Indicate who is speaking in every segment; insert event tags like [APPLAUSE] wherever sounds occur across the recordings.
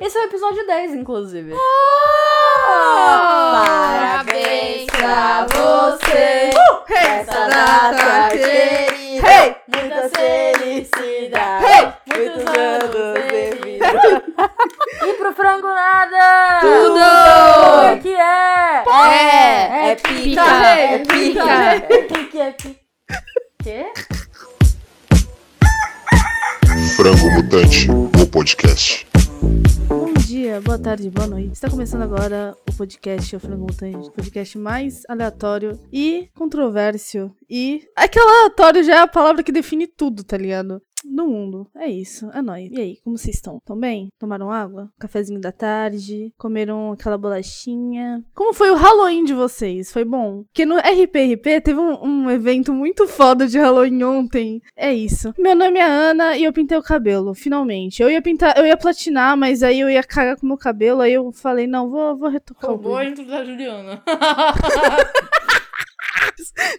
Speaker 1: Esse é o episódio 10, inclusive.
Speaker 2: Parabéns pra você nessa data querida.
Speaker 1: Hey!
Speaker 2: Muita felicidade.
Speaker 1: Muitos
Speaker 2: Muitos
Speaker 1: anos
Speaker 2: anos
Speaker 1: de
Speaker 2: de
Speaker 1: [LAUGHS] E pro frango nada!
Speaker 2: Tudo!
Speaker 1: O que é?
Speaker 2: É, é pica, é pica.
Speaker 1: É pica, é pica. Quê?
Speaker 3: Frango Mutante, o podcast.
Speaker 4: Bom dia, boa tarde, boa noite. Está começando agora o podcast O Frango Mutante, o podcast mais aleatório e controvérsio. E aquele aleatório já é a palavra que define tudo, tá ligado? No mundo. É isso, é nóis. E aí, como vocês estão? Tão bem? Tomaram água? Cafezinho da tarde? Comeram aquela bolachinha? Como foi o Halloween de vocês? Foi bom? Porque no RPRP teve um, um evento muito foda de Halloween ontem. É isso. Meu nome é Ana e eu pintei o cabelo, finalmente. Eu ia pintar, eu ia platinar, mas aí eu ia cagar com o meu cabelo, aí eu falei, não, vou, vou retocar o
Speaker 5: Roubou a
Speaker 4: brilho.
Speaker 5: intro da Juliana.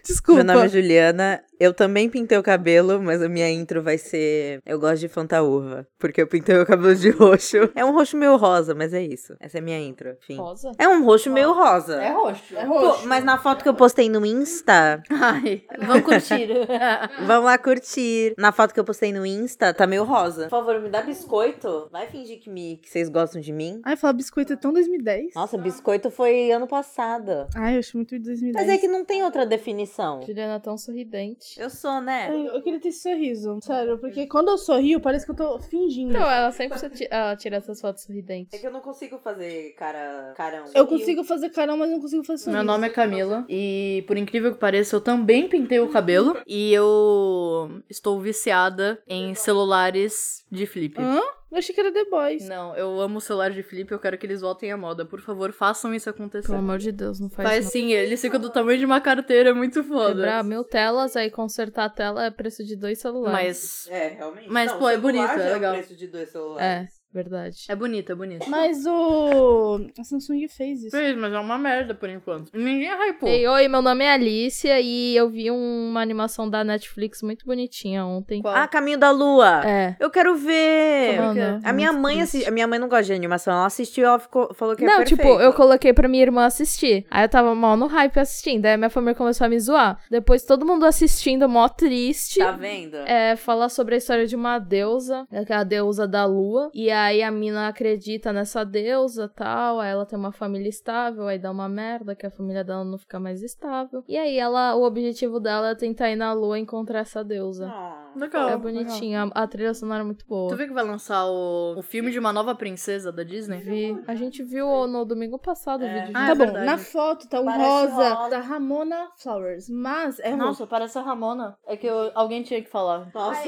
Speaker 4: Desculpa.
Speaker 2: Meu nome é Juliana. Eu também pintei o cabelo, mas a minha intro vai ser Eu gosto de fantaúva, porque eu pintei o cabelo de roxo. É um roxo meio rosa, mas é isso. Essa é a minha intro, enfim.
Speaker 5: Rosa?
Speaker 2: É um roxo meio rosa.
Speaker 5: É roxo. É
Speaker 2: Pô, mas na foto que eu postei no Insta,
Speaker 1: Ai, vamos curtir.
Speaker 2: [LAUGHS] vão lá curtir. Na foto que eu postei no Insta, tá meio rosa. Por favor, me dá biscoito. Vai fingir que, me, que vocês gostam de mim.
Speaker 4: Ai, falar biscoito é tão 2010.
Speaker 2: Nossa, biscoito foi ano passado.
Speaker 4: Ai, eu acho muito de 2010.
Speaker 2: Mas é que não tem outra definição.
Speaker 5: Juliana tão sorridente.
Speaker 2: Eu sou, né?
Speaker 4: Ai, Eu queria ter esse sorriso. Sério, porque quando eu sorrio, parece que eu tô fingindo.
Speaker 5: Então, ela sempre precisa ti- ela tira essas fotos sorridentes.
Speaker 2: É eu não consigo fazer cara, carão.
Speaker 4: Eu consigo fazer carão, mas não consigo fazer sorriso.
Speaker 5: Meu nome é Camila e, por incrível que pareça, eu também pintei o cabelo e eu estou viciada em celulares de flip.
Speaker 4: Hã? Eu achei que era The Boys.
Speaker 5: Não, eu amo celulares de flip, eu quero que eles voltem à moda. Por favor, façam isso acontecer. Pelo amor de Deus, não faz Faz sim, ele fica do tamanho de uma carteira, é muito foda.
Speaker 6: Quebrar mil telas, aí consertar a tela é preço de dois celulares.
Speaker 5: Mas
Speaker 2: É, realmente.
Speaker 5: Mas, pô, é
Speaker 2: celular
Speaker 5: bonito,
Speaker 2: já
Speaker 5: é legal.
Speaker 2: O preço de dois
Speaker 6: É,
Speaker 2: celulares.
Speaker 6: verdade.
Speaker 5: é bonito, é bonito.
Speaker 4: Mas o. A Samsung fez isso.
Speaker 5: Fez, mas é uma merda por enquanto. Ninguém hypou.
Speaker 6: Ei, oi, meu nome é Alicia e eu vi um- uma animação da Netflix muito bonitinha ontem.
Speaker 5: Qual?
Speaker 2: Ah, Caminho da Lua.
Speaker 6: É. Ah,
Speaker 2: Eu quero ver.
Speaker 6: Mano,
Speaker 2: A minha
Speaker 6: muito
Speaker 2: mãe
Speaker 6: triste.
Speaker 2: assi... A minha mãe não gosta de animação. Ela assistiu e ela ficou... falou que é
Speaker 6: Não,
Speaker 2: perfeito.
Speaker 6: tipo, eu coloquei pra minha irmã assistir. Aí eu tava mal no hype assistindo. Aí minha família começou a me zoar. Depois todo mundo assistindo, mó triste.
Speaker 2: Tá vendo?
Speaker 6: É, falar sobre a história de uma deusa, que é a deusa da lua. E aí a mina acredita nessa deusa tal. Aí ela tem uma família estável, aí dá uma merda, que a família dela não fica mais estável. E aí ela, o objetivo dela é tentar ir na lua e encontrar essa deusa.
Speaker 2: Ah.
Speaker 5: Legal.
Speaker 6: é bonitinha, a, a trilha sonora é muito boa.
Speaker 5: Tu viu que vai lançar o, o filme de uma nova princesa da Disney?
Speaker 6: Vi. A gente viu no domingo passado o vídeo.
Speaker 5: Ah,
Speaker 4: tá
Speaker 5: é
Speaker 4: bom,
Speaker 5: verdade.
Speaker 4: na foto tá um
Speaker 2: Parece
Speaker 4: rosa,
Speaker 2: rosa.
Speaker 4: da Ramona Flowers, mas é rosa.
Speaker 5: Nossa, parece a Ramona. É que eu- alguém tinha que falar.
Speaker 2: Nossa.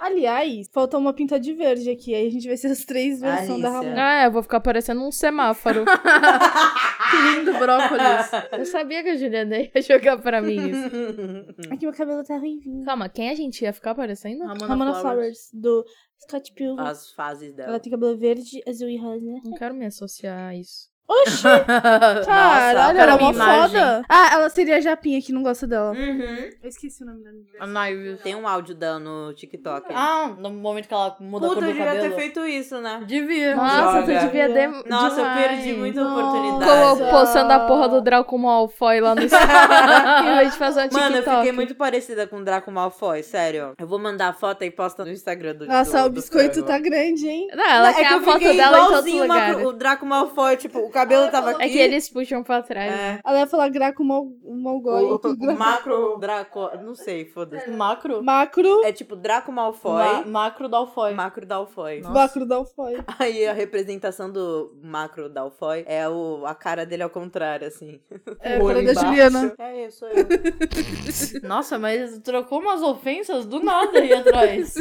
Speaker 4: Aliás, falta uma pinta de verde aqui, aí a gente vai ser as três versões
Speaker 2: Alicia.
Speaker 4: da Ramona.
Speaker 6: Ah, é, eu vou ficar parecendo
Speaker 5: [LAUGHS]
Speaker 6: um semáforo.
Speaker 5: Que lindo brócolis.
Speaker 6: eu sabia que a Juliana ia [LAUGHS] jogar pra mim
Speaker 5: [LAUGHS]
Speaker 6: isso.
Speaker 2: [LAUGHS]
Speaker 4: Aqui meu cabelo tá ruivinho.
Speaker 6: Calma, quem a gente ia ficar parecendo?
Speaker 5: Ramona,
Speaker 4: Ramona
Speaker 5: Flowers.
Speaker 4: Flowers, do Scott
Speaker 6: Uhum.
Speaker 4: Pilgrim.
Speaker 2: As fases dela.
Speaker 4: Ela tem cabelo verde, azul e rosa.
Speaker 6: Não quero me associar a isso.
Speaker 5: [LAUGHS]
Speaker 4: Oxi!
Speaker 2: Nossa,
Speaker 4: Cara, olha,
Speaker 2: pra
Speaker 4: ela é
Speaker 2: mim,
Speaker 4: mó
Speaker 5: imagem.
Speaker 4: foda. Ah, ela seria a Japinha que não gosta dela.
Speaker 2: Uhum.
Speaker 4: Eu esqueci o nome da menina.
Speaker 5: A Naives.
Speaker 2: Tem um áudio dela no TikTok.
Speaker 5: Ah, no momento que ela muda
Speaker 2: Puta,
Speaker 5: a cor
Speaker 2: eu
Speaker 5: do
Speaker 2: devia
Speaker 5: cabelo.
Speaker 2: ter feito isso, né?
Speaker 5: Devia.
Speaker 6: Nossa,
Speaker 2: Joga.
Speaker 6: tu devia de...
Speaker 2: Nossa, eu
Speaker 6: demais.
Speaker 2: perdi muita
Speaker 4: Nossa.
Speaker 2: oportunidade.
Speaker 6: Ficou postando a porra do Draco Malfoy
Speaker 2: [LAUGHS]
Speaker 6: lá no Instagram. em vez de fazer um TikTok.
Speaker 2: Mano, eu fiquei muito parecida com o Draco Malfoy, sério. Eu vou mandar a foto e posta no Instagram do
Speaker 4: Nossa,
Speaker 2: do-
Speaker 4: o
Speaker 2: do
Speaker 4: biscoito
Speaker 2: frango.
Speaker 4: tá grande, hein?
Speaker 6: Não, ela
Speaker 2: é
Speaker 6: quer
Speaker 2: que
Speaker 6: a
Speaker 2: eu
Speaker 6: foto
Speaker 2: fiquei
Speaker 6: dela em todo
Speaker 2: igualzinho uma-
Speaker 6: lugar.
Speaker 2: o Draco Malfoy, tipo, o cabelo tava aqui.
Speaker 6: É que eles puxam pra trás.
Speaker 2: É,
Speaker 4: Ela ia falar Graco Mol Molgói.
Speaker 2: o, o macro Draco, não sei, foda-se.
Speaker 5: Macro?
Speaker 4: Macro,
Speaker 2: É tipo Draco
Speaker 5: Ma-
Speaker 2: Malfoy,
Speaker 5: macro Dalfoy.
Speaker 2: macro Dalfoy.
Speaker 5: Nossa.
Speaker 4: macro da Alfoy.
Speaker 2: Aí a representação do macro Dalfoy é o, a cara dele ao contrário, assim.
Speaker 4: É,
Speaker 5: Olho
Speaker 4: cara da
Speaker 5: embaixo.
Speaker 4: Juliana.
Speaker 2: É, eu sou [LAUGHS] eu.
Speaker 5: Nossa, mas trocou umas ofensas do nada aí atrás.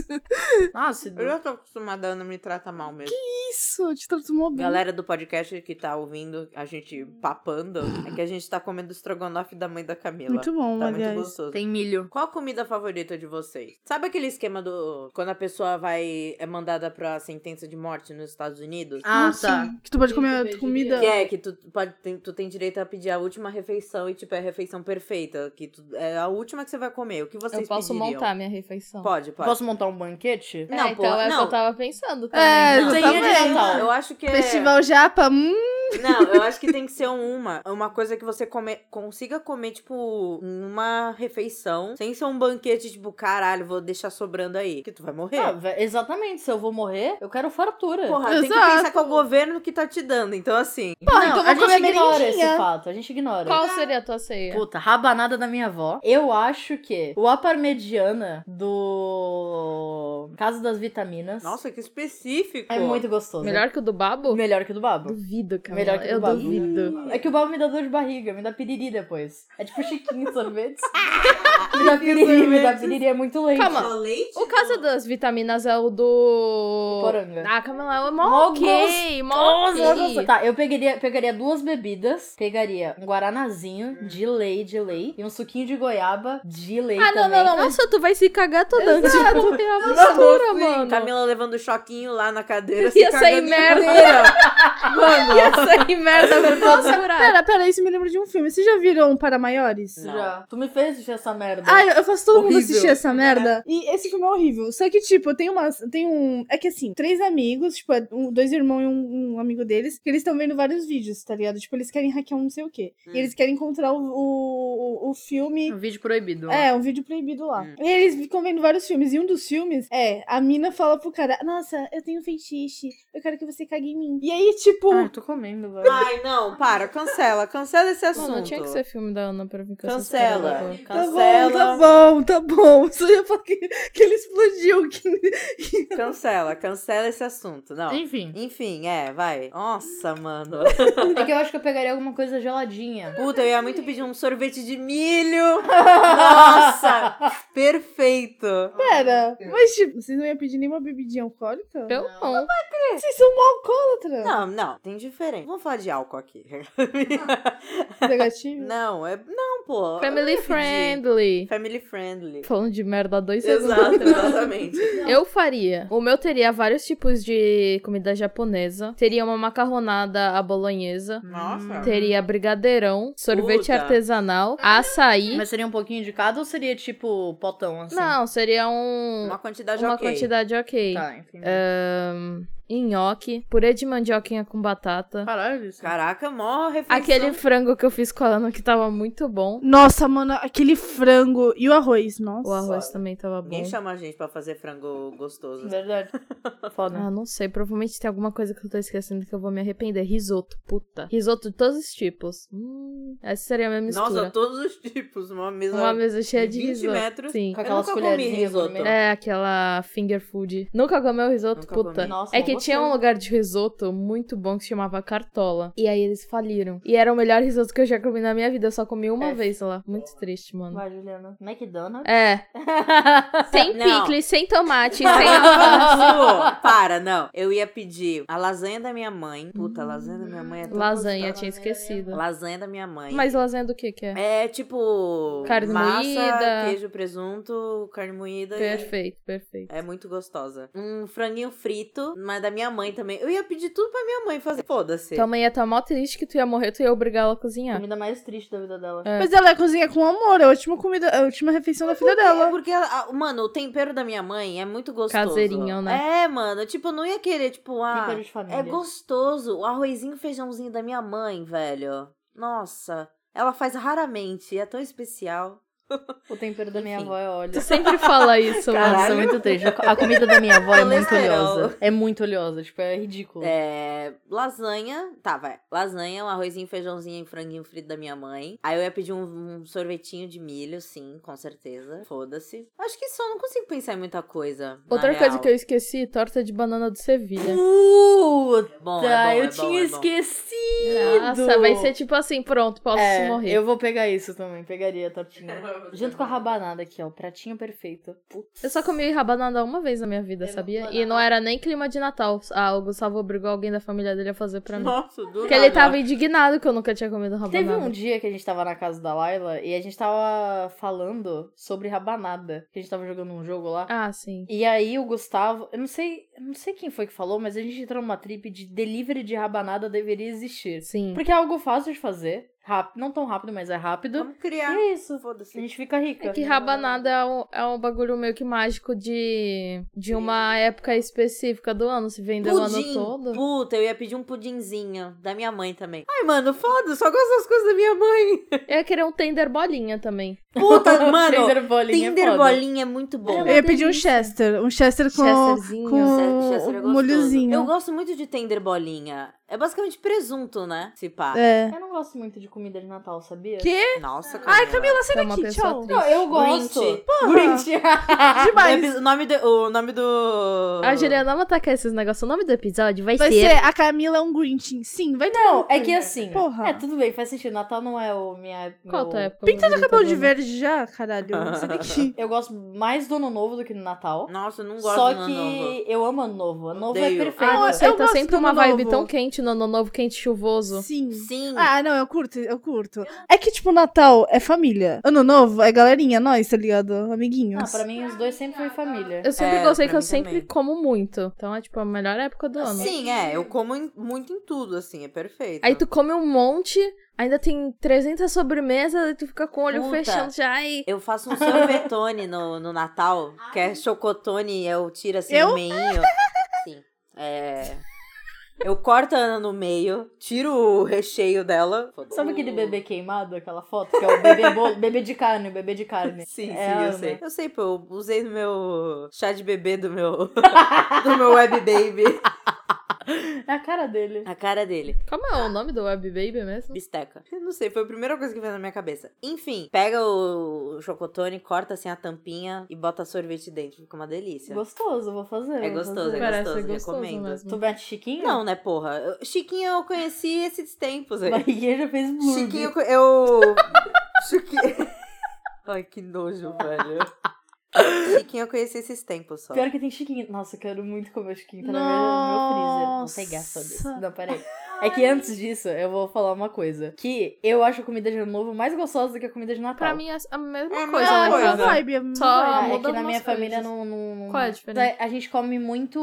Speaker 5: Nossa,
Speaker 2: Eu já tô acostumada a não me tratar mal mesmo.
Speaker 4: Isso, te transformou bem.
Speaker 2: Galera do podcast que tá ouvindo a gente papando é que a gente tá comendo estrogonofe da mãe da Camila.
Speaker 4: Muito bom,
Speaker 2: tá muito
Speaker 4: aliás.
Speaker 2: gostoso.
Speaker 5: Tem milho.
Speaker 2: Qual a comida favorita de vocês? Sabe aquele esquema do. Quando a pessoa vai. é mandada pra sentença de morte nos Estados Unidos?
Speaker 5: Ah,
Speaker 4: Sim,
Speaker 5: tá.
Speaker 4: Que tu pode
Speaker 6: Tem
Speaker 4: comer
Speaker 6: também,
Speaker 4: comida.
Speaker 2: Que é, que tu pode, tem, tu tem direito a pedir a última refeição e, tipo, é a refeição perfeita. Que tu, é a última que você vai comer. O que vocês
Speaker 6: Eu posso
Speaker 2: pediriam?
Speaker 6: montar então. minha refeição.
Speaker 2: Pode, pode.
Speaker 5: Posso montar um banquete?
Speaker 6: É,
Speaker 2: Não,
Speaker 6: então
Speaker 2: pô,
Speaker 6: é o que
Speaker 2: não.
Speaker 6: eu tava pensando também.
Speaker 4: É,
Speaker 6: Não,
Speaker 2: tem
Speaker 4: exatamente.
Speaker 2: que ser uma- Eu acho que é...
Speaker 4: Festival Japa, hum,
Speaker 2: Não, eu acho que tem que ser uma. Uma coisa que você come, consiga comer, tipo, uma refeição. Sem ser um banquete, tipo, caralho, vou deixar sobrando aí. Que tu vai morrer.
Speaker 5: Ah, vé- exatamente. Se eu vou morrer, eu quero fartura.
Speaker 2: Porra, tem que
Speaker 4: exato.
Speaker 2: pensar que é o governo que tá te dando. Então, assim...
Speaker 4: porra,
Speaker 5: Não,
Speaker 4: então
Speaker 5: a
Speaker 4: vou comer
Speaker 5: gente ignora esse
Speaker 4: merendinha.
Speaker 5: fato. A gente ignora.
Speaker 6: Qual seria a tua ceia?
Speaker 5: Puta, rabanada da minha avó. Eu acho que o a parmegiana do Casa das Vitaminas
Speaker 2: Nossa, que específico.
Speaker 5: é muito gostoso.
Speaker 6: Melhor que o do babo?
Speaker 5: Melhor que o do babo.
Speaker 6: Duvido, cara.
Speaker 5: Melhor que o do
Speaker 6: eu
Speaker 5: babo.
Speaker 6: duvido.
Speaker 2: Hum.
Speaker 5: É que o babo me dá dor de barriga, me dá piriri depois. É tipo chiquinho
Speaker 6: [LAUGHS]
Speaker 5: sorvete. me dá piriri, me dá piriri, é muito leite.
Speaker 6: Calma. O caso das vitaminas é o do.
Speaker 5: Poranga.
Speaker 6: Ah, calma lá, é
Speaker 5: Mó
Speaker 6: mó ok, mó
Speaker 5: Nossa,
Speaker 6: ok.
Speaker 5: nossa. Tá, eu pegaria, pegaria duas bebidas. Pegaria um
Speaker 6: Hum.
Speaker 5: guaranazinho de lei, de lei. E um suquinho de goiaba de lei
Speaker 6: Ah, não,
Speaker 5: também.
Speaker 6: não, não. Nossa, tu vai se cagar toda antes de comer a
Speaker 2: Nossa,
Speaker 6: mistura,
Speaker 2: sim.
Speaker 6: mano.
Speaker 2: Camila levando choquinho lá na cadeira.
Speaker 6: Ia
Speaker 2: se
Speaker 6: sair
Speaker 2: cagando
Speaker 6: merda.
Speaker 2: inteira. Mano,
Speaker 6: Ia sair merda por todos os buracos.
Speaker 4: Pera, pera, isso me lembra de um filme. Vocês já viram Para Maiores?
Speaker 2: Não.
Speaker 5: Já. Tu me fez assistir essa merda.
Speaker 4: Ah, eu eu faço todo mundo
Speaker 2: Horrível.
Speaker 4: assistir essa merda. E esse filme é horrível. Só que, tipo, tem uma. Tem um. É que assim, três amigos, tipo, é um- dois irmãos e um, um amigo deles, que eles estão vendo vários vídeos, tá ligado? Tipo, eles querem hackear um não sei o quê. E eles querem encontrar o, o, o- o filme.
Speaker 5: Um vídeo proibido.
Speaker 4: É, um vídeo proibido lá. E eles ficam vendo vários filmes. E um dos filmes é a mina fala pro cara: Nossa, eu tenho um feitiço. Eu quero que você cague em mim. E aí, tipo.
Speaker 5: Ah, eu tô comendo, velho.
Speaker 2: Ai, não, para, cancela, cancela esse assunto.
Speaker 6: Mano, tinha que ser filme da Ana pra vir com essas
Speaker 2: Cancela.
Speaker 6: paradas loucas.
Speaker 4: Tá bom,
Speaker 2: cancela.
Speaker 4: tá bom, tá bom. [LAUGHS] Só ia falar que, que ele explodiu. Que...
Speaker 2: Cancela, cancela esse assunto, não.
Speaker 5: Enfim.
Speaker 2: Enfim, é, vai. Nossa, mano.
Speaker 5: É que eu acho que eu pegaria alguma coisa geladinha.
Speaker 2: Puta, eu ia muito pedir um sorvete de milho. Nossa, perfeito.
Speaker 4: Pera, mas tipo, vocês não iam pedir nenhuma bebidinha alcoólica?
Speaker 6: Eu não.
Speaker 4: Vocês são um alcoólatra.
Speaker 2: Não, não, tem diferença. Vamos falar de álcool aqui.
Speaker 4: Negativo?
Speaker 2: Não, é. Não, pô.
Speaker 6: Family
Speaker 2: Eu não ia pedir.
Speaker 6: friendly.
Speaker 2: Family friendly.
Speaker 6: Falando de merda há dois segundos.
Speaker 2: Exato, exatamente.
Speaker 6: Eu faria. O meu teria vários tipos de comida japonesa. Teria uma macarronada à bolonhesa.
Speaker 2: Nossa.
Speaker 6: Teria brigadeirão, sorvete
Speaker 2: Puta.
Speaker 6: artesanal, açaí.
Speaker 5: Mas seria um pouquinho de cada ou seria tipo potão assim?
Speaker 6: Não, seria um.
Speaker 2: Uma quantidade
Speaker 6: uma
Speaker 2: ok.
Speaker 6: quantidade ok.
Speaker 5: Tá, entendi.
Speaker 6: Ahn, nhoque, purê de mandioquinha com batata.
Speaker 5: Caralho, isso.
Speaker 2: Caraca, mó refeição.
Speaker 6: Aquele frango que eu fiz com a Lana que tava muito bom.
Speaker 4: Nossa, mano, aquele frango e o arroz, nossa.
Speaker 6: O arroz também tava bom.
Speaker 2: Ninguém chama a gente pra fazer frango gostoso.
Speaker 5: Verdade. [LAUGHS] Foda.
Speaker 6: Ah, não sei. Provavelmente tem alguma coisa que eu tô esquecendo que eu vou me arrepender. Risoto, puta. Risoto de todos os tipos. Hum, essa seria a minha mistura.
Speaker 2: Nossa, todos os tipos. Uma mesa.
Speaker 6: Uma mesa cheia de
Speaker 2: 20
Speaker 6: risoto.
Speaker 2: [LAUGHS] metros.
Speaker 6: Sim.
Speaker 5: Com aquelas
Speaker 2: eu nunca comi
Speaker 5: colherzinhas
Speaker 2: risoto.
Speaker 5: gourmet.
Speaker 6: É, aquela finger food. Nunca comeu risoto,
Speaker 2: Nunca
Speaker 6: puta.
Speaker 2: comi.
Speaker 5: Nossa,
Speaker 6: é
Speaker 5: não
Speaker 6: que
Speaker 5: gostei.
Speaker 6: tinha um lugar de risoto muito bom que se chamava Cartola. E aí eles faliram. E era o melhor risoto que eu já comi na minha vida. Eu só comi uma
Speaker 5: É.
Speaker 6: vez lá. Muito triste, mano.
Speaker 5: Vai, Juliana. McDonald's.
Speaker 6: É. Sem
Speaker 2: Não.
Speaker 6: picles,
Speaker 2: [LAUGHS]
Speaker 6: sem tomate, sem alface.
Speaker 2: Para, Su, Para, não. Eu ia pedir a lasanha da minha mãe. Puta, a lasanha da minha mãe é tão
Speaker 6: Lasanha,
Speaker 2: gostosa.
Speaker 6: tinha esquecido.
Speaker 2: Lasanha da minha mãe.
Speaker 6: Mas lasanha do que que é?
Speaker 2: É tipo.
Speaker 6: Carne
Speaker 2: massa,
Speaker 6: moída.
Speaker 2: Queijo, presunto, carne moída. e-
Speaker 6: Perfeito, perfeito.
Speaker 2: É muito gostosa. Um franguinho frito, mas da minha mãe também. Eu ia pedir tudo pra minha mãe fazer. Foda-se.
Speaker 6: Tua mãe ia tá mó triste que tu ia morrer, tu ia obrigar ela a cozinhar.
Speaker 5: Comida mais triste da vida dela.
Speaker 4: Mas ela cozinha com amor, é a última comida, é a última refeição da filha
Speaker 2: É
Speaker 4: dela.
Speaker 2: porque, ela- a- mano, o tempero da minha mãe é muito gostoso.
Speaker 6: Caseirinho,
Speaker 2: É, mano. Tipo, eu não ia querer, tipo, ah.
Speaker 5: Tempero de família.
Speaker 2: É gostoso. O arrozinho e feijãozinho da minha mãe, velho. Nossa. Ela faz raramente. É tão especial.
Speaker 5: O tempero da minha
Speaker 2: Enfim.
Speaker 5: avó é óleo.
Speaker 6: Tu sempre fala isso, mano.
Speaker 5: [LAUGHS] Nossa, é
Speaker 2: Caralho.
Speaker 5: muito triste. A comida da minha avó é muito
Speaker 2: Colesterol.
Speaker 5: oleosa. É muito oleosa, tipo, é ridículo.
Speaker 2: É. Lasanha. Tá, vai. Lasanha, um arrozinho, feijãozinho e franguinho frito da minha mãe. Aí eu ia pedir um, um sorvetinho de milho, sim, com certeza. Foda-se. Acho que só não consigo pensar em muita coisa. na
Speaker 6: Outra coisa
Speaker 2: real.
Speaker 6: que eu esqueci, torta de banana do Sevilha.
Speaker 5: Puta,
Speaker 2: Bom, é bom, é
Speaker 5: eu
Speaker 2: bom,
Speaker 5: tinha
Speaker 2: é bom.
Speaker 5: esquecido.
Speaker 6: Nossa, vai ser tipo assim, pronto, posso
Speaker 5: É,
Speaker 6: morrer.
Speaker 5: [LAUGHS] Eu vou pegar isso também, pegaria a tortinha. Junto com a rabanada aqui, ó. o Pratinho perfeito. Assim,
Speaker 6: Eu só comi rabanada uma vez na minha vida, sabia? E não era nem clima de Natal. Ah, o Gustavo obrigou alguém da família dele a fazer pra mim.
Speaker 2: Nossa, do
Speaker 6: Porque ele tava indignado que eu nunca tinha comido rabanada.
Speaker 5: Teve um dia que a gente tava na casa da Laila e a gente tava falando sobre rabanada. Que a gente tava jogando um jogo lá.
Speaker 6: Ah, sim.
Speaker 5: E aí o Gustavo, eu não sei, eu não sei quem foi que falou, mas a gente entrou numa trip de delivery de rabanada deveria existir.
Speaker 6: Sim.
Speaker 5: Porque é algo fácil de fazer, rápido, não tão rápido, mas é rápido.
Speaker 2: Vamos criar.
Speaker 5: E é isso, a
Speaker 2: Foda-se.
Speaker 5: gente fica rica.
Speaker 6: É que
Speaker 5: [LAUGHS]
Speaker 6: rabanada é um, é um bagulho meio que mágico de, de uma época específica do ano. Se vendeu o ano
Speaker 2: Pudim.
Speaker 6: todo.
Speaker 2: Puta, eu ia pedir um pudinzinho da minha mãe também. Ai, mano, foda, só gosto das coisas da minha mãe.
Speaker 6: Eu ia querer um tender bolinha também.
Speaker 2: Puta, mano,
Speaker 5: Tinder bolinha. é
Speaker 2: Tinder
Speaker 5: foda.
Speaker 2: bolinha é muito bom.
Speaker 4: Eu ia pedir um Chester. Um Chester com,
Speaker 6: Chesterzinho.
Speaker 4: com
Speaker 2: Chester- Chester é
Speaker 4: um
Speaker 2: gostoso.
Speaker 4: molhozinho.
Speaker 2: Eu gosto muito de tender bolinha. É basicamente presunto, né? Se pá.
Speaker 4: É.
Speaker 5: Eu não gosto muito de comida de Natal, sabia?
Speaker 4: Que?
Speaker 2: Nossa, Camila. [LAUGHS]
Speaker 4: Ai, Camila, sai
Speaker 6: Pra É uma
Speaker 4: daqui,
Speaker 6: pessoa
Speaker 4: tchau.
Speaker 6: triste.
Speaker 5: Não, eu
Speaker 2: Grinch.
Speaker 5: gosto.
Speaker 2: [LAUGHS]
Speaker 5: Grinch.
Speaker 4: Demais.
Speaker 2: O nome, do, o nome do...
Speaker 6: A Juliana ama tacar esses negócios. O nome do episódio vai,
Speaker 4: Vai
Speaker 6: ser...
Speaker 4: ser a Camila é um Grinch. Sim, vai tomar
Speaker 5: Não, é
Speaker 4: no cu.
Speaker 2: né?
Speaker 5: que assim.
Speaker 4: Porra.
Speaker 5: É, tudo bem, faz sentido. Natal não é o minha.
Speaker 6: Qual
Speaker 5: meu-
Speaker 6: tua época?
Speaker 4: Pinta teu
Speaker 6: favorita
Speaker 4: cabelo
Speaker 6: do
Speaker 4: de
Speaker 6: ano?
Speaker 4: verde já, caralho. Sai daqui.
Speaker 5: Eu gosto mais do ano novo do que do Natal.
Speaker 2: Nossa, eu não gosto
Speaker 5: Só
Speaker 2: do
Speaker 5: que
Speaker 2: ano novo.
Speaker 5: eu amo ano novo. Ano novo
Speaker 2: Odeio.
Speaker 5: é perfeito.
Speaker 6: Ah, não
Speaker 4: eu-
Speaker 6: sei,
Speaker 4: eu
Speaker 6: tá
Speaker 4: gosto
Speaker 6: sempre
Speaker 4: do
Speaker 6: uma
Speaker 4: ano
Speaker 6: vibe
Speaker 4: novo.
Speaker 6: tão quente no ano novo, quente e chuvoso.
Speaker 4: Sim.
Speaker 2: Sim.
Speaker 4: Ah, não, eu curto, eu curto. É que, tipo, Natal é família. Ano novo é galerinha, nós, tá ligado?
Speaker 5: Ah,
Speaker 4: Amiguinhos.
Speaker 5: pra mim os dois sempre foi família.
Speaker 6: Eu sempre
Speaker 2: É,
Speaker 6: gostei que
Speaker 2: pra
Speaker 6: eu
Speaker 2: mim
Speaker 6: sempre
Speaker 2: também.
Speaker 6: como muito. Então é tipo a melhor época do ano.
Speaker 2: Sim, é. Eu como em- muito em tudo, assim. É perfeito.
Speaker 6: Aí tu come um monte, ainda tem 300 sobremesas, aí tu fica com o olho
Speaker 2: Puta.
Speaker 6: fechando já e.
Speaker 2: Eu faço um sorvetone no, no Natal, que é chocotone, eu tiro assim
Speaker 4: Eu?
Speaker 2: no meinho. Sim. É. Eu corto a Ana no meio, tiro o recheio dela.
Speaker 5: Sabe
Speaker 2: Uh.
Speaker 5: aquele bebê queimado, aquela foto? Que é o bebê bolo, [LAUGHS] bebê de carne, o bebê de carne.
Speaker 2: [LAUGHS] Sim, sim,
Speaker 5: É a
Speaker 2: eu
Speaker 5: Ana.
Speaker 2: sei. Eu sei, pô, eu usei no meu chá de bebê do meu do meu web baby.
Speaker 5: É a cara dele.
Speaker 2: A cara dele.
Speaker 6: Como é o nome do Web Baby mesmo?
Speaker 2: Bisteca. Eu Não sei, foi a primeira coisa que veio na minha cabeça. Enfim, pega o chocotone, corta assim a tampinha e bota sorvete dentro. Fica uma delícia.
Speaker 5: Gostoso, vou fazer.
Speaker 2: É
Speaker 5: vou
Speaker 2: gostoso,
Speaker 5: fazer.
Speaker 2: é
Speaker 6: Parece
Speaker 2: gostoso,
Speaker 6: gostoso
Speaker 2: recomendo.
Speaker 6: mesmo.
Speaker 5: Tu mete chiquinho?
Speaker 2: Não, né, porra? Eu- Chiquinho eu conheci esses tempos
Speaker 5: [LAUGHS]
Speaker 2: aí.
Speaker 5: Barriguinha já fez blurb.
Speaker 2: Chiquinho, eu co- eu. [LAUGHS] Chiquinho. [LAUGHS] Ai, que nojo, velho. Chiquinho eu conheci esses tempos só.
Speaker 5: Pior que tem chiquinho. Nossa, eu quero muito comer chiquinho. Tá no meu- no meu freezer. Não
Speaker 4: Nossa.
Speaker 5: tem gasto disso. Não, peraí. É que antes disso, eu vou falar uma coisa. Que eu acho a comida de ano novo mais gostosa do que a comida de Natal.
Speaker 6: Pra mim é a mesma
Speaker 2: É a
Speaker 6: coisa.
Speaker 2: mesma
Speaker 4: Ah,
Speaker 6: né?
Speaker 4: é
Speaker 2: coisa.
Speaker 4: uma vibe, é uma
Speaker 6: Só-
Speaker 4: vibe.
Speaker 5: Ah, é
Speaker 6: mudando
Speaker 5: que na minha
Speaker 6: umas
Speaker 5: família
Speaker 6: coisas.
Speaker 5: não, não- não-
Speaker 6: Qual é a diferença?
Speaker 5: A gente come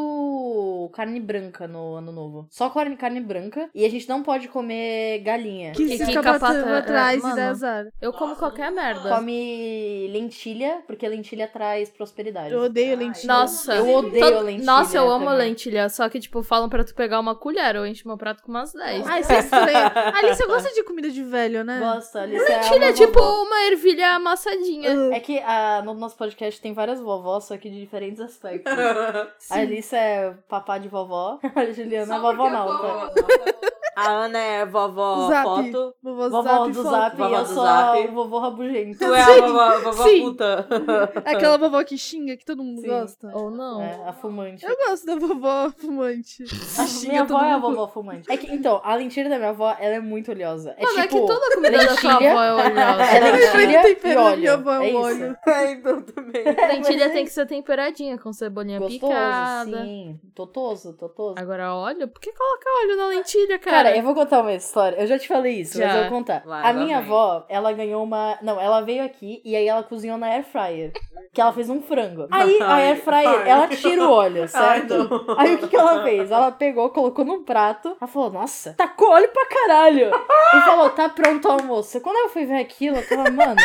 Speaker 5: muito carne branca no ano novo. Só carne, carne branca. E a gente não pode comer galinha.
Speaker 4: Que, é,
Speaker 6: Que
Speaker 4: se
Speaker 6: fica
Speaker 4: escapa
Speaker 6: pra
Speaker 4: pra,
Speaker 6: tra-
Speaker 4: trás
Speaker 6: mano.
Speaker 4: e dá azar.
Speaker 6: Eu como qualquer merda.
Speaker 5: Come lentilha, porque lentilha traz prosperidade.
Speaker 4: Eu odeio lentilha.
Speaker 6: Nossa.
Speaker 5: Eu odeio
Speaker 6: Todo-
Speaker 5: lentilha
Speaker 6: Nossa, eu amo
Speaker 5: também.
Speaker 6: lentilha. Só que, tipo, falam pra tu pegar uma colher. Eu encho meu prato com umas 10.
Speaker 4: Ai, isso
Speaker 5: [LAUGHS]
Speaker 4: é estranho. Alice, eu gosto de comida de velho, né?
Speaker 5: Gosto, Alice.
Speaker 6: lentilha
Speaker 5: é
Speaker 6: é
Speaker 5: uma
Speaker 6: tipo
Speaker 5: vovó.
Speaker 6: uma ervilha amassadinha.
Speaker 5: É que ah, no nosso podcast tem várias vovós, só que de diferentes
Speaker 4: [LAUGHS]
Speaker 5: aspectos. A Alice é papá de vovó, [LAUGHS] a Juliana é vovó nauta.
Speaker 2: A Ana é vovó
Speaker 4: Zap.
Speaker 2: foto.
Speaker 4: Vovô
Speaker 5: Vovó
Speaker 4: zap,
Speaker 5: do
Speaker 4: foto.
Speaker 5: zap,
Speaker 2: Vovó
Speaker 5: eu
Speaker 2: do
Speaker 5: sou
Speaker 2: Zap.
Speaker 5: a vovô rabugento.
Speaker 2: Tu é a vovó, vovó
Speaker 4: Sim.
Speaker 2: puta. [LAUGHS]
Speaker 4: É Aquela vovó que xinga, que todo mundo
Speaker 5: Sim.
Speaker 4: gosta.
Speaker 6: Ou não.
Speaker 5: É, a fumante.
Speaker 4: Eu gosto da vovó fumante.
Speaker 5: A minha
Speaker 4: todo
Speaker 5: avó é a
Speaker 4: mundo.
Speaker 5: vovó fumante. É que, então, a lentilha da minha avó, ela é muito oleosa. É tipo,
Speaker 6: Mano, é que toda a comida da sua
Speaker 5: lentilha.
Speaker 6: avó
Speaker 5: [LAUGHS]
Speaker 6: é
Speaker 5: é
Speaker 6: oleosa.
Speaker 4: Mas o
Speaker 5: lentilha e
Speaker 4: tempero da
Speaker 5: óleo.
Speaker 4: minha avó é
Speaker 5: é
Speaker 4: o
Speaker 5: isso.
Speaker 4: óleo.
Speaker 2: É, então também.
Speaker 6: Lentilha tem que ser temperadinha, com cebolinha
Speaker 5: assim. Gostoso,
Speaker 6: picada.
Speaker 5: sim. Totoso, totoso.
Speaker 6: Agora óleo? Por que coloca óleo na lentilha, cara?
Speaker 5: Cara, eu vou contar uma história. Eu já te falei isso, mas
Speaker 6: Já.
Speaker 5: eu vou contar.
Speaker 2: Vai,
Speaker 5: a
Speaker 2: lá
Speaker 5: minha
Speaker 2: vem.
Speaker 5: avó, ela ganhou uma. Não, ela veio aqui e aí ela cozinhou na air fryer. Que ela fez um frango. Aí a
Speaker 2: Ai,
Speaker 5: air fryer,
Speaker 2: ai.
Speaker 5: ela tira o óleo, certo?
Speaker 2: Ai, não.
Speaker 5: Aí o que, que ela fez? Ela pegou, colocou num prato, ela falou, nossa, tacou óleo pra caralho. E falou, tá pronto o almoço. Quando eu fui ver aquilo, eu tava, mano,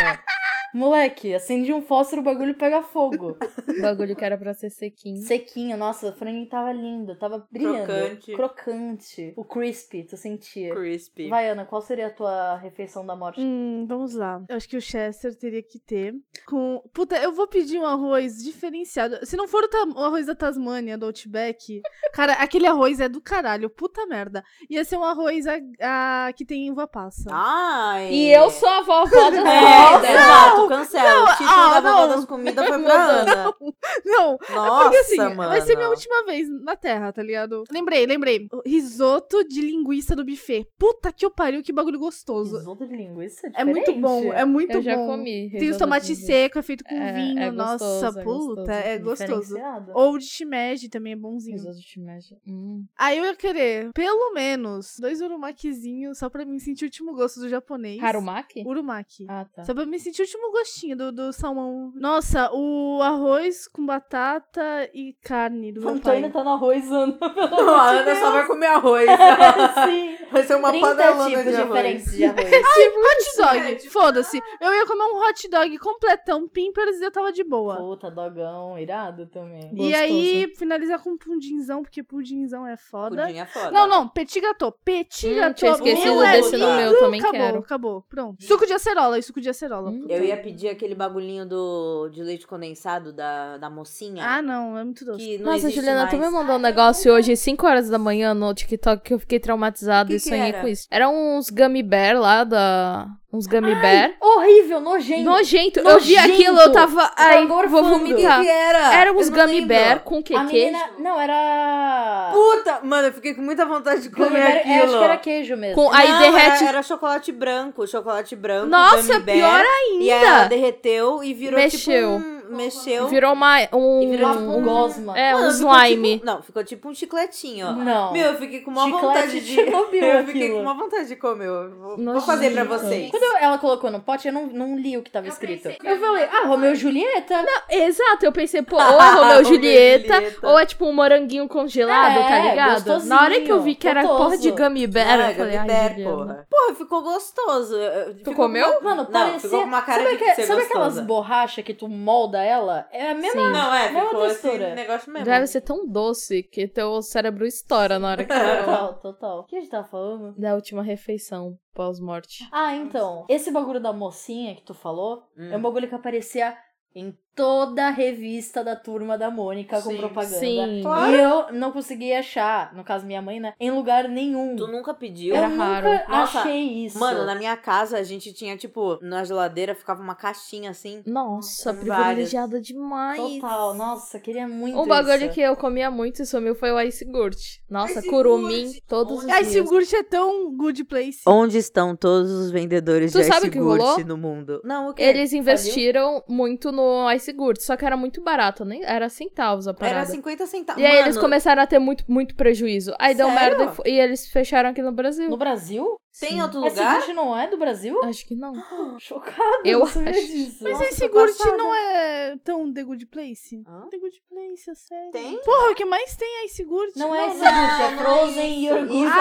Speaker 5: moleque, acende um fósforo, o bagulho pega fogo.
Speaker 6: O bagulho que era pra ser sequinho.
Speaker 5: Sequinho, nossa, o frango tava lindo, tava brilhando.
Speaker 2: Crocante.
Speaker 5: Crocante. O crispy, tu sentia.
Speaker 2: Crispy.
Speaker 5: Vai, Ana, qual seria a tua refeição da morte?
Speaker 4: Hum, vamos lá. Eu acho que o Chester teria que ter. Com. Puta, eu vou pedir um arroz diferenciado. Se não for o, ta- o arroz da Tasmânia, do Outback. [LAUGHS] Cara, aquele arroz é do caralho. Puta merda. Ia ser um arroz a, a- que tem uva passa.
Speaker 2: Ai.
Speaker 6: E eu sou a vovó da [LAUGHS]
Speaker 2: É,
Speaker 6: comida.
Speaker 2: exato. Não, cancela. o título da
Speaker 4: ah,
Speaker 2: vovó
Speaker 4: não.
Speaker 2: das comidas foi pra Ana.
Speaker 4: [LAUGHS] Não,
Speaker 2: Nossa,
Speaker 4: porque assim,
Speaker 2: mano.
Speaker 4: vai ser minha última vez na Terra, tá ligado? Lembrei, lembrei. Risoto de linguiça do buffet. Puta que eu pariu, que bagulho gostoso.
Speaker 5: Risoto de linguiça
Speaker 4: É muito bom, é muito
Speaker 6: eu
Speaker 4: bom.
Speaker 6: já comi.
Speaker 4: Tem os
Speaker 6: risoto
Speaker 4: tomate
Speaker 6: de-
Speaker 4: seco, é feito com
Speaker 6: É,
Speaker 4: vinho.
Speaker 6: é gostoso,
Speaker 4: Nossa,
Speaker 6: é gostoso.
Speaker 4: puta, é gostoso.
Speaker 5: Diferenciado.
Speaker 4: Ou de shimeji também é bonzinho.
Speaker 6: Risoto de shimeji. Hum.
Speaker 4: Aí eu ia querer, pelo menos, dois urumakizinhos só pra mim sentir o último gosto do japonês.
Speaker 6: Harumaki?
Speaker 4: Urumaki.
Speaker 6: Ah, tá.
Speaker 4: Só pra me sentir o último gostinho do, do salmão. Nossa, o arroz com batata e carne do meu
Speaker 5: Antônia
Speaker 4: pai.
Speaker 5: tá na arroz, Ana.
Speaker 2: A Ana só vai comer arroz. [LAUGHS]
Speaker 5: Sim.
Speaker 2: Vai ser uma
Speaker 5: 30
Speaker 2: panelona
Speaker 5: tipos
Speaker 2: de arroz.
Speaker 5: diferentes de arroz.
Speaker 6: Tipo
Speaker 4: Hot
Speaker 6: né?
Speaker 4: dog, foda-se.
Speaker 6: ah.
Speaker 4: Eu ia comer um hot dog completão, pimpers, e eu tava de [LAUGHS] boa.
Speaker 5: Puta, dogão, irado também.
Speaker 4: E aí, finalizar com um pudinzão, porque pudinzão é foda.
Speaker 2: [LAUGHS] Pudim é foda.
Speaker 4: Não, não, petit gâteau. Petit
Speaker 6: Hum,
Speaker 4: gâteau.
Speaker 6: tinha esquecido
Speaker 4: meu é
Speaker 6: desse no meu, também
Speaker 4: acabou,
Speaker 6: quero.
Speaker 4: acabou. Pronto. Suco de acerola, e suco de acerola.
Speaker 6: Hum.
Speaker 4: Puta.
Speaker 2: Eu ia pedir aquele bagulhinho do, de leite condensado da, da mocinha.
Speaker 4: Ah, não, é muito doce.
Speaker 2: que não
Speaker 6: Nossa,
Speaker 2: existe
Speaker 6: Juliana,
Speaker 2: mais.
Speaker 6: tu me mandou um negócio hoje, 5 horas da manhã, no TikTok, que eu fiquei traumatizada
Speaker 2: O que
Speaker 6: e
Speaker 2: que
Speaker 6: sonhei
Speaker 2: era?
Speaker 6: com isso. Eram uns gummy bear lá da. Uns gummy bear.
Speaker 5: Horrível, nojento.
Speaker 6: Nojento. Eu vi
Speaker 5: Nojento.
Speaker 6: aquilo, eu tava. Ai, vou
Speaker 5: engorfando.
Speaker 2: O que,
Speaker 6: vomitar.
Speaker 2: que era?
Speaker 6: Eram
Speaker 2: Eu
Speaker 6: uns
Speaker 2: não
Speaker 6: gummy
Speaker 2: lembro.
Speaker 6: bear com que
Speaker 5: A
Speaker 6: queijo?
Speaker 5: menina... Não, era...
Speaker 2: Puta! Mano, eu fiquei com muita vontade de
Speaker 5: Gummy
Speaker 2: comer
Speaker 5: bear-
Speaker 2: aquilo.
Speaker 5: é, acho que era queijo mesmo.
Speaker 6: Com, aí
Speaker 2: Não,
Speaker 6: derrete.
Speaker 2: Era, era chocolate branco, chocolate branco.
Speaker 6: Nossa,
Speaker 2: gummy bear, E
Speaker 6: pior
Speaker 2: aí ela
Speaker 6: ainda.
Speaker 2: derreteu e virou
Speaker 6: Mexeu.
Speaker 2: tipo um... Mexeu.
Speaker 6: Virou uma, um.
Speaker 2: E virou
Speaker 5: Uma gosma.
Speaker 6: É, um
Speaker 2: Mano, ficou
Speaker 6: slime.
Speaker 2: tipo- não, ficou tipo um chicletinho, ó.
Speaker 5: Não.
Speaker 2: Meu, eu fiquei com uma
Speaker 5: Chiclete
Speaker 2: vontade de...
Speaker 5: Chernobyl
Speaker 2: Eu fiquei
Speaker 5: aquilo.
Speaker 2: com uma vontade de comer. Eu Vou, vou
Speaker 6: Nojento.
Speaker 2: fazer pra vocês.
Speaker 5: Quando eu- ela colocou no pote, eu não, não li o que tava escrito. eu falei, ah, Romeu e Julieta?
Speaker 6: Exato, eu pensei, pô, ou é Romeu e
Speaker 2: Romeu e
Speaker 6: Julieta,
Speaker 2: Julieta.
Speaker 6: ou é tipo um moranguinho congelado,
Speaker 5: É,
Speaker 6: tá ligado?
Speaker 5: gostosinho,
Speaker 6: Na hora que eu vi que era
Speaker 5: gostoso.
Speaker 6: porra de gummy bear,
Speaker 2: Ah,
Speaker 6: eu falei,
Speaker 2: gummy
Speaker 6: ai,
Speaker 2: bear,
Speaker 6: Juliana.
Speaker 2: porra. Porra, ficou gostoso. Eu- eu- ficou
Speaker 6: comeu?
Speaker 2: com uma-
Speaker 5: Mano,
Speaker 2: não,
Speaker 5: parecia...
Speaker 2: ficou com uma cara
Speaker 5: sabe
Speaker 2: de
Speaker 5: aque-
Speaker 2: ser
Speaker 5: Sabe aquelas
Speaker 2: gostosa.
Speaker 5: borrachas que tu molda ela? É a mesma...
Speaker 2: Não, é,
Speaker 5: Mesma
Speaker 2: ficou esse
Speaker 5: textura.
Speaker 2: negócio mesmo.
Speaker 6: Deve ser tão doce que teu cérebro estoura na hora
Speaker 5: [LAUGHS]
Speaker 6: que eu...
Speaker 5: Total, total. O que a gente tava falando?
Speaker 6: Da última refeição, pós-morte.
Speaker 5: Ah, então. Esse bagulho da mocinha que tu falou
Speaker 2: Hum.
Speaker 5: é um bagulho que aparecia em toda a revista da turma da Mônica com
Speaker 2: Sim.
Speaker 5: propaganda.
Speaker 6: Sim.
Speaker 2: Claro.
Speaker 5: E eu não conseguia achar, no caso minha mãe, né? Em lugar nenhum.
Speaker 2: Tu nunca pediu?
Speaker 5: eu
Speaker 6: Era
Speaker 5: nunca
Speaker 6: raro.
Speaker 2: Nossa,
Speaker 5: achei isso.
Speaker 2: Mano, na minha casa a gente tinha, tipo, na geladeira ficava uma caixinha assim.
Speaker 6: Nossa,
Speaker 2: Várias.
Speaker 6: privilegiada demais.
Speaker 5: Total, nossa, queria muito
Speaker 6: Um bagulho
Speaker 5: isso.
Speaker 6: que eu comia muito e sumiu foi o ice gurt. Nossa, curumin, todos os
Speaker 4: Ai, esse
Speaker 6: dias.
Speaker 4: iogurte é tão good place.
Speaker 2: Onde estão todos os vendedores
Speaker 6: Tu
Speaker 2: de ice
Speaker 6: sabe o que
Speaker 2: Gurt
Speaker 6: rolou?
Speaker 2: no mundo? Não, o quê?
Speaker 6: Eles investiram muito no ice gurt, só que era muito barato, nem era centavos a parada.
Speaker 2: Era 50 centavos.
Speaker 6: E aí
Speaker 2: Ah, Mano,
Speaker 6: eles começaram a ter muito, muito prejuízo. Aí deu
Speaker 2: Sério?
Speaker 6: merda e fo- e, eles fecharam aqui no Brasil.
Speaker 5: No Brasil?
Speaker 2: Tem
Speaker 6: Sim.
Speaker 2: outro
Speaker 5: Esse
Speaker 2: lugar?
Speaker 5: lanche não é do Brasil?
Speaker 6: Acho que não.
Speaker 2: [LAUGHS]
Speaker 5: Chocado,
Speaker 6: Eu
Speaker 5: não sabia
Speaker 6: acho.
Speaker 5: disso.
Speaker 4: Mas
Speaker 2: Nossa,
Speaker 4: esse
Speaker 2: tô
Speaker 4: iogurte
Speaker 2: passada.
Speaker 4: não é tão the good place?
Speaker 2: Hã?
Speaker 4: The good place, é sério.
Speaker 2: Tem?
Speaker 4: Porra, o que mais tem é esse iogurte?
Speaker 5: Não é esse
Speaker 4: né?
Speaker 5: lanche, é Frozen Ah! e iogurte.
Speaker 2: é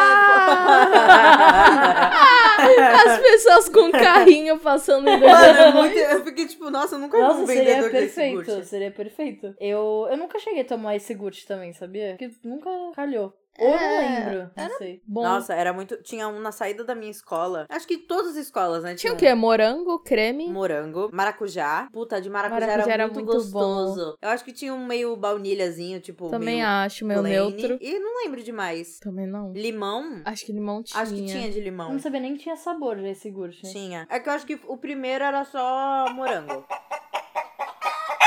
Speaker 2: Ah! [LAUGHS]
Speaker 6: As pessoas com carrinho passando
Speaker 2: [LAUGHS]
Speaker 6: em
Speaker 2: Mano, é muito- eu fiquei tipo, nossa, eu nunca vi um
Speaker 5: Nossa, seria
Speaker 2: vendedor desse
Speaker 5: perfeito,
Speaker 2: iogurte.
Speaker 5: seria perfeito. Eu, eu nunca cheguei a tomar esse Gucci também, sabia? Porque nunca calhou. Ou eu
Speaker 2: É,
Speaker 5: não lembro, não sei.
Speaker 6: Bom,
Speaker 2: Nossa, era muito. Tinha um na saída da minha escola. Acho que todas as escolas, né?
Speaker 6: tinha o
Speaker 2: um
Speaker 6: quê? Morango, creme?
Speaker 2: Morango, maracujá. Puta, de maracujá,
Speaker 6: Maracujá
Speaker 2: era,
Speaker 6: era
Speaker 2: muito,
Speaker 6: muito bom.
Speaker 2: gostoso. Eu acho que tinha um meio baunilhazinho, tipo.
Speaker 6: Também
Speaker 2: meio
Speaker 6: acho, meu
Speaker 2: plain.
Speaker 6: neutro.
Speaker 2: E não lembro demais.
Speaker 6: Também não.
Speaker 2: Limão?
Speaker 6: Acho que limão tinha.
Speaker 2: Acho que tinha de
Speaker 5: Eu
Speaker 2: limão.
Speaker 5: não sabia nem que tinha sabor já esse Gucci.
Speaker 2: Tinha. É que eu acho que o primeiro era só morango.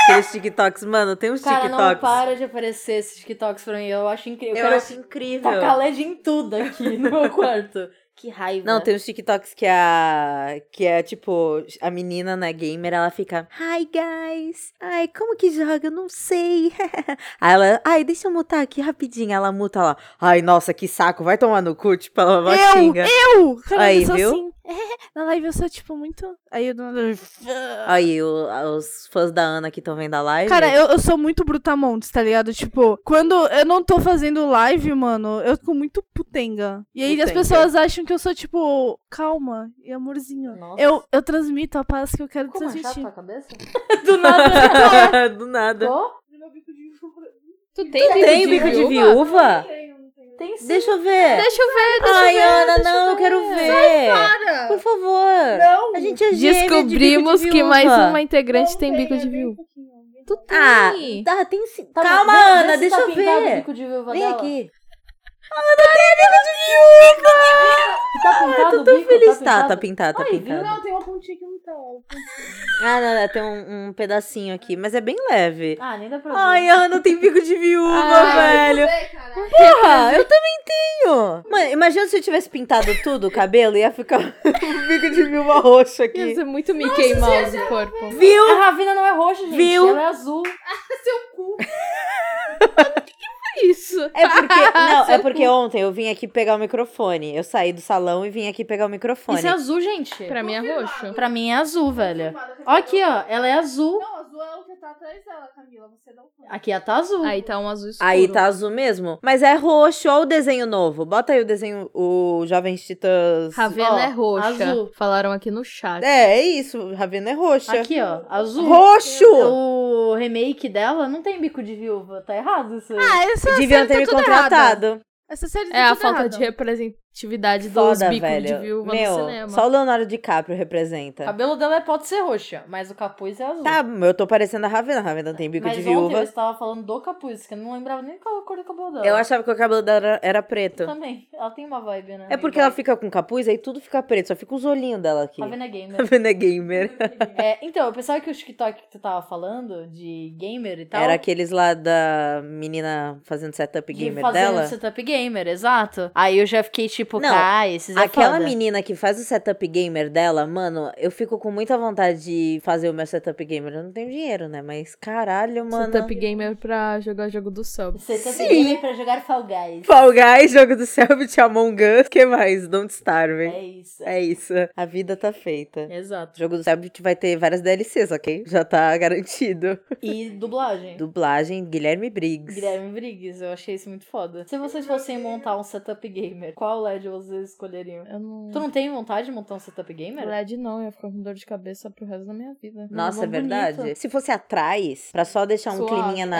Speaker 2: Aqueles TikToks, mano, tem uns
Speaker 5: Cara,
Speaker 2: TikToks.
Speaker 5: não para de aparecer esses TikToks pra mim. Eu acho incrível. Eu,
Speaker 2: Eu
Speaker 5: quero
Speaker 2: acho incrível.
Speaker 5: tacar LED em tudo aqui no
Speaker 2: [LAUGHS]
Speaker 5: meu quarto. Que raiva.
Speaker 6: né?
Speaker 2: Não, tem uns TikToks que a. que é tipo, a menina na gamer, ela fica. Hi guys! Ai, como que joga? Eu Não sei. [LAUGHS] Aí ela. Ai, deixa eu mutar aqui rapidinho. Ela muta lá. Ai, nossa, que saco, vai tomar no cu, tipo, ela vai
Speaker 4: Eu,
Speaker 2: xinga.
Speaker 4: Eu! Cara,
Speaker 2: Aí,
Speaker 4: eu sou
Speaker 2: viu?
Speaker 4: assim. [LAUGHS] Na live eu sou, tipo, muito... Aí eu do nada...
Speaker 2: Aí, o- os fãs da Ana que estão vendo a live.
Speaker 4: Cara, eu, eu sou muito brutamontes, tá ligado? Tipo, quando eu não tô fazendo live, mano, eu fico muito putenga. E aí as
Speaker 2: Putenga.
Speaker 4: pessoas acham que eu sou, tipo, calma e amorzinho.
Speaker 5: Nossa.
Speaker 4: Eu, eu transmito a paz que eu quero
Speaker 5: Como achar
Speaker 4: transmitir.
Speaker 5: tua cabeça?
Speaker 4: Do nada.
Speaker 2: [LAUGHS] Do nada.
Speaker 5: Tô?
Speaker 6: Tu tem bico,
Speaker 2: Tem
Speaker 6: de,
Speaker 2: bico de
Speaker 6: viúva?
Speaker 2: viúva?
Speaker 5: Tem sim.
Speaker 2: Deixa eu ver.
Speaker 6: Deixa eu ver.
Speaker 2: Ai, Ana, não, eu quero ver. Por favor.
Speaker 5: Não.
Speaker 2: A gente é gêmea de bico de
Speaker 6: Descobrimos que
Speaker 2: viúva.
Speaker 6: mais uma é integrante tem né? bico de viúva. Tu tem.
Speaker 2: Ah, tá, tem sim.
Speaker 5: Tá bom,
Speaker 2: Calma,
Speaker 5: vê- vê
Speaker 2: Ana,
Speaker 5: se
Speaker 2: deixa
Speaker 5: tá
Speaker 2: eu
Speaker 5: pintado o
Speaker 2: ver.
Speaker 5: bico de viúva
Speaker 2: Vem
Speaker 5: dela.
Speaker 2: aqui.
Speaker 5: Tá pintado o bico?
Speaker 2: Feliz. Tá,
Speaker 5: pintado?
Speaker 2: tá pintado, tá
Speaker 5: Ai, viu?
Speaker 2: pintado.
Speaker 4: tem uma pontinha que não
Speaker 2: Ah, não, não, tem um, um pedacinho aqui, mas é bem leve.
Speaker 1: Ah, nem dá pra ver.
Speaker 2: Ai, a Ana tem bico de viúva,
Speaker 6: Ai,
Speaker 2: velho. Porra, eu também tenho. Mano, imagina se eu tivesse pintado tudo o cabelo, ia ficar [LAUGHS] um bico de viúva roxo
Speaker 6: Ia
Speaker 2: aqui.
Speaker 6: ser muito Mickey Mouse o corpo.
Speaker 2: Viu?
Speaker 5: A Ravina não é roxa, gente.
Speaker 2: Viu?
Speaker 5: Ela é azul.
Speaker 6: Seu cu. Mano, o que, que foi isso?
Speaker 2: É porque, não, é
Speaker 6: Seu
Speaker 2: porque ontem eu vim aqui pegar o microfone. Eu saí do salão e vim aqui pegar o microfone.
Speaker 5: Isso é azul, gente.
Speaker 6: Pra mim é roxo.
Speaker 5: Pra mim é azul, velho. Ó aqui, ó. Ela é azul.
Speaker 4: Não, azul é o que tá atrás dela, Camila. Você não foi.
Speaker 5: Aqui ela tá azul.
Speaker 6: Aí tá um azul escuro.
Speaker 2: Aí tá azul mesmo. Mas é roxo, olha o desenho novo. Bota aí o desenho, o Jovens Titãs.
Speaker 6: Ravena
Speaker 5: Ó,
Speaker 6: é roxa.
Speaker 5: azul.
Speaker 6: Falaram aqui no chat.
Speaker 2: É, é isso. Ravena é roxa.
Speaker 5: Aqui, ó. Azul.
Speaker 2: Roxo!
Speaker 5: O remake dela não tem bico de viúva. Tá errado isso aí.
Speaker 4: Ah, essa
Speaker 2: Deviam
Speaker 4: série
Speaker 2: ter
Speaker 4: tá
Speaker 2: me
Speaker 4: toda errada.
Speaker 2: contratado.
Speaker 4: Essa série tá
Speaker 6: É a
Speaker 4: toda
Speaker 6: falta
Speaker 4: errada.
Speaker 6: de representatividade dos
Speaker 2: Foda,
Speaker 6: bicos
Speaker 2: velho.
Speaker 6: de viúva
Speaker 2: Meu,
Speaker 6: no cinema.
Speaker 2: só o Leonardo DiCaprio
Speaker 5: O
Speaker 2: representa.
Speaker 5: cabelo dela é- pode ser roxa, mas o capuz é azul.
Speaker 2: Tá, eu tô parecendo a Ravena. A Ravena tem bico
Speaker 5: mas
Speaker 2: de
Speaker 5: ontem eu
Speaker 2: viúva.
Speaker 5: estava falando do capuz, que eu não lembrava nem qual a cor do cabelo dela.
Speaker 2: Eu achava que o cabelo dela era, era preto.
Speaker 5: Também. Ela tem uma vibe, né?
Speaker 2: É porque ela fica com capuz, aí tudo fica preto. Só fica os olhinhos dela aqui.
Speaker 5: Ravina é gamer.
Speaker 2: [LAUGHS] Ravena é gamer.
Speaker 5: É, então, eu pensava que o TikTok que tu tava falando, de gamer e tal...
Speaker 2: Era aqueles lá da menina fazendo setup
Speaker 5: de
Speaker 2: gamer
Speaker 5: fazendo
Speaker 2: dela.
Speaker 5: setup gamer, exato. Aí eu já fiquei tipo,
Speaker 2: Não,
Speaker 5: cara, esses é
Speaker 2: Aquela
Speaker 5: foda.
Speaker 2: menina que faz o setup gamer dela, mano, eu fico com muita vontade de fazer o meu setup gamer. Eu não tenho dinheiro, né? Mas caralho, mano.
Speaker 6: Setup gamer pra jogar jogo do sub.
Speaker 5: Setup
Speaker 2: Sim.
Speaker 5: gamer é pra jogar Fall Guys.
Speaker 2: Fall Guys, jogo do Selbit, Among Us, que mais? Don't Starve.
Speaker 5: É isso.
Speaker 2: É isso. A vida tá feita.
Speaker 5: Exato.
Speaker 2: O jogo do Selbit vai ter várias DLCs, ok? Já tá [LAUGHS] garantido.
Speaker 5: E dublagem.
Speaker 2: Dublagem, Guilherme Briggs.
Speaker 5: Guilherme Briggs, eu achei isso muito foda. Se vocês fossem montar um setup gamer, qual LED vocês escolheriam?
Speaker 6: Eu não.
Speaker 5: Tu não tem vontade de montar um setup gamer?
Speaker 6: LED não, eu ia ficar com dor de cabeça pro resto da minha vida.
Speaker 2: Nossa,
Speaker 5: Uma
Speaker 2: é verdade.
Speaker 5: bonita.
Speaker 2: Se fosse atrás, pra só deixar um
Speaker 6: Suave,
Speaker 2: climinha na.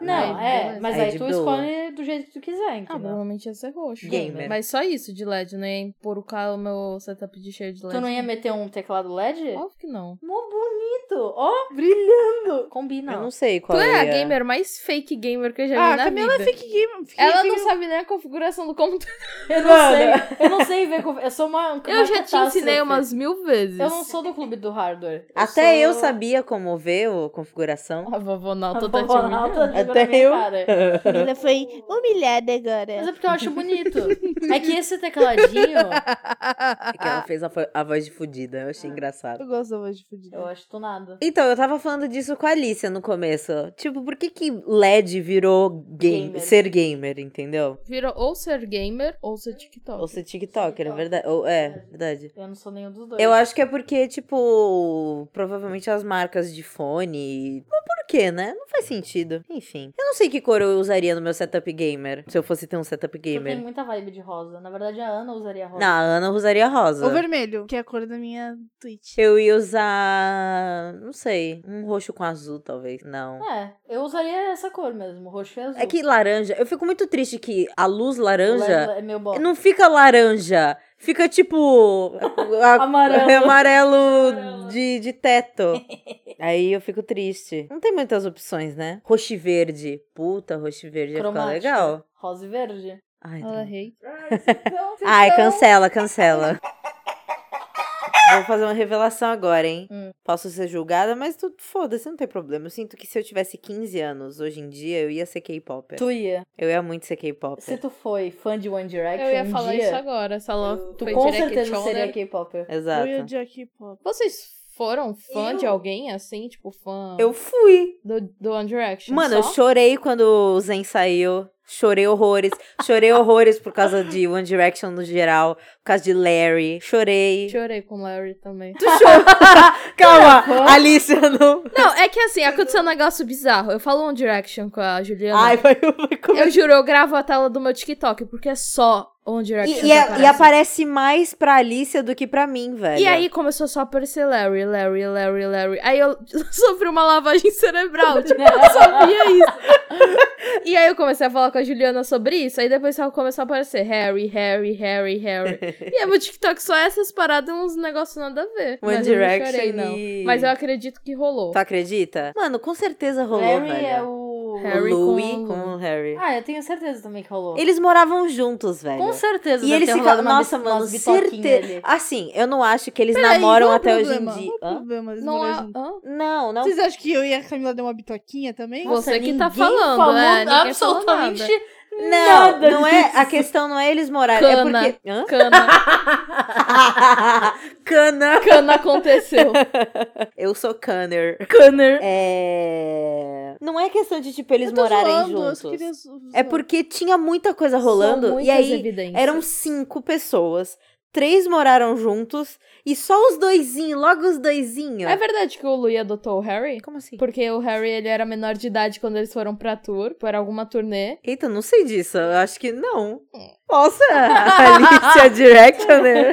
Speaker 6: é.
Speaker 2: na-
Speaker 5: Não,
Speaker 6: Aí,
Speaker 5: é,
Speaker 6: beleza.
Speaker 5: mas
Speaker 2: Aí
Speaker 5: aí
Speaker 2: de
Speaker 5: tu
Speaker 2: boa.
Speaker 5: escolhe do jeito que tu quiser,
Speaker 6: Ah,
Speaker 5: entendeu?
Speaker 6: provavelmente ia ser roxo.
Speaker 2: Gamer.
Speaker 6: Mas só isso de LED, não ia pôr o carro, o meu setup de cheio de LED.
Speaker 5: tu não ia meter um teclado LED?
Speaker 6: Óbvio que não.
Speaker 5: Mó bonito! Ó, brilhando! Combina.
Speaker 2: Eu
Speaker 5: ó.
Speaker 2: não sei
Speaker 6: Tu
Speaker 2: qual
Speaker 6: é a
Speaker 2: ia.
Speaker 6: gamer mais fake gamer que eu já vi
Speaker 4: Ah,
Speaker 6: na
Speaker 4: Camila é
Speaker 6: vida.
Speaker 4: fake gamer. fake
Speaker 6: Ela não
Speaker 4: gamer.
Speaker 6: sabe nem a configuração do computador.
Speaker 5: Eu não sei, eu não sei ver como. é Eu sou uma. uma
Speaker 6: Eu já te ensinei
Speaker 5: catástrofe.
Speaker 6: umas mil vezes.
Speaker 5: Eu não sou do clube do hardware.
Speaker 2: Até eu
Speaker 5: sou-
Speaker 2: sabia como ver o- a configuração.
Speaker 6: A vovó
Speaker 5: A
Speaker 6: Nauta tá te
Speaker 5: vovó Nalta
Speaker 6: humilhando.
Speaker 5: jogou
Speaker 2: Até
Speaker 5: na minha
Speaker 2: eu.
Speaker 5: cara.
Speaker 4: Camila foi humilhada agora.
Speaker 5: Mas é porque eu acho
Speaker 2: [LAUGHS]
Speaker 5: bonito. É que esse tecladinho,
Speaker 2: que ela fez a, fo- a voz de fudida. Eu achei engraçado.
Speaker 4: Eu gosto da voz de fudida.
Speaker 5: eu acho tunado.
Speaker 2: Então, eu tava falando disso com a Alicia no começo. Tipo, por que que LED virou game,
Speaker 5: Gamer.
Speaker 2: ser gamer, entendeu?
Speaker 6: Virou ou ser gamer ou ser TikTok.
Speaker 2: Ou ser TikToker, é verdade. Ou, é, verdade.
Speaker 5: Eu não sou nenhum dos dois.
Speaker 2: Eu acho que é porque, tipo, provavelmente as marcas de fone. Mas por quê, né? Não faz sentido. Enfim. Eu não sei que cor eu usaria no meu setup gamer. Se eu fosse ter um setup
Speaker 5: Tu tem
Speaker 2: gamer.
Speaker 5: muita vibe de rosa. Na verdade, a Ana usaria rosa.
Speaker 2: Não, a Ana usaria rosa.
Speaker 4: Ou vermelho, que é a cor da minha Twitch.
Speaker 2: Eu ia usar. Não sei. Um roxo com azul, talvez. Não.
Speaker 5: É, eu usaria essa cor mesmo, roxo e azul.
Speaker 2: É que laranja. Eu fico muito triste que a luz laranja.
Speaker 5: É meu bom.
Speaker 2: Não fica laranja. Fica tipo. a-
Speaker 5: Amarelo.
Speaker 2: é [LAUGHS] amarelo de, de teto. Aí eu fico triste. Não tem muitas opções, né? Roxo e verde. Puta, roxo e verde ia ficar
Speaker 5: Cromática.
Speaker 2: legal.
Speaker 5: Rosa e verde.
Speaker 2: Ai,
Speaker 6: Ela
Speaker 2: droga.
Speaker 6: é hate. então,
Speaker 5: [LAUGHS]
Speaker 2: Ai, cancela, cancela. Vou fazer uma revelação agora, hein?
Speaker 5: Hum.
Speaker 2: Posso ser julgada, mas tu- foda-se, não tem problema. Eu sinto que se eu tivesse 15 anos hoje em dia, eu ia ser K-pop.
Speaker 5: Tu ia.
Speaker 2: Eu ia muito ser
Speaker 5: Se
Speaker 2: K-pop.
Speaker 5: tu foi fã de One
Speaker 2: É
Speaker 5: Direction,
Speaker 6: Eu ia
Speaker 5: um
Speaker 6: falar
Speaker 5: dia,
Speaker 6: isso agora. Essa love
Speaker 5: tu
Speaker 6: foi
Speaker 5: com
Speaker 6: direct né?
Speaker 5: certeza
Speaker 6: shoulder.
Speaker 5: seria K-Popper.
Speaker 4: Eu ia
Speaker 2: Exato.
Speaker 4: de aqui, pop.
Speaker 6: Vocês foram fã de alguém assim? Tipo, fã
Speaker 2: Eu fui.
Speaker 6: do, do One Direction?
Speaker 2: Mano, eu
Speaker 6: só?
Speaker 2: chorei quando o Zen saiu. Chorei horrores. Chorei horrores por causa de One Direction no geral. Por causa de Larry. Chorei.
Speaker 6: chorei com o Larry
Speaker 2: [LAUGHS]
Speaker 6: também.
Speaker 2: Calma, Alicia, não.
Speaker 6: Não, é que assim, aconteceu um negócio bizarro. Eu falo One Direction com a Juliana.
Speaker 2: Ai, vai, vai comer.
Speaker 6: Eu juro, eu gravo a tela do meu TikTok, porque é só One Direction.
Speaker 2: E, e
Speaker 6: que
Speaker 2: a- e
Speaker 6: aparece.
Speaker 2: aparece mais pra Alicia do que pra mim, velho.
Speaker 6: E aí começou só a aparecer Larry, Larry, Larry, Larry. Aí eu [LAUGHS] sofri uma lavagem cerebral, tipo, [LAUGHS]
Speaker 5: [LAUGHS]
Speaker 6: eu sabia isso.
Speaker 2: [LAUGHS]
Speaker 6: E aí eu comecei a falar com a Juliana sobre isso, aí depois só começou a aparecer Harry, Harry,
Speaker 2: [LAUGHS]
Speaker 6: Harry, Harry. E aí meu TikTok só é essas paradas, uns negócios nada a ver.
Speaker 2: One
Speaker 6: Mas eu não
Speaker 2: Direction
Speaker 6: chorei, não.
Speaker 2: e- Tá
Speaker 6: Mas eu acredito que rolou.
Speaker 2: Tu acredita? Mano, com certeza rolou,
Speaker 5: Larry
Speaker 2: velho.
Speaker 5: é o
Speaker 6: Harry
Speaker 2: o Louis
Speaker 6: com o
Speaker 2: com,
Speaker 6: Louis.
Speaker 2: o Harry.
Speaker 5: Ah, eu tenho certeza também que rolou.
Speaker 2: Eles moravam juntos, velho.
Speaker 5: Com certeza.
Speaker 2: E
Speaker 5: deve
Speaker 2: eles
Speaker 5: ter
Speaker 2: ficavam.
Speaker 5: rolado uma
Speaker 2: Nossa,
Speaker 5: bis-
Speaker 2: mano,
Speaker 5: umas bitoquinhas
Speaker 2: certeza.
Speaker 5: ali.
Speaker 2: Assim, eu não acho que eles
Speaker 4: Peraí,
Speaker 2: namoram
Speaker 4: qual o
Speaker 2: até hoje em
Speaker 4: problema?
Speaker 2: dia.
Speaker 4: Qual o
Speaker 2: Hã?
Speaker 4: problema deles
Speaker 6: Não
Speaker 4: morarem
Speaker 6: há.
Speaker 4: juntos?
Speaker 6: hã?
Speaker 2: Não, não.
Speaker 4: Vocês acham que eu e a Camila deu uma bitoquinha também?
Speaker 6: Nossa, Você que tá
Speaker 5: Ninguém
Speaker 6: falando,
Speaker 5: falou
Speaker 6: é, ninguém falou
Speaker 5: absolutamente
Speaker 6: nada.
Speaker 2: Não,
Speaker 5: nada
Speaker 2: não é. A
Speaker 5: disso.
Speaker 2: questão não é eles morarem.
Speaker 6: Cana.
Speaker 2: É
Speaker 6: [LAUGHS]
Speaker 2: porque. Hã?
Speaker 6: Cana,
Speaker 2: Cana. [LAUGHS]
Speaker 6: cana aconteceu.
Speaker 2: Eu sou Canner.
Speaker 5: Conner.
Speaker 2: É. Não é questão de, tipo, eles
Speaker 4: Eu tô
Speaker 2: morarem
Speaker 4: zoando, eu
Speaker 2: juntos.
Speaker 4: só queria zo-
Speaker 2: É
Speaker 4: zoar.
Speaker 2: porque tinha muita coisa rolando.
Speaker 6: São
Speaker 2: e
Speaker 6: muitas
Speaker 2: aí
Speaker 6: evidências.
Speaker 2: eram cinco pessoas. Três moraram juntos. E só os doisinhos, logo os doisinhos.
Speaker 6: É verdade que o Louis adotou o Harry?
Speaker 2: Como assim?
Speaker 6: Porque o Harry, ele era menor de idade quando eles foram pra tour, para alguma
Speaker 2: [LAUGHS]
Speaker 6: turnê.
Speaker 2: Eita, não sei disso. Eu acho que não.
Speaker 6: É.
Speaker 2: Nossa, [LAUGHS] a Alicia né? Directioner.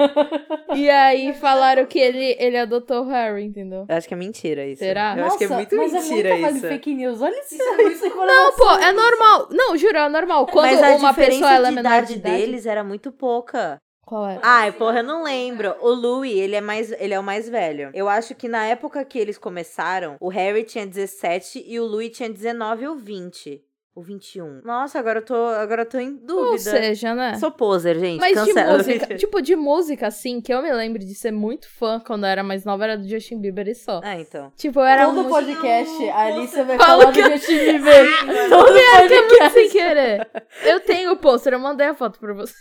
Speaker 6: E aí falaram que ele, ele adotou o Harry, entendeu?
Speaker 2: Eu acho que é mentira isso.
Speaker 6: Será?
Speaker 2: Eu
Speaker 5: Nossa,
Speaker 2: acho que é muito
Speaker 5: mas
Speaker 2: mentira
Speaker 5: é muita vibe
Speaker 2: isso.
Speaker 5: fake news. Olha isso. [LAUGHS] isso não,
Speaker 6: Não, pô, é normal. Não, juro, é normal. Quando
Speaker 2: Mas a
Speaker 6: uma
Speaker 2: diferença
Speaker 6: pessoa ela é
Speaker 2: de
Speaker 6: menor
Speaker 2: idade
Speaker 6: de idade...
Speaker 2: deles era muito pouca.
Speaker 6: Qual é?
Speaker 2: Ai, porra, eu não lembro. O Louis, ele é mais, ele é o mais velho. Eu acho que na época que eles começaram, o Harry tinha 17 e o Louis tinha 19 ou 20. Ou 21. Nossa, agora eu tô, agora eu tô em dúvida.
Speaker 6: Ou seja, né?
Speaker 2: Sou poser, gente.
Speaker 6: Mas
Speaker 2: Cancela. né?
Speaker 6: de música, [LAUGHS] tipo, de música, assim, que eu me lembro de ser muito fã quando eu era mais nova, era do Justin Bieber e só.
Speaker 2: [LAUGHS] Ah, então.
Speaker 6: Tipo, eu era
Speaker 5: Todo
Speaker 6: muito...
Speaker 5: podcast, a Alicia vai
Speaker 6: Fala
Speaker 5: falar do
Speaker 6: que eu-
Speaker 5: Justin Bieber. Todo
Speaker 6: Pior que é muito
Speaker 5: podcast.
Speaker 6: sem querer. Eu tenho o pôster, eu mandei a foto pra você.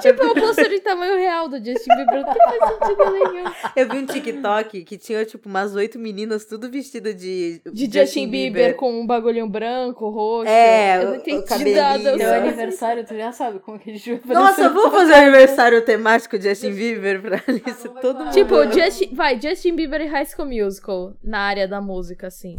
Speaker 6: Tipo, é um pôster de tamanho real do Justin Bieber. Não faz sentido nenhum.
Speaker 2: Eu vi um TikTok que tinha, tipo, umas oito meninas tudo vestidas de.
Speaker 6: De Justin, Bieber, com um bagulhinho branco, roxo.
Speaker 2: É,
Speaker 6: eu
Speaker 2: o-
Speaker 6: não
Speaker 2: o
Speaker 6: entendi
Speaker 2: cabelinho.
Speaker 6: nada.
Speaker 5: [LAUGHS]
Speaker 6: eu
Speaker 5: Teu
Speaker 6: só-
Speaker 5: aniversário, tu já sabe como que a gente vai fazer.
Speaker 2: Nossa, vamos fazer um aniversário temático Justin Bieber pra Alice. Todo mundo.
Speaker 6: Tipo, Justin, vai, Justin Bieber e High School Musical na área da música, assim.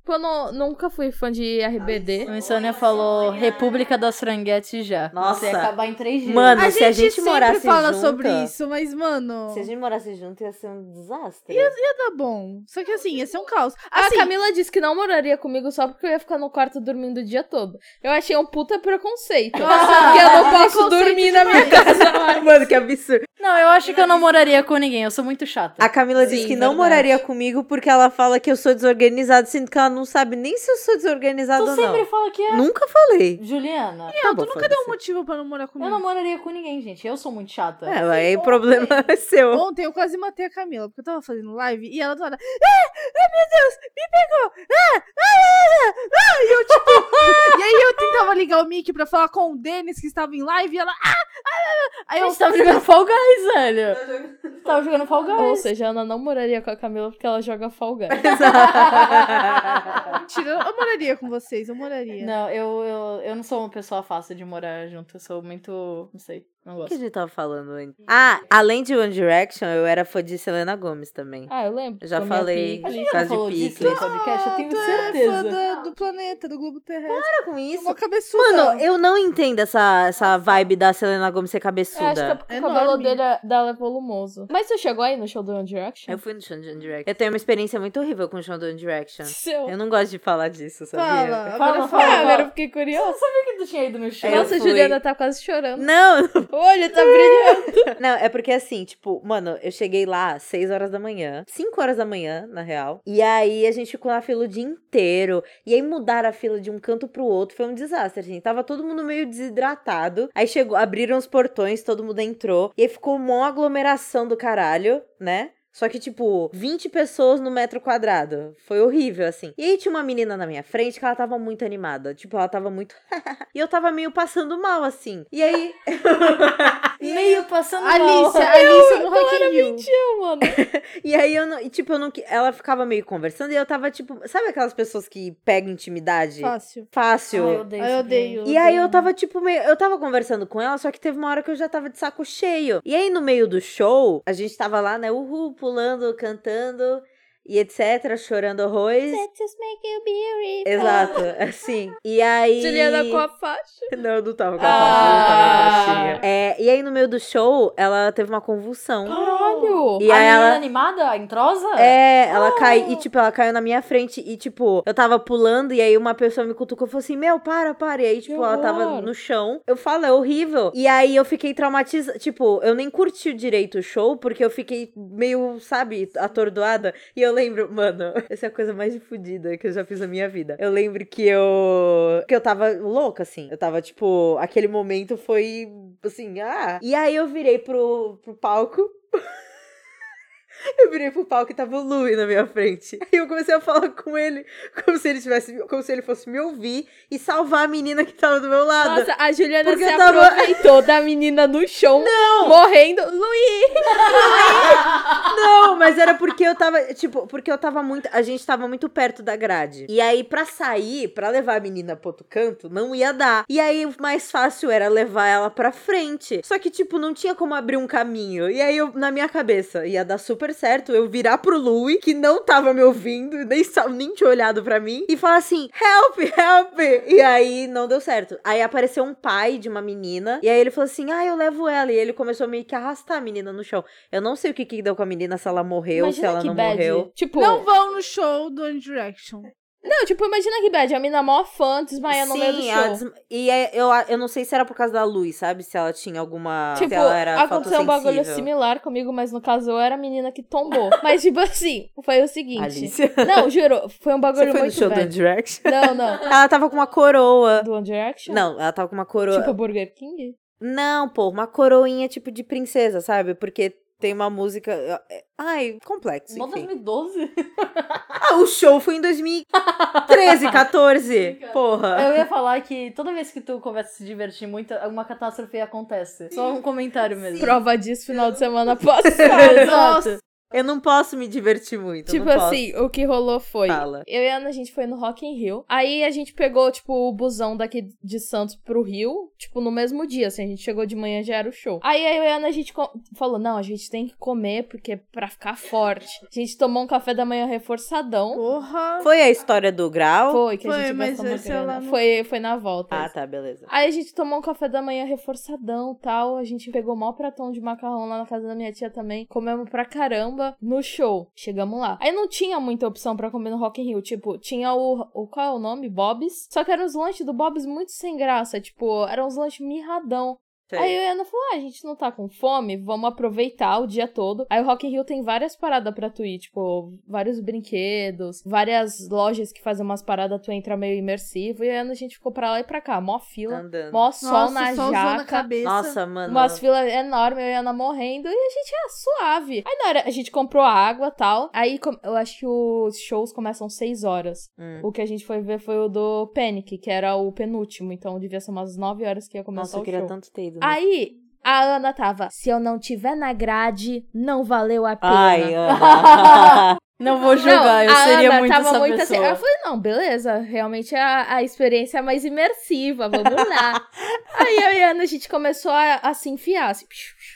Speaker 6: Tipo, eu não- nunca fui fã de RBD.
Speaker 5: A Sônia falou República das Franguetes já.
Speaker 2: Nossa.
Speaker 5: Ia acabar em três dias.
Speaker 2: Mano,
Speaker 4: A
Speaker 2: se a gente
Speaker 4: sempre
Speaker 2: morasse
Speaker 4: fala
Speaker 2: junto-
Speaker 4: sobre isso, mas, mano,
Speaker 2: Se a gente morasse junto, ia ser um desastre.
Speaker 4: tá bom. Só que assim, ia ser um caos.
Speaker 2: Ah,
Speaker 6: A
Speaker 4: Assim,
Speaker 6: Camila disse que não moraria comigo só porque eu ia ficar no quarto dormindo o dia todo. Eu achei um puta preconceito.
Speaker 4: Ah,
Speaker 6: porque eu não posso dormir na
Speaker 4: [LAUGHS]
Speaker 6: minha casa.
Speaker 2: Mano, que absurdo.
Speaker 5: Não, eu acho que eu não moraria com ninguém. Eu sou muito chata.
Speaker 2: A Camila disse
Speaker 5: Sim,
Speaker 2: que não
Speaker 5: verdade.
Speaker 2: moraria comigo porque ela fala que eu sou desorganizada, sendo que ela não sabe nem se eu sou desorganizada
Speaker 5: Tu
Speaker 2: ou
Speaker 5: sempre
Speaker 2: não.
Speaker 5: fala que é.
Speaker 2: Nunca falei.
Speaker 5: Juliana,
Speaker 2: Tá bom,
Speaker 4: tu nunca deu um
Speaker 2: foda-se.
Speaker 4: motivo pra não morar comigo.
Speaker 5: eu não moraria com ninguém, gente. Eu sou muito chata.
Speaker 2: É, aí o problema [LAUGHS] é seu.
Speaker 4: Ontem eu quase matei a Camila, porque eu tava fazendo live e ela do nada. Ah, ah, meu Deus, me pegou! Ah, ah, ah, ah, ah", E eu, tipo. e aí eu tentava ligar o mic pra falar com o Denis que estava em live e ela. Ah, ah, ah, ah". Aí
Speaker 5: A
Speaker 4: eu
Speaker 5: gente tava tá jogando Fall Guys, velho. tava jogando Fall Guys.
Speaker 6: Ou seja, a Ana não moraria com a Camila porque ela joga Fall Guys.
Speaker 5: [LAUGHS]
Speaker 2: [LAUGHS]
Speaker 4: "Ah, mentira, eu moraria com vocês, eu moraria.
Speaker 5: Não, eu, eu, eu não sou uma pessoa fácil de morar junto. Eu sou muito. Não sei. Não
Speaker 2: O que a
Speaker 5: gosto.
Speaker 2: gente tava falando antes? Ah, além de One Direction, eu era fã de Selena Gomes também.
Speaker 6: Ah, eu lembro.
Speaker 2: Eu já
Speaker 6: Comia
Speaker 2: falei.
Speaker 6: pique.
Speaker 5: A gente já
Speaker 2: Por causa
Speaker 5: não
Speaker 2: de
Speaker 5: falou disso
Speaker 2: picles.
Speaker 5: no podcast, eu tenho
Speaker 4: Tu é fã
Speaker 5: certeza.
Speaker 4: da- do, planeta, do globo terrestre.
Speaker 2: Para com isso.
Speaker 4: Uma cabeçuda.
Speaker 2: Mano, eu não entendo essa, essa vibe da Selena Gomes ser
Speaker 6: Eu acho que é
Speaker 2: cabeçuda.
Speaker 6: porque
Speaker 4: É
Speaker 6: o cabelo
Speaker 4: enorme.
Speaker 6: dele é- dela é volumoso. Mas você chegou aí no show do One Direction?
Speaker 2: Eu fui no show do One Direction. Eu tenho uma experiência muito horrível com o show do One Direction.
Speaker 6: Seu.
Speaker 2: Eu não gosto de falar disso, sabia?
Speaker 4: Fala,
Speaker 5: Fala,
Speaker 4: agora
Speaker 5: fala.
Speaker 4: fala.
Speaker 6: Ah, agora eu fiquei curiosa.
Speaker 5: Eu sabia que tu tinha ido no show.
Speaker 2: Eu
Speaker 6: Nossa, a
Speaker 2: fui.
Speaker 6: Juliana tá quase chorando.
Speaker 2: Não,
Speaker 6: Olha, tá brilhando.
Speaker 2: não, é porque assim, tipo, mano, eu cheguei lá às 6 horas da manhã, 5 horas da manhã, na real. E aí a gente ficou na fila o dia inteiro. E aí mudaram a fila de um canto pro outro, foi um desastre, gente. Tava todo mundo meio desidratado. Aí chegou, abriram os portões, todo mundo entrou. E aí ficou uma aglomeração do caralho, né? Só que, tipo, 20 pessoas no metro quadrado. Foi horrível, assim. E aí tinha uma menina na minha frente que ela tava muito animada. Tipo, ela tava muito. [LAUGHS] e eu tava meio passando mal, assim. E aí.
Speaker 5: Meio passando mal.
Speaker 4: Alice, Alice no Rock in Rio.
Speaker 2: [LAUGHS]
Speaker 6: Tio, mano.
Speaker 2: E aí eu não. E, tipo, eu não. que- Ela ficava meio conversando e eu tava, tipo. Sabe aquelas pessoas que pegam intimidade?
Speaker 4: Fácil.
Speaker 2: Fácil.
Speaker 5: odeio.
Speaker 4: Ai, eu odeio.
Speaker 2: E aí eu tava, tipo, meio. Eu tava conversando com ela, só que teve uma hora que eu já tava de saco cheio. E aí, no meio do show, a gente tava lá, né? Uhul, pulando, cantando e etc. Chorando horrores. Exato, [LAUGHS] assim. E aí.
Speaker 6: Juliana com a faixa.
Speaker 2: Não, eu não tava com a faixa, eu não tava
Speaker 5: Ah.
Speaker 2: na faixinha. É, e aí, no meio do show, ela teve uma convulsão.
Speaker 6: Caralho!
Speaker 2: E
Speaker 1: a
Speaker 2: aí
Speaker 1: menina
Speaker 2: ela-
Speaker 1: animada, a entrosa?
Speaker 2: É, ela cai e, tipo, ela caiu na minha frente e, tipo, eu tava pulando e aí uma pessoa me cutucou e falou assim, meu, para, para. E aí, tipo, ela tava
Speaker 6: horror.
Speaker 2: no chão. Eu falo, é horrível. E aí eu fiquei traumatizada. Tipo, eu nem curti direito o show porque eu fiquei meio, sabe, atordoada. E eu lembro, mano, [LAUGHS] essa é a coisa mais fodida que eu já fiz na minha vida. Eu lembro que eu. que eu tava louca, assim. Eu tava, tipo, aquele momento foi assim, ah. E aí eu virei pro, pro palco. [LAUGHS] Eu virei pro palco e tava o Louie na minha frente. Aí eu comecei a falar com ele [LAUGHS] como se ele tivesse, como se ele fosse me ouvir e salvar a menina que tava do meu lado.
Speaker 6: Nossa, a Juliana
Speaker 2: Porque
Speaker 6: se
Speaker 2: eu tava-
Speaker 6: aproveitou da menina no chão, morrendo. Luiz!
Speaker 2: [LAUGHS] Não, mas era porque eu tava, tipo, porque eu tava muito, a gente tava muito perto da grade. E aí pra sair, pra levar a menina pro outro canto, não ia dar. E aí o mais fácil era levar ela pra frente. Só que tipo, não tinha como abrir um caminho. E aí eu, na minha cabeça, ia dar super certo eu virar pro Louie, que não tava me ouvindo, nem sa- nem tinha olhado pra mim, e falar assim: "Help, help". E aí não deu certo. Aí apareceu um pai de uma menina, e aí ele falou assim: "Ah, eu levo ela". E ele começou meio que a arrastar a menina no chão. Eu não sei o que, que deu com a menina, se ela morreu,
Speaker 1: Imagina
Speaker 2: se ela
Speaker 1: que
Speaker 2: não
Speaker 1: bad.
Speaker 2: morreu.
Speaker 6: Tipo,
Speaker 4: Não
Speaker 6: não,
Speaker 4: vão no show do One Direction.
Speaker 6: tipo, imagina que bad. A mina mó fã desmaiando no meio do
Speaker 2: ela
Speaker 6: show.
Speaker 2: desma- E é- eu, eu não sei se era por causa da luz, sabe? Se ela tinha alguma. se
Speaker 6: Tipo,
Speaker 2: ela era
Speaker 6: aconteceu um bagulho
Speaker 2: fotossensível.
Speaker 6: similar comigo, mas no caso eu era a menina
Speaker 2: [LAUGHS]
Speaker 6: que tombou. Mas, tipo assim, foi o seguinte.
Speaker 2: Alice.
Speaker 6: Não, juro, foi um bagulho
Speaker 2: Você foi no
Speaker 6: muito
Speaker 2: show do
Speaker 6: bad.
Speaker 2: One Direction?
Speaker 6: Não, não.
Speaker 2: Ela tava com uma coroa.
Speaker 6: Do One Direction?
Speaker 2: Não, ela tava com uma coroa.
Speaker 6: Tipo Burger King?
Speaker 2: Não, pô, uma coroinha tipo de princesa, sabe? Porque tem uma música. eh, Ai, complexo.
Speaker 1: Mó
Speaker 2: Enfim.
Speaker 5: [LAUGHS]
Speaker 1: 2012?
Speaker 2: Ah, o show foi em
Speaker 6: [LAUGHS]
Speaker 2: 2013, 14. Porra.
Speaker 6: É.
Speaker 1: Eu ia falar que toda vez que tu começa a se divertir muito, alguma catástrofe acontece. Só um comentário mesmo.
Speaker 5: [LAUGHS]
Speaker 6: Prova disso final
Speaker 2: [LAUGHS]
Speaker 6: de semana passada.
Speaker 1: Nossa.
Speaker 2: Eu não posso me divertir muito.
Speaker 6: Tipo
Speaker 2: não posso.
Speaker 6: assim, o que rolou foi.
Speaker 2: Fala.
Speaker 6: Eu e a Ana, a gente foi no Rock in Rio. Aí a gente pegou, tipo, o busão daqui de Santos pro Rio, tipo, no mesmo dia, assim. A gente chegou de manhã já era o show. Aí eu e a Ana, a gente co- falou, não, a gente tem que comer, porque é pra ficar forte. A gente tomou um café da manhã reforçadão.
Speaker 4: Porra.
Speaker 2: Foi a história do grau?
Speaker 6: Foi, que a
Speaker 4: Foi,
Speaker 6: gente
Speaker 4: mas
Speaker 6: gastou muito
Speaker 4: esse ela
Speaker 6: grana.
Speaker 4: não-
Speaker 6: Foi, foi na volta.
Speaker 2: Ah, tá, beleza.
Speaker 6: Aí a gente tomou um café da manhã reforçadão tal. A gente pegou mó pratão de macarrão lá na casa da minha tia também. Comemos pra caramba no show. Chegamos lá. Aí não tinha muita opção pra comer no Rock in Rio. Tipo, tinha o. o qual é o nome? Bob's. Só que eram os lanches do Bob's muito sem graça. Tipo, eram uns lanches mirradão.
Speaker 2: Sei.
Speaker 6: Aí eu e a Ana falou: ah, a gente não tá com fome, vamos aproveitar o dia todo. Aí o Rock in Rio tem várias paradas pra tu ir, tipo, vários brinquedos, várias lojas que fazem umas paradas, tu entra meio imersivo. E a Ana, a gente ficou pra lá e pra cá, mó fila,
Speaker 2: tá Andando.
Speaker 6: mó sol
Speaker 4: Nossa,
Speaker 6: na
Speaker 4: solzão na
Speaker 6: jaca.
Speaker 4: cabeça.
Speaker 2: Nossa, mano.
Speaker 6: Umas filas enormes, eu e a Ana morrendo, e a gente é suave. Aí na hora, a gente comprou água e tal. Aí com- eu acho que os shows começam 6 horas.
Speaker 2: Hum.
Speaker 6: O que a gente foi ver foi o do Panic, que era o penúltimo. Então devia ser umas 9 horas que ia começar
Speaker 2: Nossa, eu
Speaker 6: o
Speaker 2: queria
Speaker 6: show.
Speaker 2: tanto ter ido. né? nesse-
Speaker 6: Aí a Ana tava, se eu não tiver na grade, não valeu a pena. [LAUGHS]
Speaker 2: Ai, Ana.
Speaker 5: Não vou
Speaker 6: Não,
Speaker 5: julgar, eu
Speaker 6: a
Speaker 5: seria
Speaker 6: Ana
Speaker 5: muito
Speaker 6: tava
Speaker 5: essa
Speaker 6: muito assim.
Speaker 5: pessoa.
Speaker 6: Eu falei, não, beleza, realmente a, a experiência é mais imersiva, vamos
Speaker 2: [LAUGHS]
Speaker 6: lá. Aí eu e a Ana, a gente começou a, a se enfiar, assim,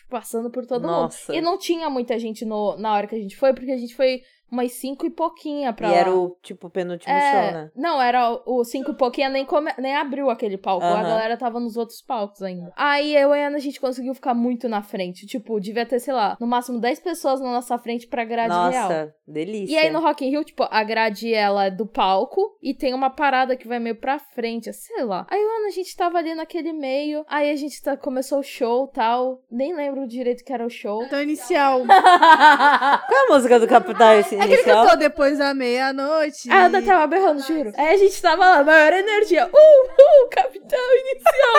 Speaker 6: passando por todo
Speaker 2: Nossa.
Speaker 6: mundo. E não tinha muita gente no, na hora que a gente foi, porque a gente foi umas cinco e pouquinha pra
Speaker 2: e
Speaker 6: lá.
Speaker 2: era o, tipo, penúltimo
Speaker 6: É,
Speaker 2: show, né?
Speaker 6: Não, era o- o cinco e pouquinho, nem, come- nem abriu aquele palco. A
Speaker 2: Aham.
Speaker 6: galera tava nos outros palcos ainda. Aí eu e a Ana, a gente conseguiu ficar muito na frente. Tipo, devia ter, sei lá, no máximo 10 pessoas na nossa frente pra grade
Speaker 2: Nossa,
Speaker 6: real.
Speaker 2: delícia.
Speaker 6: E aí
Speaker 2: [LAUGHS]
Speaker 6: no [LAUGHS] Rock in Rio, tipo, a grade ela é do palco e tem uma parada que vai meio pra frente, sei lá. Aí, mano, a gente tava ali naquele meio, aí a gente tá- começou o show tal. Nem lembro direito que era o show.
Speaker 4: Então, inicial. É
Speaker 2: Qual é a música do Capital
Speaker 4: Aquele que
Speaker 2: Inicial?
Speaker 4: eu tô depois da meia-noite.
Speaker 6: A Ana Ah, tava berrando, juro. Aí a gente tava lá, maior energia. Uh, uh, capitão inicial.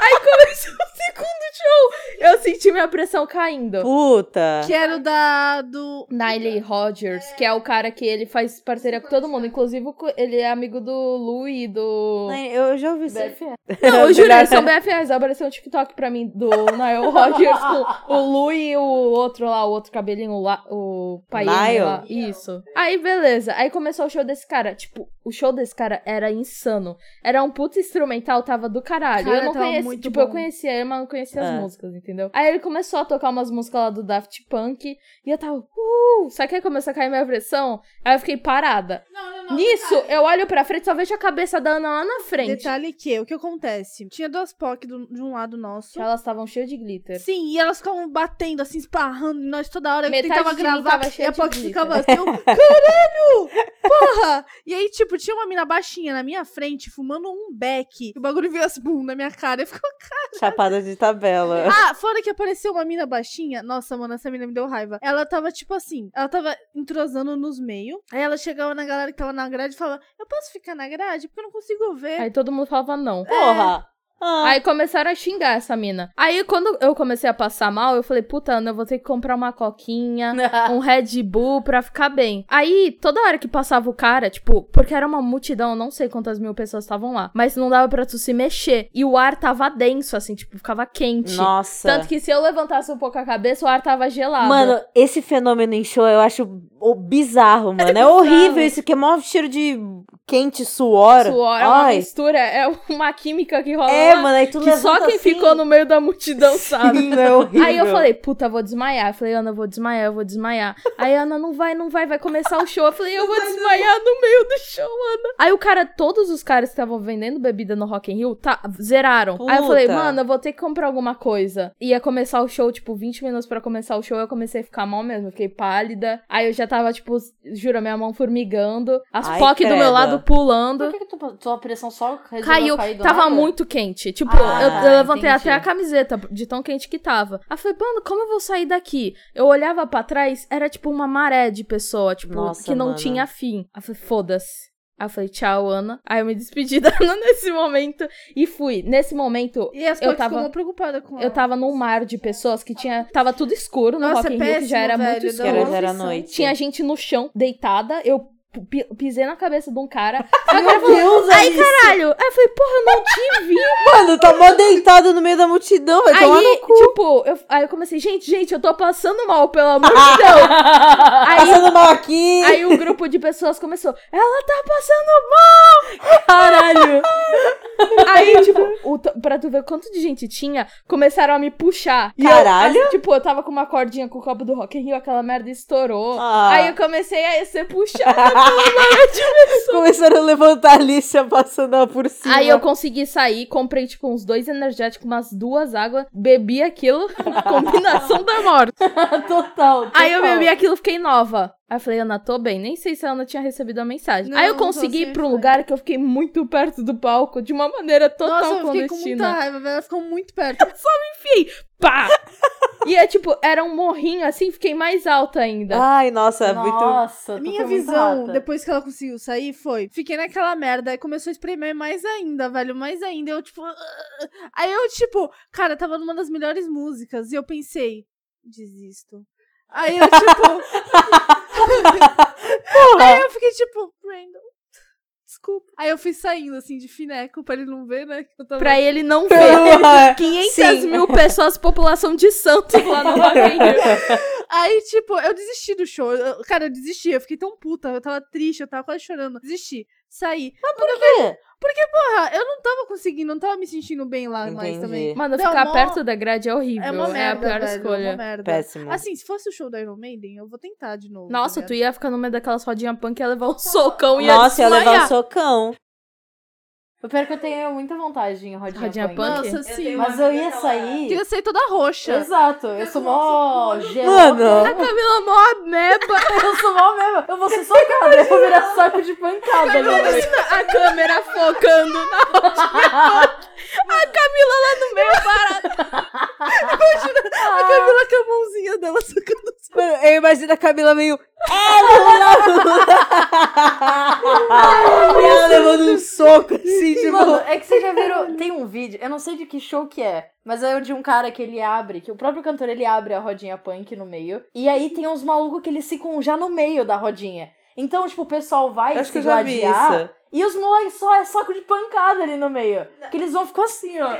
Speaker 6: Aí começou o segundo show. Eu senti minha pressão caindo.
Speaker 2: Puta.
Speaker 4: Que era o da. Do...
Speaker 6: Nile Rodgers, que é o cara que ele faz parceria com todo mundo. Inclusive, co- ele é amigo do Lu e do.
Speaker 2: Ai, Eu já ouvi isso.
Speaker 4: [LAUGHS]
Speaker 6: Não, eu juro, eles são BFAs. Apareceu um TikTok pra mim do Nile Rodgers com o Lu e o outro lá, o outro cabelinho, o lá, o pai
Speaker 2: Nile?
Speaker 6: lá. Isso. Aí, beleza. Aí começou o show desse cara. Tipo, o show desse cara era insano. Era um puto instrumental, tava do caralho.
Speaker 4: Cara,
Speaker 6: eu não
Speaker 4: tava
Speaker 6: conhecia.
Speaker 4: muito
Speaker 6: Tipo,
Speaker 4: bom. É.
Speaker 6: eu conhecia ele, mas não conhecia
Speaker 2: Ah.
Speaker 6: as músicas, entendeu? Aí ele começou a tocar umas músicas lá do Daft Punk. E eu tava, uh! Só que aí começou a cair minha pressão. Aí eu fiquei parada.
Speaker 4: Não, não,
Speaker 6: Nisso, eu olho pra frente e só vejo a cabeça da Ana lá na frente.
Speaker 4: Detalhe que, o que acontece? Tinha duas POC do- de um lado nosso.
Speaker 6: Que Elas estavam cheias de glitter.
Speaker 4: Sim, e elas ficavam batendo, assim, esparrando em nós toda hora. Eu
Speaker 6: Metade
Speaker 4: tentava
Speaker 6: de mim
Speaker 4: gravar
Speaker 6: tava
Speaker 4: e
Speaker 6: cheia
Speaker 4: a
Speaker 6: de
Speaker 4: POC
Speaker 6: glitter. [LAUGHS]
Speaker 4: ficava assim, eu, caralho! Porra! E aí, tipo, tinha uma mina baixinha na minha frente, fumando um beck. E o bagulho veio assim, bum, na minha cara. Eu
Speaker 6: [LAUGHS]
Speaker 4: ficava,
Speaker 2: [LAUGHS] Chapada de tabela.
Speaker 6: É.
Speaker 4: Ah, fora que apareceu uma mina baixinha. Nossa, mano, essa mina me deu raiva. Ela tava tipo assim, ela tava entrosando nos meios. Aí ela chegava na galera que tava na grade e falava: Eu posso ficar na grade? Porque eu não consigo ver.
Speaker 6: Aí todo mundo falava não.
Speaker 2: Porra! Ah,
Speaker 6: Aí começaram a xingar essa mina. Aí quando eu comecei a passar mal, eu falei, puta, Ana, eu vou ter que comprar uma coquinha,
Speaker 5: [LAUGHS]
Speaker 6: um Red Bull pra ficar bem. Aí, toda hora que passava o cara, tipo, porque era uma multidão, eu não sei quantas mil pessoas estavam lá, mas não dava pra tu se mexer. E o ar tava denso, assim, tipo, ficava quente.
Speaker 2: nossa.
Speaker 6: Tanto que se eu levantasse um pouco a cabeça, o ar tava gelado.
Speaker 2: Mano, esse fenômeno em show eu acho o- bizarro, mano. É horrível isso, que é mó cheiro de quente, suor.
Speaker 6: suor, é uma
Speaker 2: Ai.
Speaker 6: mistura, é uma química que rola
Speaker 2: É,
Speaker 6: lá,
Speaker 2: mano, aí tu
Speaker 6: que só
Speaker 2: levanta
Speaker 6: quem
Speaker 2: assim,
Speaker 6: ficou no meio da multidão sabe.
Speaker 2: Sim, é horrível.
Speaker 6: Aí eu falei, puta, vou desmaiar. Eu falei, Ana, eu vou desmaiar, eu vou desmaiar. Aí a Ana, não vai, não vai, vai começar o show. Eu falei, eu vou
Speaker 2: tá
Speaker 6: desmaiar no meio do show, Ana. Aí o cara, todos os caras que estavam vendendo bebida no Rock in Rio, tá, zeraram. Aí eu falei,
Speaker 2: Puta.
Speaker 6: mano, eu vou ter que comprar alguma coisa. Ia começar o show, tipo, 20 minutos pra começar o show, eu comecei a ficar mal mesmo, eu fiquei pálida. Aí eu já tava, tipo, juro, minha mão formigando, as
Speaker 2: Ai,
Speaker 6: POC do meu
Speaker 2: credo.
Speaker 6: lado pulando.
Speaker 5: Por que, que tu, tua pressão só resolveu
Speaker 6: Caiu,
Speaker 5: cair do
Speaker 6: tava
Speaker 5: nada? [LAUGHS]
Speaker 6: muito quente. Tipo,
Speaker 5: Ah,
Speaker 6: eu, eu levantei
Speaker 5: entendi.
Speaker 6: até a camiseta de tão quente que tava. Aí eu falei, mano, como eu vou sair daqui? Eu olhava pra trás, era tipo uma maré de pessoa, tipo,
Speaker 2: Nossa,
Speaker 6: que não
Speaker 2: mano.
Speaker 6: tinha fim. Aí eu falei, foda-se. Aí eu falei, tchau, Ana. Aí eu me despedi [LAUGHS] da Ana nesse momento e fui. Nesse momento,
Speaker 4: E as
Speaker 6: Eu
Speaker 4: pessoas
Speaker 6: tava-
Speaker 4: ficam preocupadas com ela.
Speaker 6: eu tava num mar de pessoas que tinha. Tava tudo escuro no
Speaker 4: Nossa, é
Speaker 6: Rock in Rio, que
Speaker 4: péssimo,
Speaker 6: já era
Speaker 4: velho,
Speaker 6: muito
Speaker 4: dá
Speaker 6: escuro.
Speaker 4: uma
Speaker 2: Era, já era
Speaker 4: aflição.
Speaker 2: noite.
Speaker 6: Tinha gente no chão, deitada. Eu pi- pisei na cabeça de
Speaker 4: [LAUGHS]
Speaker 6: um cara.
Speaker 2: Meu Deus,
Speaker 6: Ai, caralho! Aí eu falei, porra, eu não te vi,
Speaker 2: mano, tá mó deitado no meio da multidão, vai tomar
Speaker 6: Aí,
Speaker 2: no cu.
Speaker 6: tipo, eu, aí eu comecei, gente, gente, eu tô passando mal, pelo amor de [LAUGHS] Deus. aí,
Speaker 2: Passando mal aqui.
Speaker 6: aí um grupo de pessoas começou, ela tá passando
Speaker 2: caralho.
Speaker 6: mal. Aí, tipo, o, t- pra tu ver quanto de gente tinha, começaram a me puxar. E eu,
Speaker 2: Caralho.
Speaker 6: assim, tipo, eu tava com uma cordinha com o copo do Rock in Rio, aquela merda estourou.
Speaker 2: Ah.
Speaker 6: Aí eu comecei a ser [LAUGHS] puxada. assim,
Speaker 2: Começaram a levantar a Alicia passando ela por cima.
Speaker 6: aí eu consegui sair, comprei, tipo, uns dois energéticos, umas duas águas, bebi aquilo, [LAUGHS] combinação da morte.
Speaker 5: Total, total.
Speaker 6: Aí eu bebi aquilo, fiquei nova. Aí eu falei, Ana, tô bem. Nem sei se a Ana tinha recebido a mensagem.
Speaker 4: Não,
Speaker 6: Aí eu
Speaker 4: não
Speaker 6: consegui
Speaker 4: sei,
Speaker 6: ir pra um
Speaker 4: foi.
Speaker 6: lugar que eu fiquei muito perto do palco, de uma maneira total
Speaker 4: Nossa, eu fiquei com muita
Speaker 6: clandestina.
Speaker 4: raiva, velho. Ela ficou muito perto.
Speaker 6: Pá! e é tipo, era um morrinho assim, fiquei mais alta ainda.
Speaker 2: Ai, nossa, é muito...
Speaker 5: Nossa, tu
Speaker 4: Minha
Speaker 5: foi muito
Speaker 4: visão,
Speaker 5: rata.
Speaker 4: depois que ela conseguiu sair, foi. Fiquei naquela merda. Aí começou a espremer mais ainda, velho. Mais ainda. Eu, tipo. "Ah". Aí eu, tipo, cara, tava numa das melhores músicas. E eu pensei, desisto. Aí eu, tipo. aí eu fiquei, tipo, Brandon. Desculpa. Aí eu fui saindo, assim, de fineco, pra ele não ver, né? Que eu tava...
Speaker 6: Pra ele não ver. [LAUGHS] 500
Speaker 2: [LAUGHS] Sim.
Speaker 6: mil pessoas, população de Santos lá no
Speaker 4: [LAUGHS]
Speaker 6: Rock in
Speaker 4: É.
Speaker 6: Rio.
Speaker 4: Aí, tipo, eu desisti do show. Eu- cara, eu desisti. Eu fiquei tão puta. Eu tava triste, eu tava quase chorando. Desisti. Saí. Porra, eu não tava conseguindo, não tava me sentindo bem lá mais
Speaker 2: Entendi.
Speaker 4: também.
Speaker 6: Mano,
Speaker 4: Não,
Speaker 6: ficar
Speaker 4: mó-
Speaker 6: perto da grade é horrível.
Speaker 4: É
Speaker 6: É,
Speaker 4: uma merda,
Speaker 6: a pior
Speaker 4: velho, É uma
Speaker 6: escolha.
Speaker 4: merda.
Speaker 2: Péssimo.
Speaker 4: Assim, se fosse o show da Iron Maiden, eu vou tentar de novo.
Speaker 6: Nossa,
Speaker 4: tá
Speaker 6: tu
Speaker 4: ligado?
Speaker 6: ia ficar no meio daquelas rodinhas punk, ia levar um socão e ia
Speaker 2: Nossa, ia
Speaker 6: desmaiar.
Speaker 2: levar um socão.
Speaker 5: Eu pior que eu tenho muita vontade em rodinha,
Speaker 6: Rodinha
Speaker 5: punk.
Speaker 6: punk?
Speaker 4: Nossa, sim.
Speaker 5: Mas eu ia sair...
Speaker 4: Eu ia sair toda roxa.
Speaker 5: Exato, eu sou mó gelada.
Speaker 6: A
Speaker 2: Mano,
Speaker 6: Camila mó meba.
Speaker 5: Eu sou mó mesmo. Eu vou ser [LAUGHS] socada, eu vou virar saco de pancada. né?
Speaker 6: Imagina a câmera focando na rodinha. A Camila lá no meio parada.
Speaker 4: A Camila com a mãozinha dela sacando.
Speaker 2: mano, eu imagino a Camila meio... e ela levando um soco, assim, tipo...
Speaker 5: Mano, é que você
Speaker 2: [LAUGHS]
Speaker 5: já viram. Tem um vídeo, eu não sei de que show que é, mas é de um cara que ele abre, que o próprio cantor ele abre a rodinha punk no meio, e aí tem uns malucos que eles ficam já no meio da rodinha. Então, tipo, o pessoal vai
Speaker 2: Acho
Speaker 5: se
Speaker 2: que eu já vi
Speaker 5: gladiar.
Speaker 2: isso.
Speaker 5: E os moleques só é saco de pancada ali no meio. Que eles vão ficar assim, ó.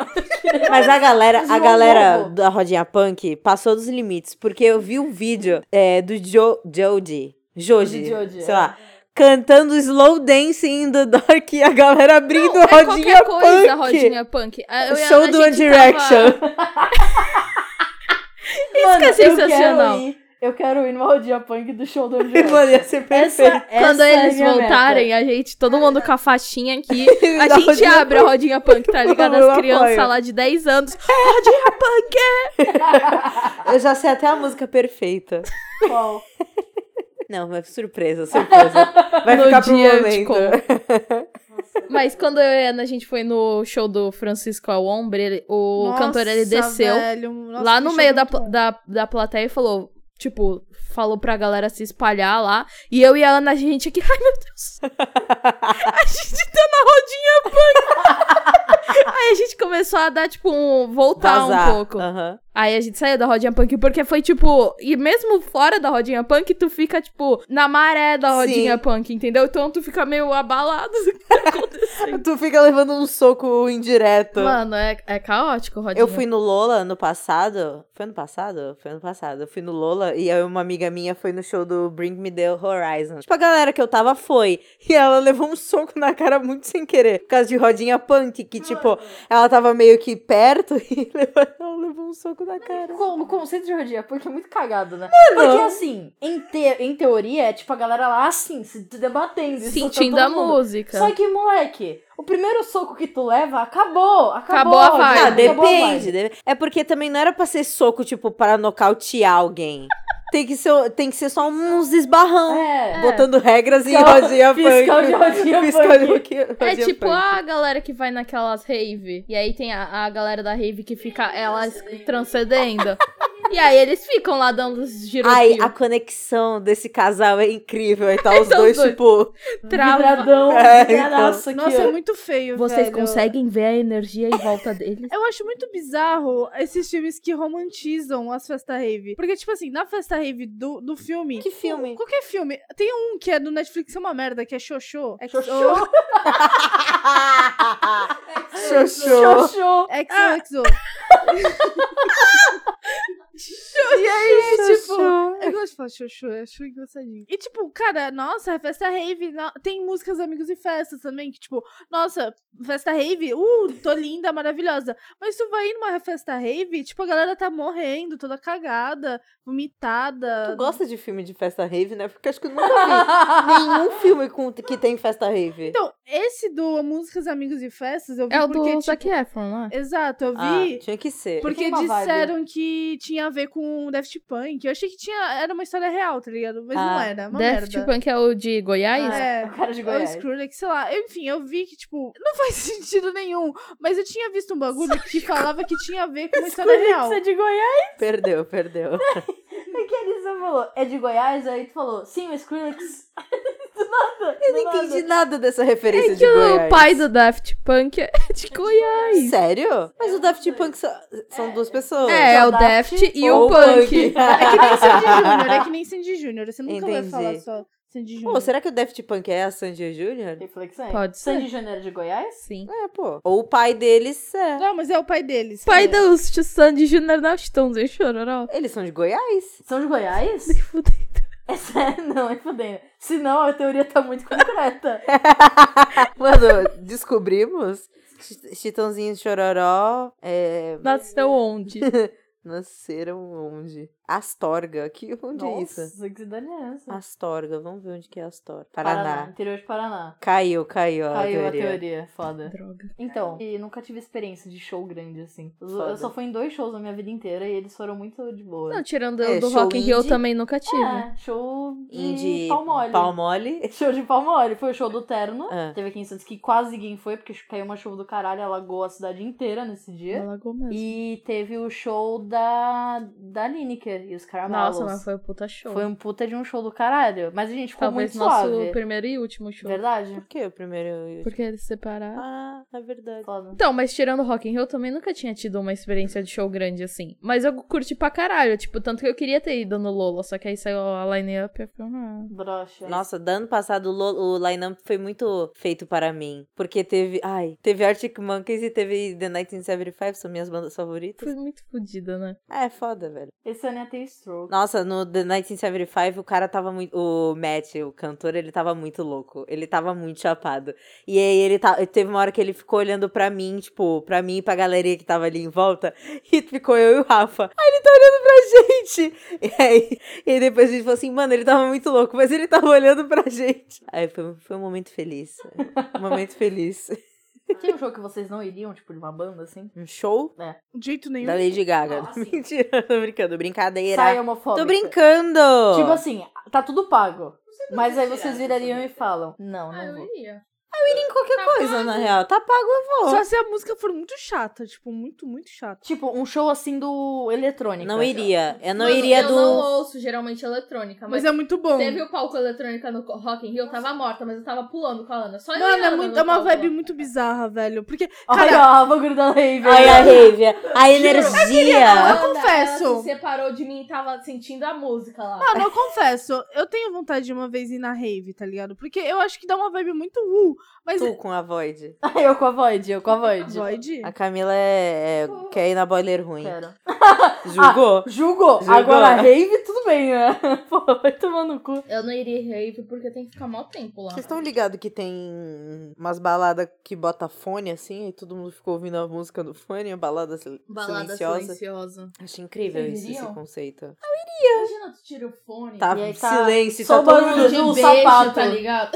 Speaker 2: Mas a galera, a
Speaker 5: João
Speaker 2: galera
Speaker 5: Lobo.
Speaker 2: da rodinha punk passou dos limites, porque eu vi um vídeo é, do jo Jody, Joji,
Speaker 5: De Joji,
Speaker 2: sei
Speaker 5: é.
Speaker 2: lá, cantando slow dance in the dark e a galera abrindo a
Speaker 6: É
Speaker 2: [LAUGHS] rodinha
Speaker 6: qualquer coisa, a
Speaker 2: punk.
Speaker 6: rodinha punk. Ah, eu-
Speaker 2: Show
Speaker 6: a
Speaker 2: do
Speaker 6: gente
Speaker 2: One Direction. [LAUGHS]
Speaker 6: Tava... Isso que é
Speaker 5: Mano, eu quero
Speaker 2: assim,
Speaker 6: sensacional.
Speaker 5: ir. Eu quero ir no Aldia Punk do show do
Speaker 2: [LAUGHS]
Speaker 5: Angelão.
Speaker 2: Poderia ser
Speaker 5: Essa,
Speaker 2: perfeito.
Speaker 5: essa
Speaker 6: Quando
Speaker 5: é a
Speaker 6: eles
Speaker 5: minha
Speaker 6: voltarem,
Speaker 5: meta.
Speaker 6: a gente, todo mundo com a faixinha
Speaker 2: [LAUGHS]
Speaker 6: aqui,
Speaker 2: Da
Speaker 6: a gente
Speaker 2: rodinha
Speaker 6: abre a rodinha punk, tá ligado?
Speaker 2: Eu
Speaker 6: As crianças
Speaker 2: apoio.
Speaker 6: lá de 10 anos.
Speaker 2: Eu já sei até a música perfeita.
Speaker 5: [LAUGHS] Qual?
Speaker 2: Não, mas surpresa, surpresa.
Speaker 6: [LAUGHS]
Speaker 2: Vai
Speaker 6: No
Speaker 2: ficar
Speaker 6: dia
Speaker 2: pro
Speaker 6: eu te
Speaker 2: momento.
Speaker 6: conto.
Speaker 2: [LAUGHS]
Speaker 6: Mas quando eu e a Ana, a gente foi no show do Francisco Alombre, ele- o
Speaker 4: Nossa,
Speaker 6: cantor ele desceu
Speaker 4: velho, nossa,
Speaker 6: lá
Speaker 4: que
Speaker 6: no
Speaker 4: show
Speaker 6: meio da,
Speaker 4: muito bom.
Speaker 6: da, da plateia e falou, tipo, falou pra galera se espalhar lá. E eu e a Ana, a gente aqui, [LAUGHS] ai
Speaker 2: [LAUGHS]
Speaker 6: meu Deus. a gente tá na rodinha punk. Aí a gente começou a dar, tipo, um. voltar
Speaker 2: Vazar.
Speaker 6: um pouco.
Speaker 2: Aham.
Speaker 6: Aí a gente saiu da rodinha punk, porque foi tipo. E mesmo fora da rodinha punk, tu fica, tipo, na maré da rodinha
Speaker 2: Sim.
Speaker 6: punk, entendeu? Então tu fica meio abalado do que tá acontecendo.
Speaker 2: [LAUGHS] Tu fica levando um soco indireto.
Speaker 6: Mano, é, é caótico rodinha.
Speaker 2: Eu fui no Lola ano passado. Foi ano passado? Foi ano passado. Eu fui no Lola e aí uma amiga minha foi no show do Bring Me the Horizon. Tipo, a galera que eu tava foi. E ela levou um soco na cara muito sem querer. Por causa de rodinha punk, que tipo, ela tava meio que perto [LAUGHS] e levou, ela levou um soco na cara.
Speaker 5: Co- O conceito de rodinha punk é muito cagado, né? Porque assim, em, te- em teoria, é tipo a galera lá assim, se debatendo. isso tá
Speaker 6: sentindo
Speaker 5: todo
Speaker 6: a
Speaker 5: mundo.
Speaker 6: música.
Speaker 5: Só que, moleque, o primeiro soco que tu leva, acabou. Acabou,
Speaker 6: Acabou a
Speaker 5: rodinha,
Speaker 6: vibe.
Speaker 2: Ah,
Speaker 5: acabou a vibe.
Speaker 2: depende. deve- É porque também não era pra ser soco, tipo, para nocautear alguém. Tem que ser, tem que ser só uns esbarrão.
Speaker 5: É.
Speaker 2: Botando regras em
Speaker 5: Fiscal-
Speaker 2: rodinha punk.
Speaker 5: fiscal de
Speaker 2: [LAUGHS]
Speaker 5: rodinha
Speaker 2: Fiscal de
Speaker 5: punk.
Speaker 2: rodinha
Speaker 6: É
Speaker 2: rodinha
Speaker 6: tipo
Speaker 2: punk.
Speaker 6: a galera que vai naquelas rave. E aí tem a, a galera da rave que fica elas transcendendo. [LAUGHS] e aí eles ficam lá dando os
Speaker 2: Ai,
Speaker 6: girotinhos.
Speaker 2: a conexão desse casal é incrível. Aí
Speaker 6: [LAUGHS]
Speaker 2: tá os
Speaker 6: Então,
Speaker 2: dois,
Speaker 6: dois.
Speaker 2: tipo.
Speaker 6: Trava.
Speaker 5: Vibradão,
Speaker 2: [LAUGHS] É,
Speaker 5: vibradaço aqui,
Speaker 4: Nossa,
Speaker 5: ó.
Speaker 4: é muito feio,
Speaker 6: Vocês
Speaker 4: velho.
Speaker 6: conseguem ver a energia em volta deles?
Speaker 4: Eu acho muito bizarro esses filmes que romantizam as festas rave. Porque, tipo assim, na festa rave do, do filme.
Speaker 2: Que filme?
Speaker 4: Qualquer filme. Tem um que é do Netflix, é uma merda, que é Xoxô.
Speaker 5: Xoxô.
Speaker 4: XO.
Speaker 2: Xoxô.
Speaker 4: [LAUGHS]
Speaker 5: Xoxô.
Speaker 4: XOXO.
Speaker 6: E aí,
Speaker 4: tipo, eu gosto de falar Xoxô, eu acho engraçadinho. E, tipo, cara, nossa, festa rave. no- Tem músicas Amigos e Festas também, que, tipo, nossa, festa rave, uh, tô linda, maravilhosa. Mas tu vai numa festa rave, tipo, a galera tá morrendo, toda cagada, vomitada.
Speaker 2: Tu gosta de filme de festa rave, né? Porque acho que eu nunca vi nenhum filme com, que tem festa rave.
Speaker 4: Então, esse do Músicas, Amigos e Festas, eu vi
Speaker 6: É o do
Speaker 4: porque, tipo,
Speaker 6: Zac Efron lá.
Speaker 4: Exato, eu
Speaker 2: Ah,
Speaker 4: vi
Speaker 2: tinha que ser.
Speaker 4: porque
Speaker 5: tem uma vibe.
Speaker 4: disseram que tinha a ver com Daft Punk. Eu achei que tinha, era uma história real, tá ligado? Mas não
Speaker 2: Ah,
Speaker 4: era, uma
Speaker 6: Daft
Speaker 4: merda.
Speaker 6: Punk é o de Goiás?
Speaker 4: É,
Speaker 5: O cara de
Speaker 4: ou
Speaker 5: Goiás.
Speaker 4: Skrillex, sei lá. Enfim, eu vi que, tipo, [LAUGHS] não faz sentido nenhum. Mas eu tinha visto um bagulho que falava que tinha a ver com uma história real.
Speaker 5: Você é de Goiás?
Speaker 2: Perdeu, perdeu.
Speaker 5: O que a Elisa falou? É de Goiás? Aí tu falou, sim, o Skrillex. [LAUGHS] do nada.
Speaker 2: Eu não entendi nada dessa referência
Speaker 6: É
Speaker 2: de
Speaker 6: que
Speaker 2: Goiás.
Speaker 6: o pai do Daft Punk é [LAUGHS] de
Speaker 4: Tipo
Speaker 6: Goiás.
Speaker 2: Sério? Mas o Daft Punk são, são duas pessoas. Então,
Speaker 6: É, é o
Speaker 5: o Daft
Speaker 6: Daft e
Speaker 2: Ou
Speaker 6: o Punk.
Speaker 4: É que
Speaker 2: [LAUGHS]
Speaker 4: nem Sandy Júnior, é que nem Sandy Júnior. Você nunca vai
Speaker 2: Entendi.
Speaker 4: falar só Sandy
Speaker 2: Pô,
Speaker 4: Júnior.
Speaker 2: será que o Daft Punk é a Sandy Júnior?
Speaker 5: Reflexão.
Speaker 6: Pode ser.
Speaker 5: Sandy Janeiro de Goiás?
Speaker 6: Sim.
Speaker 2: É, pô. Ou o pai deles é.
Speaker 4: Não, mas é o pai deles.
Speaker 6: O pai
Speaker 4: é.
Speaker 6: do Sandy Junior não estão em chororó. [LAUGHS]
Speaker 2: Eles são de Goiás.
Speaker 5: São de Goiás? [LAUGHS]
Speaker 6: Se fuder.
Speaker 5: É sério? Não, é fudendo. Senão a teoria tá muito concreta.
Speaker 2: Mano, descobrimos. Chi- Chitãozinho e Chororó é,
Speaker 4: [LAUGHS]
Speaker 6: Nasceu onde?
Speaker 2: nasceram onde? Astorga. Que, onde é isso?
Speaker 5: Nossa, que cidade é essa?
Speaker 2: Astorga. Vamos ver onde que é Astorga. Paraná.
Speaker 5: Interior de Paraná.
Speaker 2: Caiu, caiu a
Speaker 5: Caiu
Speaker 2: teoria.
Speaker 5: a teoria,
Speaker 6: [LAUGHS]
Speaker 5: foda.
Speaker 6: Droga.
Speaker 5: Então, e nunca tive experiência de show grande assim. Eu-
Speaker 2: Foda.
Speaker 5: Eu só fui em dois shows na minha vida inteira e eles foram muito de boa.
Speaker 6: Não, tirando
Speaker 2: É,
Speaker 6: o do
Speaker 2: show
Speaker 6: Rock in Rio, eu
Speaker 2: indie.
Speaker 6: também nunca tive.
Speaker 5: é, show de
Speaker 2: Indie-
Speaker 5: palmole. [LAUGHS]
Speaker 2: Palmole.
Speaker 5: Show de palmole. Foi o show do Terno.
Speaker 2: Ah.
Speaker 5: Teve aqui em Santos que quase ninguém foi, porque caiu uma chuva do caralho, alagou a cidade inteira nesse dia.
Speaker 6: Alagou mesmo.
Speaker 5: É. E teve o show da, da Lineker e os Caramelos.
Speaker 6: Nossa, mas foi um puta show.
Speaker 5: Foi um puta de um show do caralho. Mas a gente ficou
Speaker 6: Talvez
Speaker 5: muito
Speaker 6: nosso
Speaker 5: suave.
Speaker 6: primeiro e último show.
Speaker 5: Verdade?
Speaker 2: [LAUGHS] Por que o primeiro e o último?
Speaker 6: Porque eles se separaram.
Speaker 2: Ah, é verdade.
Speaker 5: Foda.
Speaker 6: Então, mas tirando o Rock in Rio, eu também nunca tinha tido uma experiência de show grande assim. Mas eu curti pra caralho, tipo, tanto que eu queria ter ido no Lola, só que aí saiu a line-up e eu falei, ah,
Speaker 5: Brocha.
Speaker 2: Nossa, do ano passado o, lo- o line-up foi muito feito para mim. Porque teve. Ai, teve Arctic Monkeys e teve The 1975, são minhas bandas favoritas.
Speaker 6: fui muito fodida, né?
Speaker 2: É, foda, velho.
Speaker 5: Esse ano ia ter stroke.
Speaker 2: Nossa, no The 1975, o cara tava muito. O Matt, o cantor, ele tava muito louco. Ele tava muito chapado. E aí ele ta- teve uma hora que ele ficou olhando pra mim, tipo, pra mim e pra galeria que tava ali em volta. [LAUGHS] E ficou eu e o Rafa. Aí ele tá olhando pra gente. E aí e depois a gente falou assim, mano, ele tava muito louco, mas ele tava olhando pra gente. Aí foi, foi um momento feliz. Um
Speaker 5: [LAUGHS]
Speaker 2: momento feliz.
Speaker 5: Tem um jogo que vocês não iriam, tipo, de uma banda assim?
Speaker 2: Um show
Speaker 4: De jeito nenhum.
Speaker 2: da Lady Gaga.
Speaker 5: Nossa.
Speaker 2: [LAUGHS] Mentira, tô brincando. Brincadeira.
Speaker 5: Sai homofóbica.
Speaker 2: Tô brincando!
Speaker 5: Tipo assim, tá tudo pago. Mas aí vocês virariam e falam: Não,
Speaker 6: Ah,
Speaker 5: não
Speaker 6: eu
Speaker 5: vou.
Speaker 6: iria.
Speaker 2: em qualquer
Speaker 5: assim,
Speaker 6: Tá
Speaker 2: coisa, na real. Tá pago, eu vou.
Speaker 4: Só se a música for muito chata, tipo, muito, muito chata.
Speaker 5: Tipo, um show assim do assim. eletrônica.
Speaker 2: Não iria. Eu não
Speaker 6: Mano,
Speaker 2: iria
Speaker 6: eu
Speaker 2: do.
Speaker 6: não ouço geralmente eletrônica,
Speaker 4: Mas
Speaker 6: mas,
Speaker 4: é muito bom.
Speaker 6: teve um o palco eletrônica no Rock in Rio, eu tava morta, mas eu tava pulando com a Ana. Só eu e
Speaker 4: Mano,
Speaker 6: a
Speaker 4: é,
Speaker 6: Ana
Speaker 4: muito,
Speaker 6: no
Speaker 4: é uma
Speaker 6: palco.
Speaker 4: vibe muito bizarra, velho. Porque,
Speaker 5: Olha,
Speaker 4: cara,
Speaker 5: ó, o bagulho da Raven.
Speaker 2: Ai, a Rávia. A
Speaker 6: Ana,
Speaker 2: energia.
Speaker 4: eu confesso.
Speaker 6: Ela se separou de mim e tava sentindo a música lá.
Speaker 4: mano, eu confesso, eu tenho vontade de uma vez ir na rave, tá ligado? Porque eu acho que dá uma vibe muito uh, mas
Speaker 2: Tu com a Void.
Speaker 5: [LAUGHS] Eu com a Void, eu com a Void.
Speaker 4: Void.
Speaker 2: A Camila é, é- quer ir na boiler ruim.
Speaker 5: Pera.
Speaker 2: Julgou?
Speaker 5: Julgou.
Speaker 2: Julgou.
Speaker 5: Agora, rave, tudo bem, né? [LAUGHS] Pô, vai tomar no cu.
Speaker 6: Eu não iria em rave porque tem que ficar mal tempo lá.
Speaker 2: Vocês estão ligados que tem umas baladas que bota fone assim e todo mundo ficou ouvindo a música do fone, a balada, sil-
Speaker 6: Balada
Speaker 2: silenciosa?
Speaker 6: silenciosa.
Speaker 2: Acho incrível
Speaker 6: Vocês
Speaker 2: esse, esse
Speaker 6: iriam?
Speaker 2: conceito.
Speaker 6: Imagina tu tira o fone.
Speaker 2: Tá
Speaker 5: E aí tá-
Speaker 2: silêncio,
Speaker 5: só
Speaker 2: tá
Speaker 5: o
Speaker 2: todo
Speaker 5: barulho
Speaker 2: mundo.
Speaker 5: de
Speaker 6: de
Speaker 5: um
Speaker 6: beijo,
Speaker 5: sapato.
Speaker 6: tá ligado?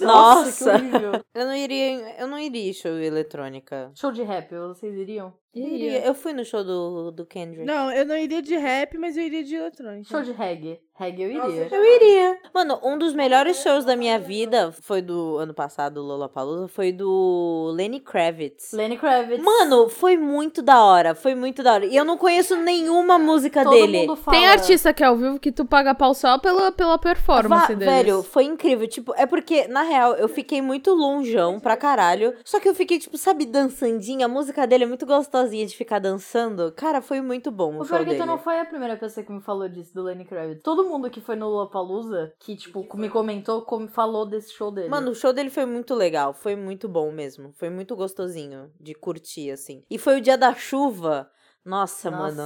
Speaker 2: Nossa.
Speaker 5: que horrível.
Speaker 2: Eu não iria, em- eu não iria em show eletrônica.
Speaker 5: Show de rap, vocês iriam?
Speaker 6: Iria.
Speaker 2: Eu fui no show do, do Kendrick.
Speaker 4: Não, eu não iria de rap, mas eu iria de eletrônica.
Speaker 5: Show de reggae. Reggae eu iria.
Speaker 2: Eu iria. Mano, um dos melhores shows da minha vida foi do ano passado, Lollapalooza, foi do Lenny Kravitz.
Speaker 5: Lenny Kravitz.
Speaker 2: Mano, foi muito da hora, foi muito da hora. E eu não conheço nenhuma música
Speaker 5: todo
Speaker 2: dele.
Speaker 5: mundo fala.
Speaker 6: Tem artista que é ao vivo que tu paga pau só pela, pela
Speaker 2: Vá-
Speaker 6: performance deles.
Speaker 2: velho, foi incrível. Tipo, é porque, na real, eu fiquei muito longeão pra caralho. Só que eu fiquei, tipo, sabe, dançandinha. A música dele é muito gostosinha de ficar dançando. Cara, foi muito bom o,
Speaker 5: O
Speaker 2: show
Speaker 5: pior é que
Speaker 2: dele.
Speaker 5: tu não foi a primeira pessoa que me falou disso, do Lenny Kravitz. Todo mundo que foi no Lollapalooza, que, tipo, me comentou, como falou desse show dele.
Speaker 2: Mano, o show dele foi muito legal, foi muito bom mesmo. Foi muito gostosinho de curtir, assim. E foi o dia da chuva. Nossa, mano.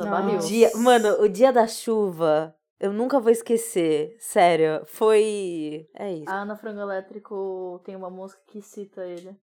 Speaker 5: Nossa, valeu.
Speaker 2: O dia, mano, o dia da chuva, eu nunca vou esquecer. Sério, foi. É isso.
Speaker 4: Ah.
Speaker 5: A Ana Frango Elétrico tem uma música que cita ele,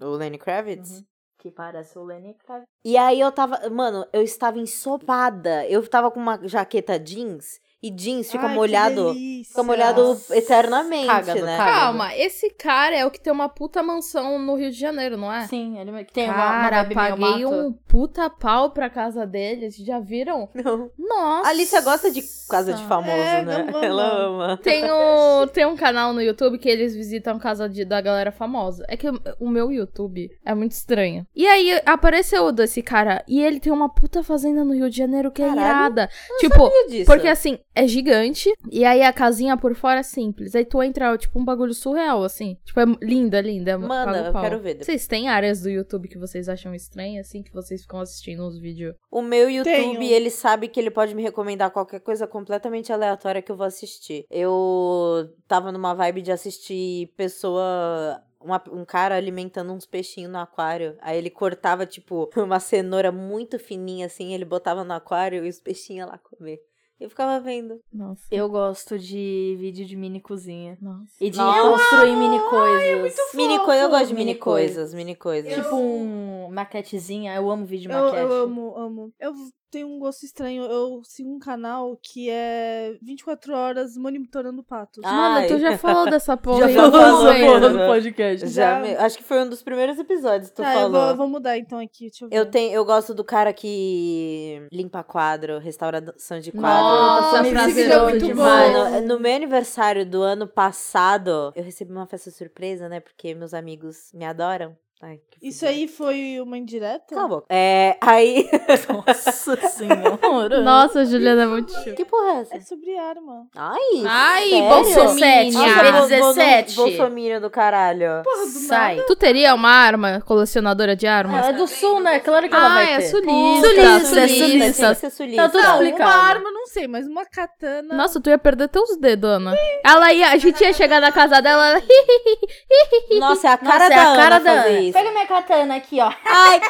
Speaker 2: O Lenny Kravitz?
Speaker 5: Uhum. que parece o Lenny Kravitz.
Speaker 2: E aí eu tava. Mano, eu estava ensopada. Eu tava com uma jaqueta jeans e jeans fica
Speaker 4: Ai, que
Speaker 2: molhado.
Speaker 4: delícia.
Speaker 2: Fica molhado eternamente,
Speaker 5: Cagado,
Speaker 2: né?
Speaker 5: cagado.
Speaker 6: Calma, esse cara é o que tem uma puta mansão no Rio de Janeiro, não
Speaker 2: Ah.
Speaker 6: é?
Speaker 5: Sim, ele me- que tem uma, uma
Speaker 6: Cara,
Speaker 5: vibe meio
Speaker 6: paguei
Speaker 5: mato.
Speaker 6: um puta pau pra casa deles, já viram?
Speaker 2: Não.
Speaker 6: Nossa!
Speaker 2: A Alicia gosta de casa de famoso,
Speaker 4: É,
Speaker 2: né?
Speaker 4: não, não,
Speaker 2: Ela
Speaker 4: não.
Speaker 2: ama.
Speaker 6: [LAUGHS] Tem um, tem um canal no YouTube que eles visitam casa de, da galera famosa. É que o, o meu YouTube é muito estranho. E aí apareceu o desse cara e ele tem uma puta fazenda no Rio de Janeiro que é
Speaker 2: Caralho,
Speaker 6: irada. Tipo,
Speaker 2: Sabia disso.
Speaker 6: porque assim, é gigante e aí a casinha por fora é simples. Aí tu entra, tipo, um bagulho surreal, assim. Tipo, é linda, linda.
Speaker 2: Manda,
Speaker 6: paga o
Speaker 2: eu
Speaker 6: pau.
Speaker 2: quero ver depois.
Speaker 6: Vocês têm áreas do YouTube que vocês acham estranha, assim, que vocês ficam assistindo os vídeos?
Speaker 2: O meu YouTube,
Speaker 4: Tenho.
Speaker 2: ele sabe que ele pode me recomendar qualquer coisa completamente aleatória que eu vou assistir. Eu tava numa vibe de assistir pessoa. uma- um cara alimentando uns peixinhos no aquário. Aí ele cortava, tipo, [LAUGHS] uma cenoura muito fininha assim, ele botava no aquário e os peixinhos iam lá comer. Eu ficava vendo.
Speaker 6: Nossa.
Speaker 5: Eu gosto de vídeo de mini cozinha.
Speaker 6: Nossa.
Speaker 5: E de
Speaker 2: Nossa.
Speaker 5: construir mini coisas.
Speaker 2: Mini coisa, eu gosto de mini
Speaker 5: Mini coisa.
Speaker 2: coisas, mini coisas.
Speaker 5: Tipo um maquetezinha. Eu amo vídeo de
Speaker 4: Eu,
Speaker 5: maquete.
Speaker 4: eu amo, amo. Eu tenho um gosto estranho. Eu sigo um canal que é 24 horas monitorando patos.
Speaker 2: Ah,
Speaker 6: Mano, tu
Speaker 2: Ai.
Speaker 6: [LAUGHS] já falou dessa porra. aí,
Speaker 2: falou
Speaker 6: eu não
Speaker 2: dessa
Speaker 6: aguento.
Speaker 2: porra.
Speaker 5: no podcast.
Speaker 2: já,
Speaker 4: já-
Speaker 2: me- acho que foi um dos primeiros episódios que tu
Speaker 4: Tá, eu
Speaker 2: falou.
Speaker 4: vou, eu vou mudar então aqui, deixa eu ver.
Speaker 2: Eu, tenho, eu gosto do cara que limpa quadro, restauração de quadro.
Speaker 5: Nossa,
Speaker 6: Nossa,
Speaker 5: esse
Speaker 6: prazeroso
Speaker 5: vídeo é muito bom.
Speaker 6: demais.
Speaker 2: Mano, no meu aniversário do ano passado, eu recebi uma festa surpresa, né? Porque meus amigos me adoram. Ai, que
Speaker 4: Isso
Speaker 2: fudeu.
Speaker 4: aí foi uma indireta?
Speaker 2: Cala a boca. É, aí. [LAUGHS]
Speaker 5: Nossa senhora.
Speaker 6: Nossa, Juliana é muito chique.
Speaker 2: que porra é
Speaker 4: É
Speaker 2: essa?
Speaker 4: sobre arma.
Speaker 2: Ai!
Speaker 6: Ai,
Speaker 2: sério?
Speaker 6: bolsominion.
Speaker 2: Nossa,
Speaker 5: B17.
Speaker 2: bol- bol- Bolsominion do caralho.
Speaker 4: Porra, do
Speaker 5: Sai.
Speaker 6: Tu teria uma arma colecionadora de armas?
Speaker 5: Ela é do sul, né? Claro que ela
Speaker 6: ah,
Speaker 5: vai
Speaker 6: é
Speaker 5: ter.
Speaker 6: sulista.
Speaker 5: Sulista,
Speaker 2: Sulista,
Speaker 6: é sulista.
Speaker 2: Tá tem que ser sulista.
Speaker 5: Tá tudo
Speaker 4: Não,
Speaker 5: explicado.
Speaker 4: uma arma, não sei, mas uma katana.
Speaker 6: Nossa, tu ia perder teus dedos, Ana. Ela ia, a gente ia chegar na casa dela, ela, hi, hi, hi, hi.
Speaker 2: Nossa, é a cara
Speaker 5: Nossa, é
Speaker 2: da
Speaker 5: a cara
Speaker 2: Ana
Speaker 5: da Ana.
Speaker 2: fazer isso. depois.
Speaker 5: Pega minha katana aqui, ó. [LAUGHS]
Speaker 2: Ai,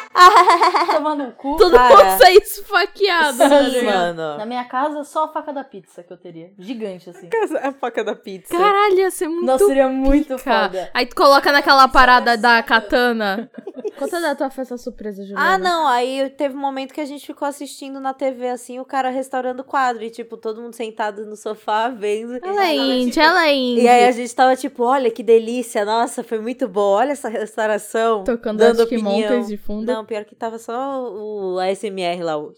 Speaker 5: Tomando no cu.
Speaker 6: Todo
Speaker 2: Cara.
Speaker 6: mundo sai esfaqueado.
Speaker 5: Sim.
Speaker 6: né?
Speaker 5: Olha.
Speaker 2: mano.
Speaker 5: Na minha casa, só a faca da pizza que eu teria. Gigante, assim.
Speaker 2: É A faca da pizza.
Speaker 6: Caralho, ia ser muito
Speaker 5: Nossa, seria muito
Speaker 6: pica.
Speaker 5: foda.
Speaker 6: Aí tu coloca naquela parada da
Speaker 2: [LAUGHS]
Speaker 6: katana. Conta da tua festa surpresa, Juliana.
Speaker 2: Ah,
Speaker 5: Né,
Speaker 2: não, aí teve um momento que a gente ficou assistindo na TV, assim, o cara restaurando o quadro, e tipo, todo mundo sentado no sofá, vendo.
Speaker 6: Ela é índia, ela é índia.
Speaker 2: E aí a gente tava tipo, olha que delícia, nossa, foi muito bom, olha essa restauração.
Speaker 6: Tocando
Speaker 2: dando
Speaker 6: Arctic
Speaker 2: opinião.
Speaker 6: Monkeys de fundo.
Speaker 2: Não, pior que tava só o ASMR lá. o-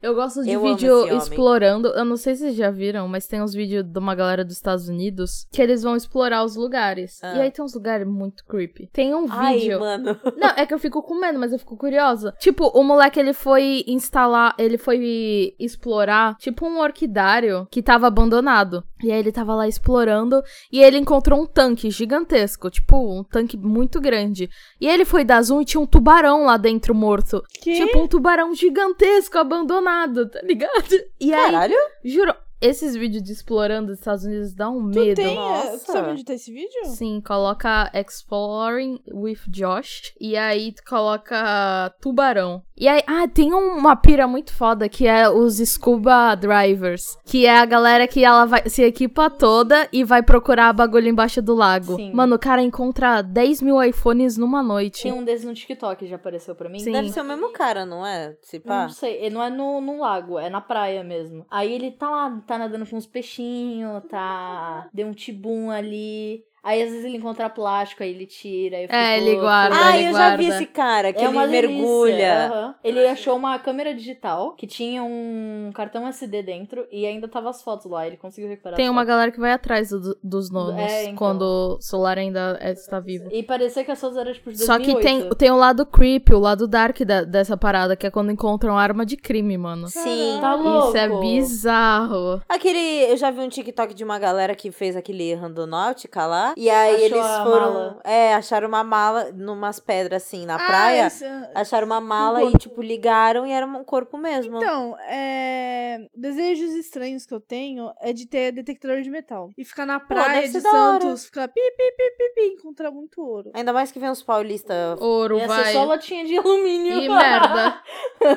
Speaker 6: Eu gosto de
Speaker 2: Eu amo esse
Speaker 6: vídeo
Speaker 2: homem.
Speaker 6: explorando. Eu não sei se vocês já viram, mas tem uns vídeos de uma galera dos Estados Unidos que eles vão explorar os lugares.
Speaker 2: Ah.
Speaker 6: E aí tem uns lugares muito creepy. Tem um
Speaker 2: Ai,
Speaker 6: vídeo.
Speaker 5: [LAUGHS]
Speaker 2: mano.
Speaker 6: [LAUGHS] Não, é que eu fico com medo, mas eu fico curiosa. Tipo, o moleque ele foi instalar, ele foi explorar, tipo, um orquidário que tava abandonado. E aí ele tava lá explorando e ele encontrou um tanque gigantesco, tipo, um tanque muito grande. E ele foi dar zoom e tinha um tubarão lá dentro morto.
Speaker 4: Que?
Speaker 6: Tipo, um tubarão gigantesco abandonado, tá ligado? E aí,
Speaker 2: Caralho?
Speaker 6: juro, esses vídeos de explorando os Estados Unidos dá um
Speaker 4: tu
Speaker 6: medo.
Speaker 4: tem? é, Tu
Speaker 2: Nossa.
Speaker 4: sabe onde tá esse vídeo?
Speaker 6: Sim, coloca Exploring with Josh. E aí tu coloca Tubarão. E aí, ah, tem uma pira muito foda que é os Scuba Drivers. Que é a galera que ela vai se equipa toda e vai procurar bagulho embaixo do lago.
Speaker 5: Sim.
Speaker 6: Mano, o cara encontra 10 mil iPhones numa noite.
Speaker 5: Tinha um desses no TikTok, já apareceu pra mim.
Speaker 6: Sim.
Speaker 2: Deve ser o mesmo cara, não é? Se pá.
Speaker 6: Tá.
Speaker 5: Não sei, ele não é no, num lago, é na praia mesmo. Aí ele tá lá, tá nadando com uns peixinhos,
Speaker 6: [LAUGHS]
Speaker 5: tá. Deu um tibum ali. Aí às vezes ele encontra plástico, aí ele tira. Aí
Speaker 6: É,
Speaker 5: ficou-
Speaker 6: ele guarda,
Speaker 5: ficou-
Speaker 2: Ah,
Speaker 6: ele
Speaker 2: eu já vi
Speaker 6: guarda.
Speaker 2: esse cara, que
Speaker 5: É
Speaker 2: ele
Speaker 5: uma delícia,
Speaker 2: mergulha.
Speaker 5: aham. Ele achou uma câmera digital que tinha um cartão SD dentro e ainda tava as fotos lá. Ele conseguiu recuperar.
Speaker 6: Tem
Speaker 5: as
Speaker 6: uma galera que vai atrás do- dos nomes
Speaker 5: É, então.
Speaker 6: quando o celular ainda é- está vivo.
Speaker 5: fotos. E parecia que as fotos eram tipo de
Speaker 6: Só que tem,
Speaker 5: 2008.
Speaker 6: tem o lado creepy, o lado dark da- dessa parada, que é quando encontram arma de crime, mano.
Speaker 2: Sim.
Speaker 5: Tá louco.
Speaker 6: Isso é bizarro.
Speaker 2: Aquele. Eu já vi um TikTok de uma galera que fez aquele randonáutica lá. E aí
Speaker 5: Achou
Speaker 2: eles
Speaker 5: a
Speaker 2: foram.
Speaker 5: mala.
Speaker 2: É, acharam uma mala numas pedras assim na
Speaker 4: Ah,
Speaker 2: praia.
Speaker 4: esse-
Speaker 2: Acharam uma mala
Speaker 4: Um
Speaker 2: e, tipo, ligaram e era um corpo mesmo.
Speaker 4: Então, é... desejos estranhos que eu tenho é de ter detector de metal. E ficar na praia
Speaker 2: deve
Speaker 4: de
Speaker 2: ser da hora.
Speaker 4: Santos, ficar pi, pi, pi, pi, pi, encontrar muito ouro.
Speaker 2: Ainda mais que vem os [LAUGHS] paulistas.
Speaker 6: Ouro,
Speaker 5: Ia ser
Speaker 6: vai.
Speaker 5: só latinha de alumínio. [LAUGHS]
Speaker 6: E merda.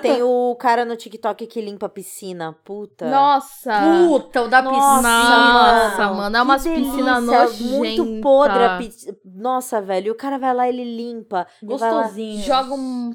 Speaker 2: Tem o cara no TikTok que limpa a piscina. Puta.
Speaker 6: Nossa.
Speaker 5: Puta, o da
Speaker 2: Nossa,
Speaker 6: Nossa,
Speaker 2: mano.
Speaker 6: mano. É umas
Speaker 2: Que
Speaker 6: piscinas
Speaker 2: delícia,
Speaker 6: nojentas.
Speaker 2: Muito podre a piscina. Nossa, velho. E o cara vai lá e ele limpa. e vai lá-
Speaker 5: Gostosinho.
Speaker 6: Joga um...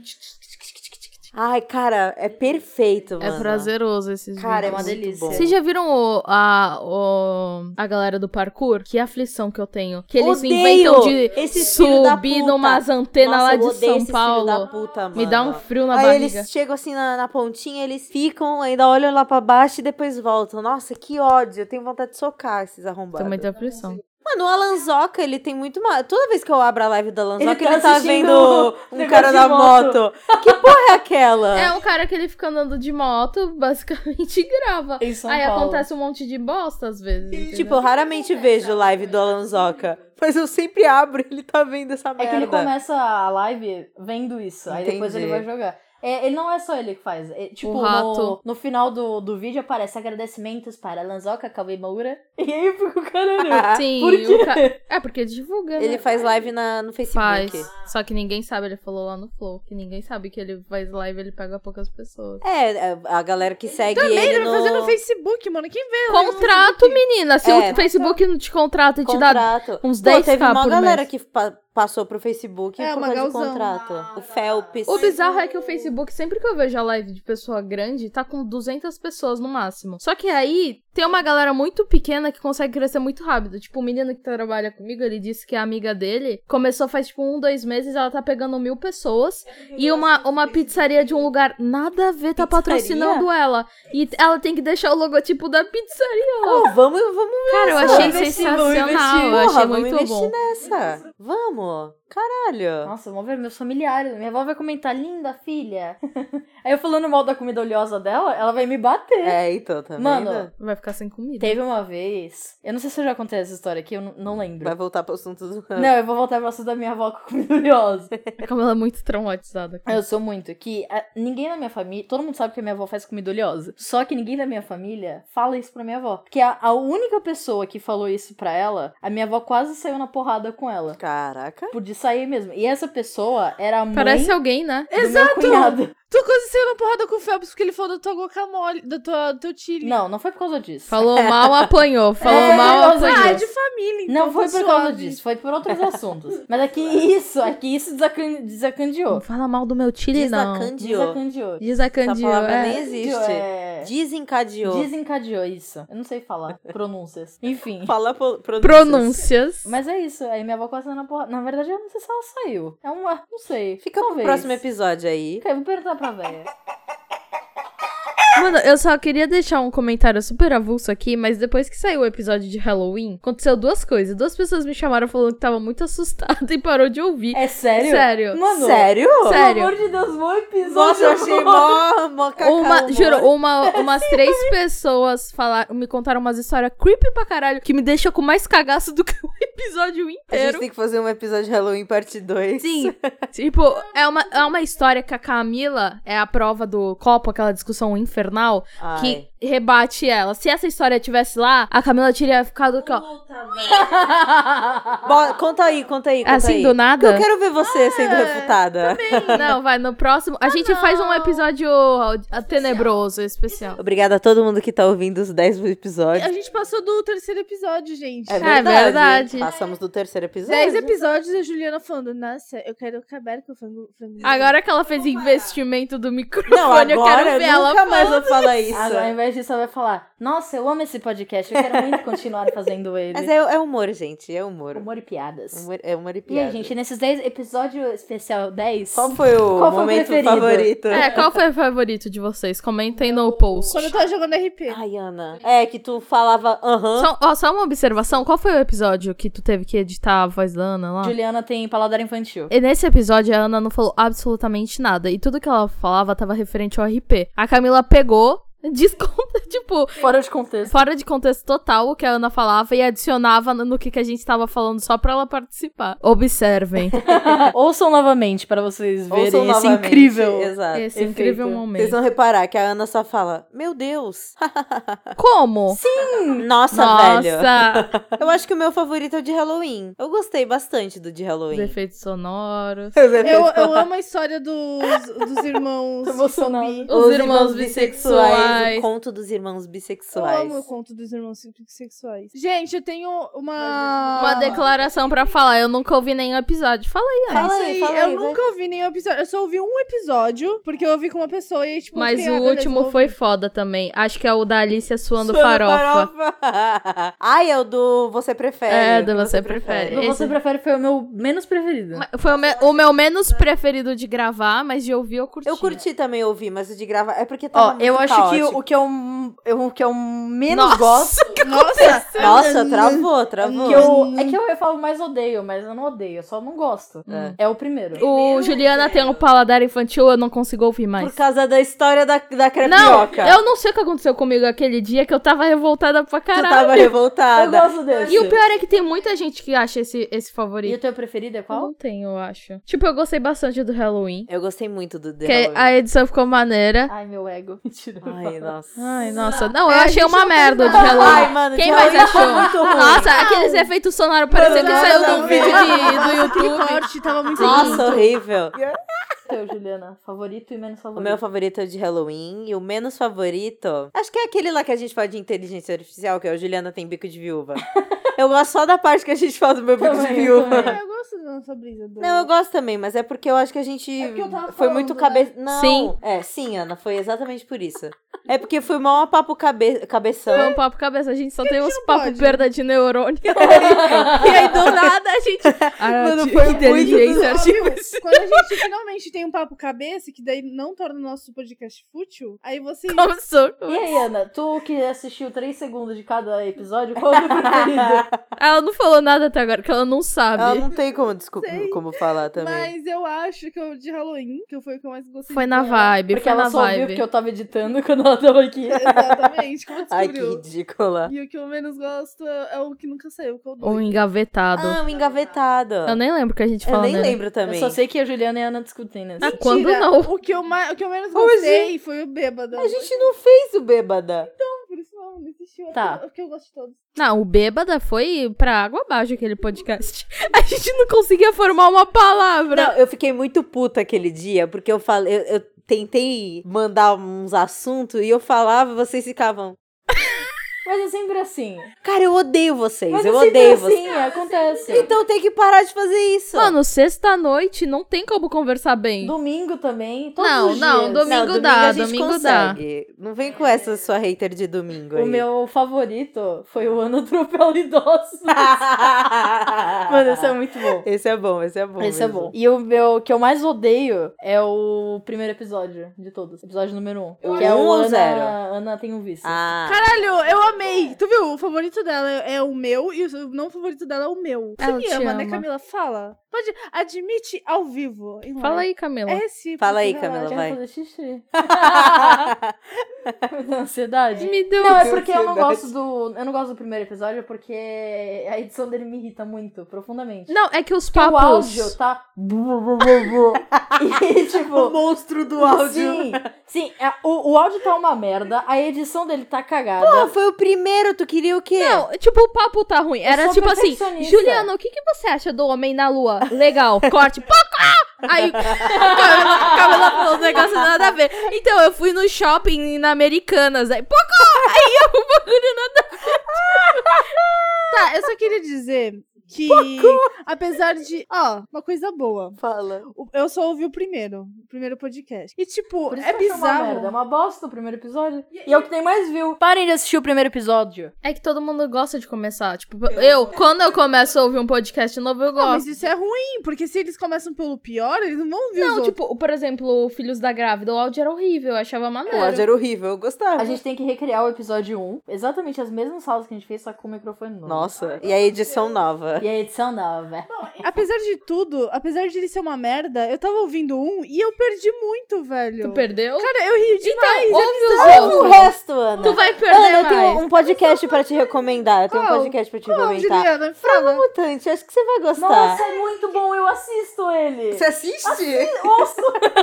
Speaker 2: Ai, cara, é perfeito,
Speaker 6: É
Speaker 2: mano.
Speaker 6: prazeroso esses
Speaker 2: Cara, é
Speaker 6: vídeos.
Speaker 2: uma
Speaker 5: Muito
Speaker 2: delícia.
Speaker 5: bom.
Speaker 6: Vocês já viram o, a, o- a galera do parkour? Que aflição que eu tenho. Que eles
Speaker 2: Odeio
Speaker 6: inventam de
Speaker 2: esses filho da
Speaker 6: subir
Speaker 2: puta.
Speaker 6: numas antenas
Speaker 2: Nossa,
Speaker 6: lá
Speaker 2: eu
Speaker 6: de
Speaker 2: odeio
Speaker 6: São
Speaker 2: esses filho da
Speaker 6: Paulo.
Speaker 2: puta,
Speaker 6: Me dá um
Speaker 2: mano.
Speaker 6: frio na
Speaker 2: Aí
Speaker 6: barriga.
Speaker 2: eles chegam assim na, na pontinha, eles ficam, ainda olham lá pra baixo e depois voltam. Nossa, que ódio. Eu tenho vontade de socar esses arrombados.
Speaker 6: Tem muita aflição.
Speaker 2: Mano, o Alanzoca, ele tem muito mal. Toda vez que eu abro a live do Alanzoca,
Speaker 5: Ele
Speaker 2: ele
Speaker 5: tá
Speaker 2: tá,
Speaker 5: assistindo
Speaker 2: vendo [LAUGHS] um
Speaker 5: negócio
Speaker 2: cara
Speaker 5: de
Speaker 2: na
Speaker 5: moto.
Speaker 2: moto. Que porra é aquela?
Speaker 6: É um cara que ele fica andando de moto, [LAUGHS] basicamente e grava.
Speaker 5: Em São
Speaker 6: Aí
Speaker 5: Paulo.
Speaker 6: acontece um monte de bosta às vezes. entendeu?
Speaker 2: Tipo, eu raramente vejo live do Alanzoca. Mas eu sempre abro e ele tá vendo essa merda.
Speaker 5: É que ele começa a live vendo isso, aí depois ele
Speaker 2: Entendi.
Speaker 5: vai jogar. É, ele não é só ele que faz. é, tipo,
Speaker 6: O rato.
Speaker 5: No, no final do, do vídeo aparece agradecimentos para Lanzoca, Cauê Moura. [LAUGHS] E aí fica o
Speaker 2: [LAUGHS]
Speaker 5: caralho.
Speaker 6: [LAUGHS] Sim,
Speaker 5: Por quê?
Speaker 6: o ca- é porque divulga,
Speaker 2: ah, Ele
Speaker 6: né?
Speaker 2: faz live na, no Facebook.
Speaker 6: faz. Só que ninguém sabe, ele falou lá no Flow, que ninguém sabe que ele faz live, ele pega poucas pessoas.
Speaker 2: É, a galera que segue
Speaker 4: Também
Speaker 2: ele
Speaker 4: ele
Speaker 6: né,
Speaker 4: vai fazer no
Speaker 2: no
Speaker 4: Facebook, mano. Quem vê? né?
Speaker 6: Contrato, menina! Se
Speaker 2: É.
Speaker 6: o Facebook não te contrata e te dá
Speaker 2: contrato.
Speaker 6: uns
Speaker 2: Pô,
Speaker 6: 10k
Speaker 2: teve uma
Speaker 6: por
Speaker 2: galera
Speaker 6: mês.
Speaker 2: que pa- passou pro Facebook
Speaker 4: É,
Speaker 2: por
Speaker 4: uma
Speaker 2: causa de
Speaker 4: galzão.
Speaker 2: contrato. o Felps.
Speaker 6: O bizarro é que o Facebook, sempre que eu vejo a live de pessoa grande, tá com 200 pessoas no máximo. Só que aí tem uma galera muito pequena que consegue crescer muito rápido. Tipo, o menino que trabalha comigo, ele disse que a amiga dele começou faz tipo um, dois meses, ela tá pegando mil pessoas. E uma, uma pizzaria de um lugar nada a ver tá
Speaker 2: Pizzaria?
Speaker 6: patrocinando ela. E ela tem que deixar o logotipo da pizzaria.
Speaker 2: Pô, vamos, vamos
Speaker 6: Cara, eu
Speaker 2: Nossa,
Speaker 6: achei
Speaker 2: vamos
Speaker 6: sensacional.
Speaker 2: investir.
Speaker 6: Eu achei
Speaker 2: Porra, vamos
Speaker 6: muito
Speaker 2: investir
Speaker 6: bom.
Speaker 2: nessa. Vamos. Caralho.
Speaker 5: Nossa, vão ver meus familiares. Minha avó vai comentar, linda filha. [LAUGHS] Aí eu falando mal da comida oleosa dela, ela vai me bater.
Speaker 2: É, então, tá
Speaker 5: Mano,
Speaker 2: vendo?
Speaker 6: Vai ficar sem comida.
Speaker 5: Teve uma vez. Eu não sei se eu já contei essa história aqui, eu n- não lembro.
Speaker 2: Vai voltar pro assunto do ano.
Speaker 5: Não, eu vou voltar pra assunto da minha avó com comida oleosa.
Speaker 6: A Camila é muito traumatizada.
Speaker 5: Eu sou muito. Que ah, ninguém na minha família. Todo mundo sabe que a minha avó faz comida oleosa. Só que ninguém da minha família fala isso pra minha avó. Porque a, a única pessoa que falou isso pra ela, a minha avó quase saiu na porrada com ela.
Speaker 2: Caraca.
Speaker 5: Podia sair mesmo. E essa pessoa era a mãe
Speaker 6: Parece alguém, né?
Speaker 5: do meu cunhado.
Speaker 4: Tu quase saiu na porrada com o Phelps porque ele falou da tua guacamole, da tua, do teu chile.
Speaker 5: Não, não foi por causa disso.
Speaker 6: Falou mal, apanhou. Falou
Speaker 5: É,
Speaker 6: mal,
Speaker 5: mas-
Speaker 6: apanhou.
Speaker 5: Ah,
Speaker 4: Ah, é
Speaker 5: Deus.
Speaker 4: de família, então.
Speaker 5: Não foi
Speaker 4: tá
Speaker 5: por causa
Speaker 4: suave.
Speaker 5: disso, foi por outros assuntos. Mas aqui isso, aqui isso desacan-
Speaker 6: Não
Speaker 5: desacandeou.
Speaker 6: fala mal do meu Chile, não.
Speaker 2: Desacandeou.
Speaker 5: Desacandeou.
Speaker 2: Essa
Speaker 6: Desacandiou.
Speaker 2: palavra
Speaker 6: é.
Speaker 2: nem existe.
Speaker 5: É...
Speaker 2: Desencadeou.
Speaker 5: Desencadeou isso. Eu não sei falar pronúncias. Enfim.
Speaker 2: Fala po- pronúncias.
Speaker 6: Pronúncias.
Speaker 5: Mas é isso, aí minha avó quase na porra. Na verdade, eu não sei se ela saiu. É uma. Não sei.
Speaker 2: Fica pro
Speaker 5: Talvez.
Speaker 2: próximo episódio aí.
Speaker 5: Ok, vou perguntar pra
Speaker 2: [LAUGHS]
Speaker 5: véia.
Speaker 6: Mano, eu só queria deixar um comentário super avulso aqui, mas depois que saiu o episódio de Halloween, aconteceu duas coisas. Duas pessoas me chamaram falando que tava muito [LAUGHS] assustada e parou de ouvir.
Speaker 5: É sério?
Speaker 6: Sério.
Speaker 5: Mano,
Speaker 2: Sério?
Speaker 6: sério.
Speaker 5: Pelo amor de Deus, bom episódio.
Speaker 2: Nossa, eu achei mó, mó cacau,
Speaker 6: Uma,
Speaker 2: mano.
Speaker 6: juro, uma, umas três pessoas falaram, me contaram umas histórias creepy pra caralho que me deixa com mais cagaço do que o [LAUGHS] episódio
Speaker 2: A gente
Speaker 6: inteiro.
Speaker 2: tem que fazer um episódio de Halloween parte 2.
Speaker 6: Sim, tipo, é uma, é uma história que a Camila é a prova do copo, aquela discussão infernal,
Speaker 2: Ai.
Speaker 6: que rebate ela. Se essa história tivesse lá, a Camila teria ficado aqui, ó,
Speaker 2: Bo- Conta aí, conta aí, conta
Speaker 6: assim
Speaker 2: aí. Porque
Speaker 6: do
Speaker 2: eu
Speaker 6: nada.
Speaker 2: quero ver você sendo refutada.
Speaker 6: Não, vai, no próximo.
Speaker 2: Ah,
Speaker 6: A gente faz um episódio ah, tenebroso, especial.
Speaker 2: Obrigada a todo mundo que tá ouvindo os 10 episódios.
Speaker 4: A gente passou do terceiro episódio, gente.
Speaker 6: É verdade.
Speaker 2: Passamos do terceiro episódio.
Speaker 4: Dez episódios e a Juliana falando, nossa, eu quero acabar com o frango. frango-
Speaker 6: Agora que ela fez investimento do microfone,
Speaker 2: Não, agora
Speaker 6: eu quero ver ela
Speaker 2: nunca
Speaker 6: falando.
Speaker 2: mais vou falar isso.
Speaker 5: Agora, é ao invés disso, ela vai falar: Nossa, eu amo esse podcast, eu quero muito continuar
Speaker 2: [LAUGHS]
Speaker 5: fazendo ele.
Speaker 2: Mas é, é humor, gente. É humor.
Speaker 5: Humor e piadas.
Speaker 2: Humor- é humor e
Speaker 5: E
Speaker 2: piada.
Speaker 5: aí, gente, nesses 10 episódio especial 10.
Speaker 2: Qual foi o
Speaker 5: Qual foi o
Speaker 2: momento
Speaker 5: preferido?
Speaker 2: favorito?
Speaker 6: É, qual foi o favorito de vocês? Comentem no post.
Speaker 4: Quando eu tava jogando RP.
Speaker 2: Ai, Ana. É, que tu falava aham.
Speaker 6: Só, ó, só uma observação, qual foi o episódio que tu teve que editar a voz da Ana lá?
Speaker 5: Juliana tem paladar
Speaker 2: [LAUGHS]
Speaker 5: infantil.
Speaker 6: E nesse episódio a Ana não falou absolutamente nada. E tudo que ela falava tava referente ao RP. A Camila pegou, [LAUGHS] desconta, tipo,
Speaker 5: Fora de contexto.
Speaker 6: fora de contexto total o que a Ana falava e adicionava no- no que, que a gente tava falando só pra ela participar. [LAUGHS] Observem
Speaker 5: [LAUGHS] Ouçam novamente para vocês verem
Speaker 2: Ouçam
Speaker 5: esse
Speaker 2: novamente.
Speaker 5: incrível.
Speaker 2: Exato.
Speaker 6: Ah, esse
Speaker 5: Efeito.
Speaker 6: incrível
Speaker 2: Vocês
Speaker 6: momento.
Speaker 2: vão reparar que a Ana só fala, meu Deus.
Speaker 6: é Como?
Speaker 2: Nossa, velho.
Speaker 6: Nossa!
Speaker 2: Eu acho que o meu favorito é o de Halloween. Eu gostei bastante do de
Speaker 6: Os
Speaker 2: Halloween.
Speaker 6: efeitos sonoros.
Speaker 4: Eu,
Speaker 6: [LAUGHS]
Speaker 4: eu amo a história dos, dos irmãos.
Speaker 5: Tô emocionada.
Speaker 4: Bi.
Speaker 6: Os irmãos bissexuais.
Speaker 2: O conto dos irmãos
Speaker 4: Eu
Speaker 2: bissexuais.
Speaker 4: amo o conto dos irmãos sexuais. Gente, eu tenho uma.
Speaker 6: Uma declaração pra falar. Eu nunca ouvi nenhum episódio. Fala aí, Ana.
Speaker 2: Fala
Speaker 4: Isso
Speaker 2: aí,
Speaker 4: aí,
Speaker 2: fala
Speaker 4: eu
Speaker 2: aí, vai.
Speaker 4: nunca ouvi nenhum episódio. Eu só ouvi um episódio, porque eu ouvi com uma pessoa e aí, tipo. eu
Speaker 6: Mas
Speaker 4: fiquei,
Speaker 6: o
Speaker 4: ah, beleza,
Speaker 6: último
Speaker 4: vou
Speaker 6: foi
Speaker 4: ouvir.
Speaker 6: [LAUGHS] foda também. Acho que é o da Alicia suando,
Speaker 2: Suando
Speaker 6: farofa.
Speaker 2: farofa. Ai, é o do você prefere.
Speaker 6: É,
Speaker 2: O que
Speaker 6: do você prefere.
Speaker 5: Do Você
Speaker 6: Esse-
Speaker 5: Prefere foi o meu menos preferido.
Speaker 6: Mas Foi o, me- o meu menos preferido de gravar, mas de ouvir eu curti.
Speaker 2: Eu curti também ouvir, mas o de gravar é porque
Speaker 5: Ó,
Speaker 2: tava
Speaker 5: eu
Speaker 2: muito
Speaker 5: acho que
Speaker 2: caótico.
Speaker 5: o que eu, eu- o que eu menos
Speaker 6: Nossa,
Speaker 5: gosto.
Speaker 4: Nossa!
Speaker 2: Nossa, travou, travou.
Speaker 5: Que eu, é que eu, eu falo mais odeio, mas eu não odeio, eu só não gosto. É, o primeiro.
Speaker 6: O
Speaker 4: né?
Speaker 6: Juliana tem um paladar infantil, eu não consigo ouvir mais.
Speaker 2: Por causa da história da, da
Speaker 6: Não,
Speaker 2: crepioca.
Speaker 6: eu não sei o que aconteceu comigo aquele dia que eu tava revoltada pra
Speaker 2: Tu assim.
Speaker 6: caralho.
Speaker 2: tava
Speaker 5: Eu
Speaker 2: revoltada.
Speaker 5: gosto desse.
Speaker 6: E o pior é que tem muita gente que acha esse, esse
Speaker 5: E
Speaker 6: favorito.
Speaker 5: o teu preferido é qual?
Speaker 6: Não tem, eu acho. Tipo, eu gostei bastante do Halloween.
Speaker 2: Eu gostei muito É, do The
Speaker 6: Que é, a
Speaker 2: Halloween.
Speaker 6: edição ficou maneira.
Speaker 5: Ai, meu ego. Ah, Mentira.
Speaker 2: Ai, nossa.
Speaker 6: Ai, nossa. Não, eu
Speaker 4: É, a
Speaker 6: achei
Speaker 4: gente
Speaker 6: uma
Speaker 4: não tem
Speaker 6: merda o de
Speaker 4: nada.
Speaker 6: Halloween.
Speaker 2: Ai, mano,
Speaker 6: Quem
Speaker 2: de
Speaker 6: mais
Speaker 2: Halloween
Speaker 6: achou?
Speaker 2: foi [LAUGHS] muito ruim.
Speaker 6: Nossa, aqueles efeitos sonoros parecendo que
Speaker 2: Não,
Speaker 6: saiu
Speaker 2: nada
Speaker 6: de
Speaker 2: a
Speaker 6: um
Speaker 2: ver.
Speaker 6: vídeo
Speaker 4: [LAUGHS]
Speaker 6: de- do
Speaker 4: Aquele
Speaker 6: YouTube.
Speaker 4: corte tava muito
Speaker 2: Nossa,
Speaker 4: lindo.
Speaker 2: horrível.
Speaker 5: teu, Juliana? Favorito e menos
Speaker 2: O
Speaker 5: favorito.
Speaker 2: meu favorito é o de Halloween e o menos favorito. Acho que é aquele lá que a gente fala de inteligência artificial, que é o Juliana tem bico de viúva. eu gosto só da parte que a gente fala do meu bico de
Speaker 5: Também,
Speaker 2: viúva.
Speaker 5: também.
Speaker 4: É, eu gosto da nossa brisa. do-
Speaker 2: Não, eu gosto também, mas é porque eu acho que a gente
Speaker 4: É porque eu tava
Speaker 2: foi
Speaker 4: falando,
Speaker 2: muito
Speaker 4: né?
Speaker 2: cabeça. Não,
Speaker 6: Sim.
Speaker 2: é, sim, Ana, foi exatamente por isso. É porque foi mó papo cabe...
Speaker 5: Então,
Speaker 2: cabeção.
Speaker 6: Foi um papo cabeça, a gente só tem uns
Speaker 4: não
Speaker 6: papo
Speaker 5: né?
Speaker 4: pode?
Speaker 6: perda
Speaker 5: [LAUGHS]
Speaker 6: de neurônio. e aí do nada a gente.
Speaker 5: Ah,
Speaker 6: um
Speaker 2: Mano, foi muito
Speaker 6: tipo
Speaker 4: Óbvio, Quando a gente finalmente tem um papo cabeça que daí não torna o nosso podcast fútil, aí vocês.
Speaker 5: um
Speaker 6: Começou.
Speaker 5: E aí, Ana, tu que assistiu 3 segundos de cada episódio, qual é o teu preferido?
Speaker 6: Ela não falou nada até agora, que ela não
Speaker 2: Ela
Speaker 6: sabe.
Speaker 2: não tem como, desculpa,
Speaker 4: Sei.
Speaker 2: como falar também.
Speaker 4: Mas eu acho que o de Halloween, que foi o que eu mais gostei.
Speaker 6: Foi
Speaker 4: de
Speaker 6: na
Speaker 4: falar.
Speaker 6: vibe,
Speaker 5: Porque
Speaker 6: foi na
Speaker 5: ela só viu
Speaker 6: vibe.
Speaker 5: que eu tava editando [LAUGHS] quando ela tava aqui.
Speaker 4: Exatamente, como
Speaker 2: Ai, que
Speaker 4: descobriu.
Speaker 2: ridícula.
Speaker 4: E o que eu menos gosto é é o que nunca saiu, que eu
Speaker 6: Ou
Speaker 4: dou.
Speaker 6: engavetado. é
Speaker 2: Ah, o engavetado.
Speaker 6: eu nem lembro o que a gente
Speaker 2: Eu
Speaker 6: falou. né?
Speaker 2: nem
Speaker 6: nele.
Speaker 2: lembro
Speaker 5: Eu
Speaker 2: também.
Speaker 5: só sei que a Juliana e a Ana discutem, né?
Speaker 6: Ah, quando não?
Speaker 4: O que eu, mais, o que eu menos
Speaker 2: Hoje.
Speaker 4: gostei foi o
Speaker 5: Tá
Speaker 4: bêbado.
Speaker 2: A gente não fez o bêbada.
Speaker 4: Por isso não, não existiu.
Speaker 5: Tá.
Speaker 4: O que eu gosto de todos.
Speaker 6: Não, o Bêbada foi pra água abaixo aquele podcast. [LAUGHS] A gente não conseguia formar uma palavra.
Speaker 2: Não, eu fiquei muito puta aquele dia, porque eu falei, eu, eu tentei mandar uns assuntos e eu falava e vocês ficavam.
Speaker 5: Mas é sempre assim.
Speaker 2: Cara, eu odeio vocês,
Speaker 5: Mas
Speaker 2: eu
Speaker 5: é sempre
Speaker 2: odeio vocês.
Speaker 5: assim, acontece.
Speaker 2: Então tem que parar de fazer isso.
Speaker 6: Mano, sexta-noite não tem como conversar bem.
Speaker 5: Domingo também, todos
Speaker 6: Não,
Speaker 5: os
Speaker 6: não,
Speaker 5: dias.
Speaker 6: domingo dá, domingo dá.
Speaker 2: consegue. Não vem com essa sua hater de domingo aí.
Speaker 5: O
Speaker 2: [LAUGHS]
Speaker 5: meu favorito foi o Ano Atropela Idosos. Mano,
Speaker 2: Mano,
Speaker 5: esse é muito bom.
Speaker 2: esse é bom, esse é bom.
Speaker 5: Esse é
Speaker 2: mesmo.
Speaker 5: bom. E o meu que eu mais odeio é o primeiro episódio de todos. Episódio número um.
Speaker 2: O
Speaker 5: que é
Speaker 2: um
Speaker 5: o
Speaker 2: ou
Speaker 5: Ana,
Speaker 2: zero?
Speaker 5: Ana tem um vício.
Speaker 2: Ah,
Speaker 4: Caralho, eu amei. Tu viu? O favorito dela é o meu e o não favorito dela é o meu. Você
Speaker 6: Ela
Speaker 4: me
Speaker 6: te
Speaker 4: ama, né,
Speaker 6: ama.
Speaker 4: Camila? Fala. Pode, admite ao vivo. Em
Speaker 6: Fala
Speaker 4: live.
Speaker 6: aí, Camila.
Speaker 4: É recíproco.
Speaker 2: Fala aí,
Speaker 4: né?
Speaker 2: Camila,
Speaker 5: Quero
Speaker 2: vai.
Speaker 5: fazer
Speaker 2: [LAUGHS]
Speaker 5: xixi. [LAUGHS] Da ansiedade.
Speaker 6: Me deu. um
Speaker 5: Não, é porque eu não
Speaker 2: ansiedade.
Speaker 5: gosto do. Eu não gosto do primeiro episódio porque a edição dele me irrita muito, profundamente.
Speaker 6: Não, é que os
Speaker 5: Porque o
Speaker 6: papos.
Speaker 5: áudio
Speaker 2: [LAUGHS]
Speaker 5: tá. [LAUGHS] e tipo.
Speaker 2: monstro do
Speaker 5: Sim, sim é, o, o áudio tá uma merda, a edição dele tá cagada.
Speaker 2: Ah, foi o primeiro, tu queria o quê?
Speaker 6: Não, tipo, o papo tá ruim. Era
Speaker 5: sou
Speaker 6: tipo assim,
Speaker 5: perfeccionista.
Speaker 6: Juliana, o que, que você acha do homem na lua? Legal, [LAUGHS] corte. Pô, ah! Aí [LAUGHS] Camila, Camila falou um negócio nada a ver. Então, eu fui no shopping na Americanas. Aí, pô, aí eu bagulho nada.
Speaker 4: Tá, eu só queria dizer que, apesar de. Ó, uma coisa boa.
Speaker 2: Fala.
Speaker 4: O- Eu só ouvi o primeiro. O primeiro podcast. E, tipo,
Speaker 5: Por isso
Speaker 4: é
Speaker 5: que eu acho Uma
Speaker 4: bizarro.
Speaker 5: merda, é uma bosta o primeiro episódio. E é o que tem mais view. Parem de assistir o primeiro episódio.
Speaker 6: É que todo mundo gosta de começar. Tipo, eu, quando eu começo a ouvir um podcast novo, eu
Speaker 4: Não, mas
Speaker 6: gosto.
Speaker 4: isso é ruim, porque se eles começam pelo pior, eles não vão ouvir os
Speaker 6: Não,
Speaker 4: outros.
Speaker 6: tipo, por exemplo, o Filhos da Grávida, o áudio era horrível, eu achava uma
Speaker 2: O áudio
Speaker 6: merda.
Speaker 2: era horrível, eu gostava.
Speaker 5: A gente tem que recriar o episódio 1. Exatamente as mesmas falas que a gente fez, só que com o microfone novo.
Speaker 2: Nossa, e a edição nova.
Speaker 5: E a edição nova.
Speaker 4: Apesar de tudo, apesar de ele ser uma merda, eu tava ouvindo um e eu perdi muito,
Speaker 2: é
Speaker 4: velho.
Speaker 6: Tu perdeu?
Speaker 4: Cara, eu ri de
Speaker 6: Então,
Speaker 2: Ouve
Speaker 6: ouve os
Speaker 2: é o
Speaker 6: outros.
Speaker 2: resto, Ana.
Speaker 6: Tu vai perder
Speaker 2: Ana, eu
Speaker 6: mais.
Speaker 2: tenho um podcast pra te recomendar. Eu tenho um
Speaker 4: Qual?
Speaker 2: podcast pra te
Speaker 4: Não,
Speaker 2: recomendar.
Speaker 4: Juliana, fala.
Speaker 2: Mutante, acho que você vai gostar.
Speaker 5: Nossa, é muito bom, eu assisto ele.
Speaker 2: assiste?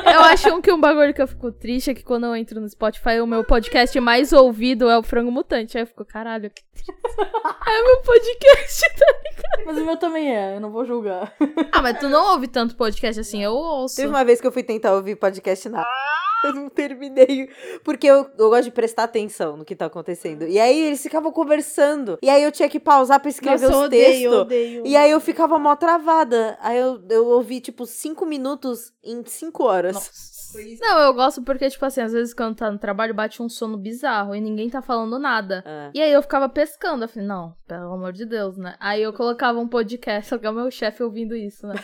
Speaker 6: Eu acho um que um bagulho que eu fico triste é que quando eu entro no Spotify, o meu podcast mais ouvido é o Frango Mutante. Aí eu fico, caralho, que triste. É meu podcast.
Speaker 5: Mas o meu também é, eu não vou julgar.
Speaker 6: Ah, mas tu não ouve tanto podcast assim, eu ouço.
Speaker 2: Teve uma vez que eu fui tentar ouvir podcast na. [LAUGHS] Eu não terminei. Porque eu, eu gosto de prestar atenção no que tá acontecendo. E aí eles ficavam conversando. E aí eu tinha que pausar pra escrever
Speaker 4: Nossa, eu
Speaker 2: os
Speaker 4: odeio, eu
Speaker 2: textos.
Speaker 4: odeio.
Speaker 2: E aí eu ficava mó travada. Aí eu, eu ouvi, tipo, cinco minutos em cinco horas.
Speaker 6: Não, eu gosto porque, tipo assim, às vezes quando tá no trabalho bate um sono bizarro e ninguém tá falando nada.
Speaker 2: Ah.
Speaker 6: E aí eu ficava pescando, eu falei, não, pelo amor de Deus, né? Aí eu colocava um podcast, só que é o meu chefe ouvindo isso, [LAUGHS] né?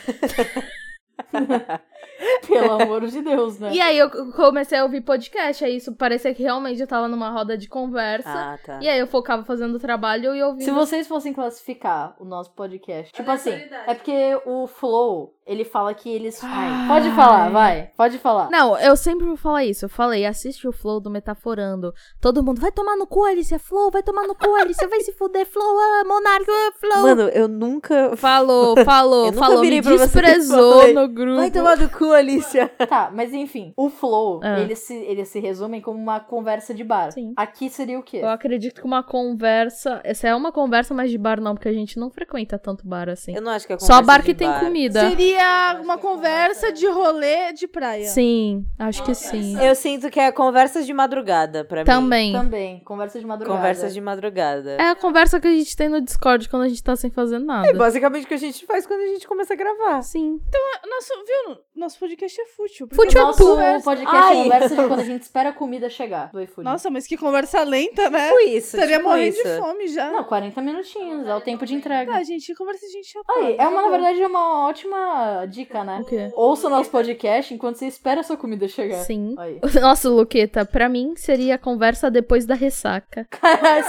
Speaker 5: Pelo amor de Deus, né?
Speaker 6: E aí eu comecei a ouvir podcast, aí isso parecia que realmente eu tava numa roda de conversa.
Speaker 2: Ah, tá.
Speaker 6: E aí eu focava fazendo o trabalho e ouvindo.
Speaker 5: Se vocês fossem classificar o nosso podcast, tipo assim, é porque o Flow, ele fala que eles.
Speaker 6: Ai.
Speaker 5: Pode falar, vai. Pode falar.
Speaker 6: Não, eu sempre vou falar isso. Eu falei, assiste o Flow do Metaforando. Todo mundo vai tomar no cu, Alice. Flow, vai tomar no cu, Alice. Vai se fuder, Flow, ah, Monarca, ah, Flow.
Speaker 2: Mano, eu nunca.
Speaker 6: falou,
Speaker 2: Eu
Speaker 6: falou,
Speaker 2: nunca
Speaker 6: falou.
Speaker 2: virei
Speaker 6: Me
Speaker 2: pra você e
Speaker 6: desprezou
Speaker 2: falei,
Speaker 6: no
Speaker 2: [LAUGHS]
Speaker 6: grupo.
Speaker 2: Vai tomar do cu, Alicia.
Speaker 5: Tá, mas enfim, o Flow,
Speaker 6: Ah.
Speaker 5: eles se, eles se resumem como uma conversa de bar.
Speaker 6: Sim.
Speaker 5: Aqui seria o quê?
Speaker 6: Eu acredito que uma conversa. Essa é uma conversa, mas de bar não, porque a gente não frequenta tanto bar
Speaker 2: [LAUGHS]
Speaker 6: assim.
Speaker 2: Eu não acho que é
Speaker 6: Só
Speaker 2: conversa
Speaker 6: bar
Speaker 2: de
Speaker 6: que tem
Speaker 2: bar.
Speaker 6: comida.
Speaker 4: Seria uma conversa de rolê de praia.
Speaker 6: Sim, acho que sim. É
Speaker 2: Eu sinto que é conversas de madrugada pra mim.
Speaker 6: Também.
Speaker 5: Também, conversa de madrugada.
Speaker 2: Conversas de madrugada.
Speaker 6: É a conversa que a gente tem no Discord quando a gente tá sem fazer
Speaker 2: É
Speaker 6: nada.
Speaker 2: basicamente o que a gente faz quando a gente começa a gravar.
Speaker 6: Sim.
Speaker 4: Nosso, viu? Nosso podcast é fútil. porque
Speaker 6: Fútil
Speaker 4: o
Speaker 5: Nosso
Speaker 4: nosso
Speaker 5: podcast
Speaker 4: conversa-
Speaker 2: Ai.
Speaker 5: é conversa de quando a gente espera a comida chegar do iFood.
Speaker 4: Nossa, mas que conversa lenta, né?
Speaker 2: Tipo isso,
Speaker 4: Estaria
Speaker 2: tipo
Speaker 4: morrendo
Speaker 2: isso.
Speaker 4: de fome já.
Speaker 5: Não, 40 minutinhos, é o tempo de entrega.
Speaker 4: Tá, gente, conversa de gente
Speaker 5: Aí,
Speaker 4: chapada.
Speaker 5: é uma, na
Speaker 4: acabou.
Speaker 5: verdade, é uma ótima outra dica, né?
Speaker 6: O quê?
Speaker 5: Ouça nosso podcast enquanto você espera a sua comida
Speaker 2: É.
Speaker 5: chegar.
Speaker 6: Sim. [LAUGHS]
Speaker 5: Aí.
Speaker 6: Nossa, Luqueta, pra mim seria a conversa depois da ressaca.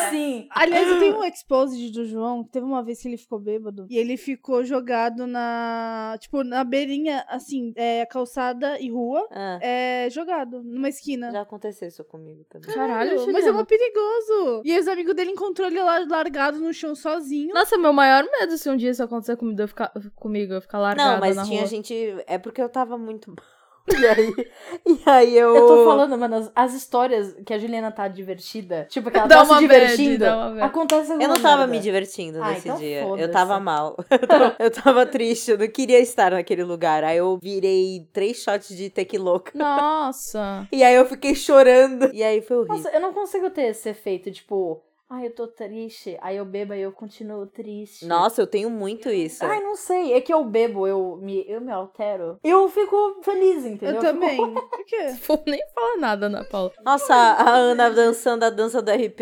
Speaker 5: Sim. [GASPS]
Speaker 4: Aliás, eu tenho um exposed do João. Teve uma vez que ele ficou bêbado. E ele ficou jogado na. Tipo, na beirinha, assim, é, calçada e rua.
Speaker 2: Ah,
Speaker 4: É, jogado, numa esquina.
Speaker 2: já aconteceu isso comigo também.
Speaker 6: Caralho,
Speaker 4: Mas é mó perigoso. E aí os amigos dele encontrou ele lá largado no chão sozinho.
Speaker 6: Nossa, meu maior medo se um dia isso acontecer comigo, eu ficar, comigo, eu ficar largada
Speaker 2: Não, mas
Speaker 6: na
Speaker 2: tinha
Speaker 6: rua.
Speaker 2: gente. É porque eu tava muito. [LAUGHS] mal. E aí, e aí eu.
Speaker 5: Eu tô falando, mano, as, as histórias que a Juliana tá divertida, tipo, que ela
Speaker 6: Dá
Speaker 5: tá se
Speaker 6: uma bad,
Speaker 5: divertindo,
Speaker 6: dá uma bad.
Speaker 5: acontece alguma
Speaker 2: Eu não tava
Speaker 5: merda.
Speaker 2: me divertindo
Speaker 5: Ah,
Speaker 2: nesse
Speaker 5: então
Speaker 2: dia. Eu
Speaker 5: foda-se.
Speaker 2: tava mal. [LAUGHS] Eu tava, eu tava triste, eu não queria estar naquele lugar. Aí eu virei três shots de tequiloca.
Speaker 6: [LAUGHS] Nossa.
Speaker 2: E aí eu fiquei chorando. E aí foi horrível.
Speaker 5: Nossa, eu não consigo ter esse efeito, tipo, ai, eu tô triste, aí eu bebo e eu continuo triste.
Speaker 2: Nossa, eu tenho muito isso.
Speaker 5: Ai, não sei, é que eu bebo, eu me, eu me altero. Eu fico feliz, entendeu?
Speaker 4: Eu
Speaker 5: fico-
Speaker 4: também.
Speaker 5: [LAUGHS]
Speaker 4: Por quê?
Speaker 6: Vou nem falar nada, Ana Paula.
Speaker 2: Nossa, a Ana dançando a dança do RP.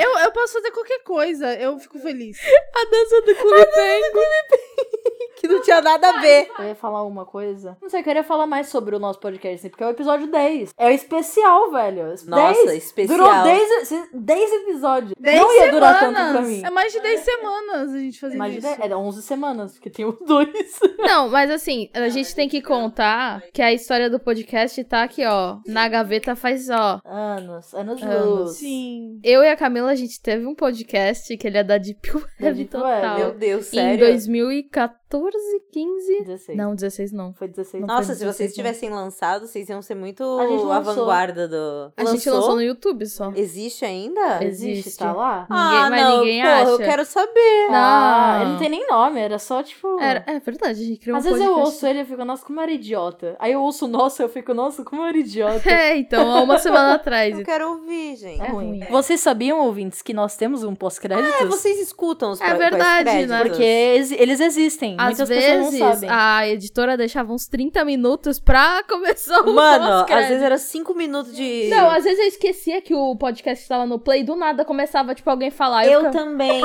Speaker 4: Eu, eu posso fazer qualquer coisa, eu fico feliz.
Speaker 6: A dança do Clube Penguin.
Speaker 2: [LAUGHS] que não tinha nada a ver.
Speaker 5: "Ah, Eu ia falar uma coisa. Não sei, eu queria falar mais sobre o nosso podcast, assim, porque é o episódio 10. É o especial, velho.
Speaker 2: Nossa,
Speaker 5: 10.
Speaker 2: especial.
Speaker 5: Durou 10, 10 episódios.
Speaker 4: Dez
Speaker 5: não ia durar tanto
Speaker 4: semanas.
Speaker 5: pra mim. é,
Speaker 4: É mais de 10 semanas a gente fazendo
Speaker 5: Mais de
Speaker 4: isso.
Speaker 5: 10, era 11 semanas, porque tem os dois.
Speaker 6: Não, mas assim, a gente tem que contar que a história do podcast tá aqui, ó. Na gaveta faz, ó.
Speaker 5: [LAUGHS] Anos, anos
Speaker 6: Anos.
Speaker 5: luz.
Speaker 4: Sim.
Speaker 6: Eu e a Camila, a gente teve um podcast que ele é da Deep
Speaker 5: Da
Speaker 6: Web
Speaker 5: Deep
Speaker 6: total.
Speaker 5: Web,
Speaker 2: Meu Deus, sério.
Speaker 6: Em 2014, 15...
Speaker 5: 16.
Speaker 6: Não, 16 não.
Speaker 5: Foi 16.
Speaker 6: Não.
Speaker 2: Nossa,
Speaker 6: Foi
Speaker 2: se vocês
Speaker 6: 16,
Speaker 2: tivessem lançado, vocês iam ser muito
Speaker 5: A gente
Speaker 2: à
Speaker 5: lançou.
Speaker 2: vanguarda do.
Speaker 6: A gente lançou no YouTube só.
Speaker 2: Existe ainda?
Speaker 6: Existe.
Speaker 5: Tá lá?
Speaker 2: Ah,
Speaker 6: mas
Speaker 2: não,
Speaker 6: ninguém
Speaker 2: porra, eu
Speaker 6: acha.
Speaker 2: quero saber.
Speaker 5: Ah,
Speaker 6: Não.
Speaker 5: ele não tem nem nome, era só tipo.
Speaker 6: Era- é verdade, a gente criou
Speaker 5: Às
Speaker 6: um
Speaker 5: vezes
Speaker 6: podcast.
Speaker 5: eu ouço ele e eu fico, nossa, como eu era idiota. Aí eu ouço, nossa, eu fico, nossa, como eu era idiota.
Speaker 6: [LAUGHS] É, então, há uma semana atrás.
Speaker 2: Eu quero ouvir, gente.
Speaker 5: [LAUGHS] É ruim.
Speaker 6: ruim.
Speaker 5: Vocês sabiam, ouvintes, que nós temos um pós-créditos?
Speaker 2: É, vocês escutam os
Speaker 6: É
Speaker 2: pro-
Speaker 6: verdade,
Speaker 2: pós-créditos?
Speaker 6: né?
Speaker 5: Porque exi- eles existem.
Speaker 6: Às
Speaker 5: Muitas pessoas
Speaker 6: vezes,
Speaker 5: não sabem.
Speaker 6: a editora deixava uns 30 minutos pra começar o
Speaker 2: Mano, às
Speaker 6: pós-crédito.
Speaker 2: vezes era cinco minutos de.
Speaker 6: Não, às vezes eu esquecia que o podcast estava no play, do nada começava, tipo, alguém falar.
Speaker 2: Eu
Speaker 6: ficava,
Speaker 2: também.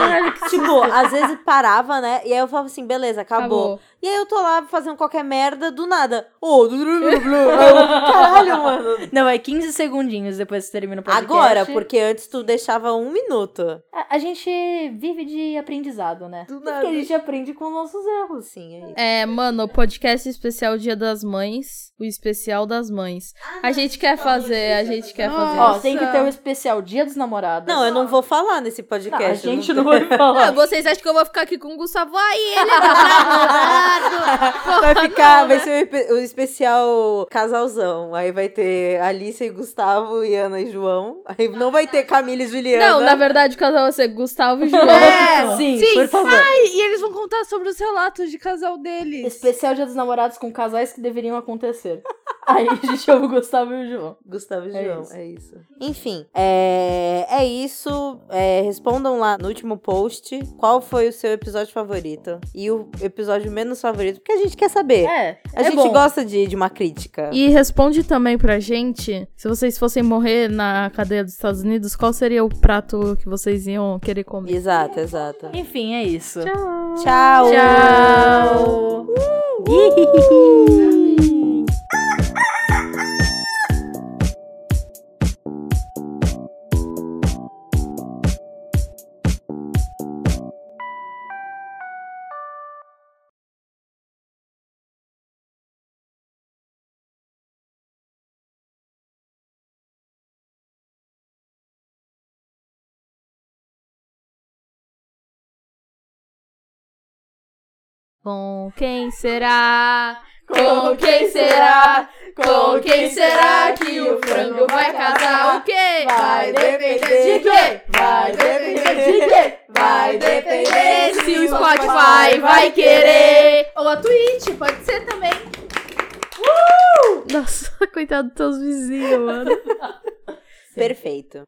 Speaker 2: tipo, às vezes parava, né? E aí eu falava assim, beleza, acabou.
Speaker 6: acabou.
Speaker 2: E aí eu tô lá fazendo qualquer merda, do nada. Ô, [LAUGHS] blu, blu, blu, blu.
Speaker 5: [LAUGHS]
Speaker 2: Aí eu, caralho, mano.
Speaker 5: Não, é 15 segundinhos depois que termina o podcast.
Speaker 2: Agora, porque antes tu deixava um minuto.
Speaker 5: A, a gente vive de aprendizado, né?
Speaker 2: Do
Speaker 5: Porque a gente aprende com nossos erros.
Speaker 2: Assim, aí.
Speaker 6: É, mano, o podcast especial Dia das Mães, o especial das mães. A gente quer fazer, a gente quer fazer.
Speaker 5: Ó,
Speaker 4: Nossa.
Speaker 5: tem que ter o especial Dia dos Namorados. Tá,
Speaker 2: Não, eu não vou falar nesse podcast.
Speaker 5: a
Speaker 2: eu [LAUGHS]
Speaker 5: gente não vai falar.
Speaker 6: Ah, vocês acham que eu vou ficar aqui com o Gustavo? Aí
Speaker 5: [LAUGHS]
Speaker 6: ele Tá é meu namorado!
Speaker 2: Vai
Speaker 6: Porra,
Speaker 2: ficar,
Speaker 6: não,
Speaker 2: vai
Speaker 6: né?
Speaker 2: ser o epe- o especial casalzão. Aí vai ter Alice e Gustavo, e Ana e João. Aí não vai ter Camila e Juliana.
Speaker 6: Não, na verdade, o casal vai ser Gustavo [LAUGHS] e João.
Speaker 4: É,
Speaker 5: sim,
Speaker 4: sim.
Speaker 5: por favor.
Speaker 4: Ai, e eles vão contar sobre os relatos de casal deles.
Speaker 5: Especial Dia dos Namorados com casais que deveriam acontecer. Aí a gente ama o Gustavo e o João.
Speaker 2: Gustavo e
Speaker 5: É
Speaker 2: João,
Speaker 5: isso.
Speaker 2: é isso. Enfim, é, é isso. É, respondam lá no último post qual foi o seu episódio favorito e o episódio menos favorito, porque a gente quer saber.
Speaker 5: É,
Speaker 2: a
Speaker 5: é
Speaker 2: gente
Speaker 5: bom.
Speaker 2: gosta de, de uma crítica.
Speaker 6: E responde também pra gente, se vocês fossem morrer na cadeia dos Estados Unidos, qual seria o prato que vocês iam querer comer?
Speaker 2: Exato, exato.
Speaker 5: Enfim, é isso.
Speaker 2: Tchau!
Speaker 5: Tchau.
Speaker 6: Com quem será? Com quem será? Com quem será que o frango vai casar? O quê?
Speaker 2: Vai depender
Speaker 6: de quê?
Speaker 2: Vai depender de
Speaker 6: quê?
Speaker 2: Vai depender
Speaker 6: Se o Spotify vai querer! Ou a Twitch, pode ser também. Uh! [LAUGHS] Nossa, coitado dos teus vizinhos, mano.
Speaker 2: Perfeito.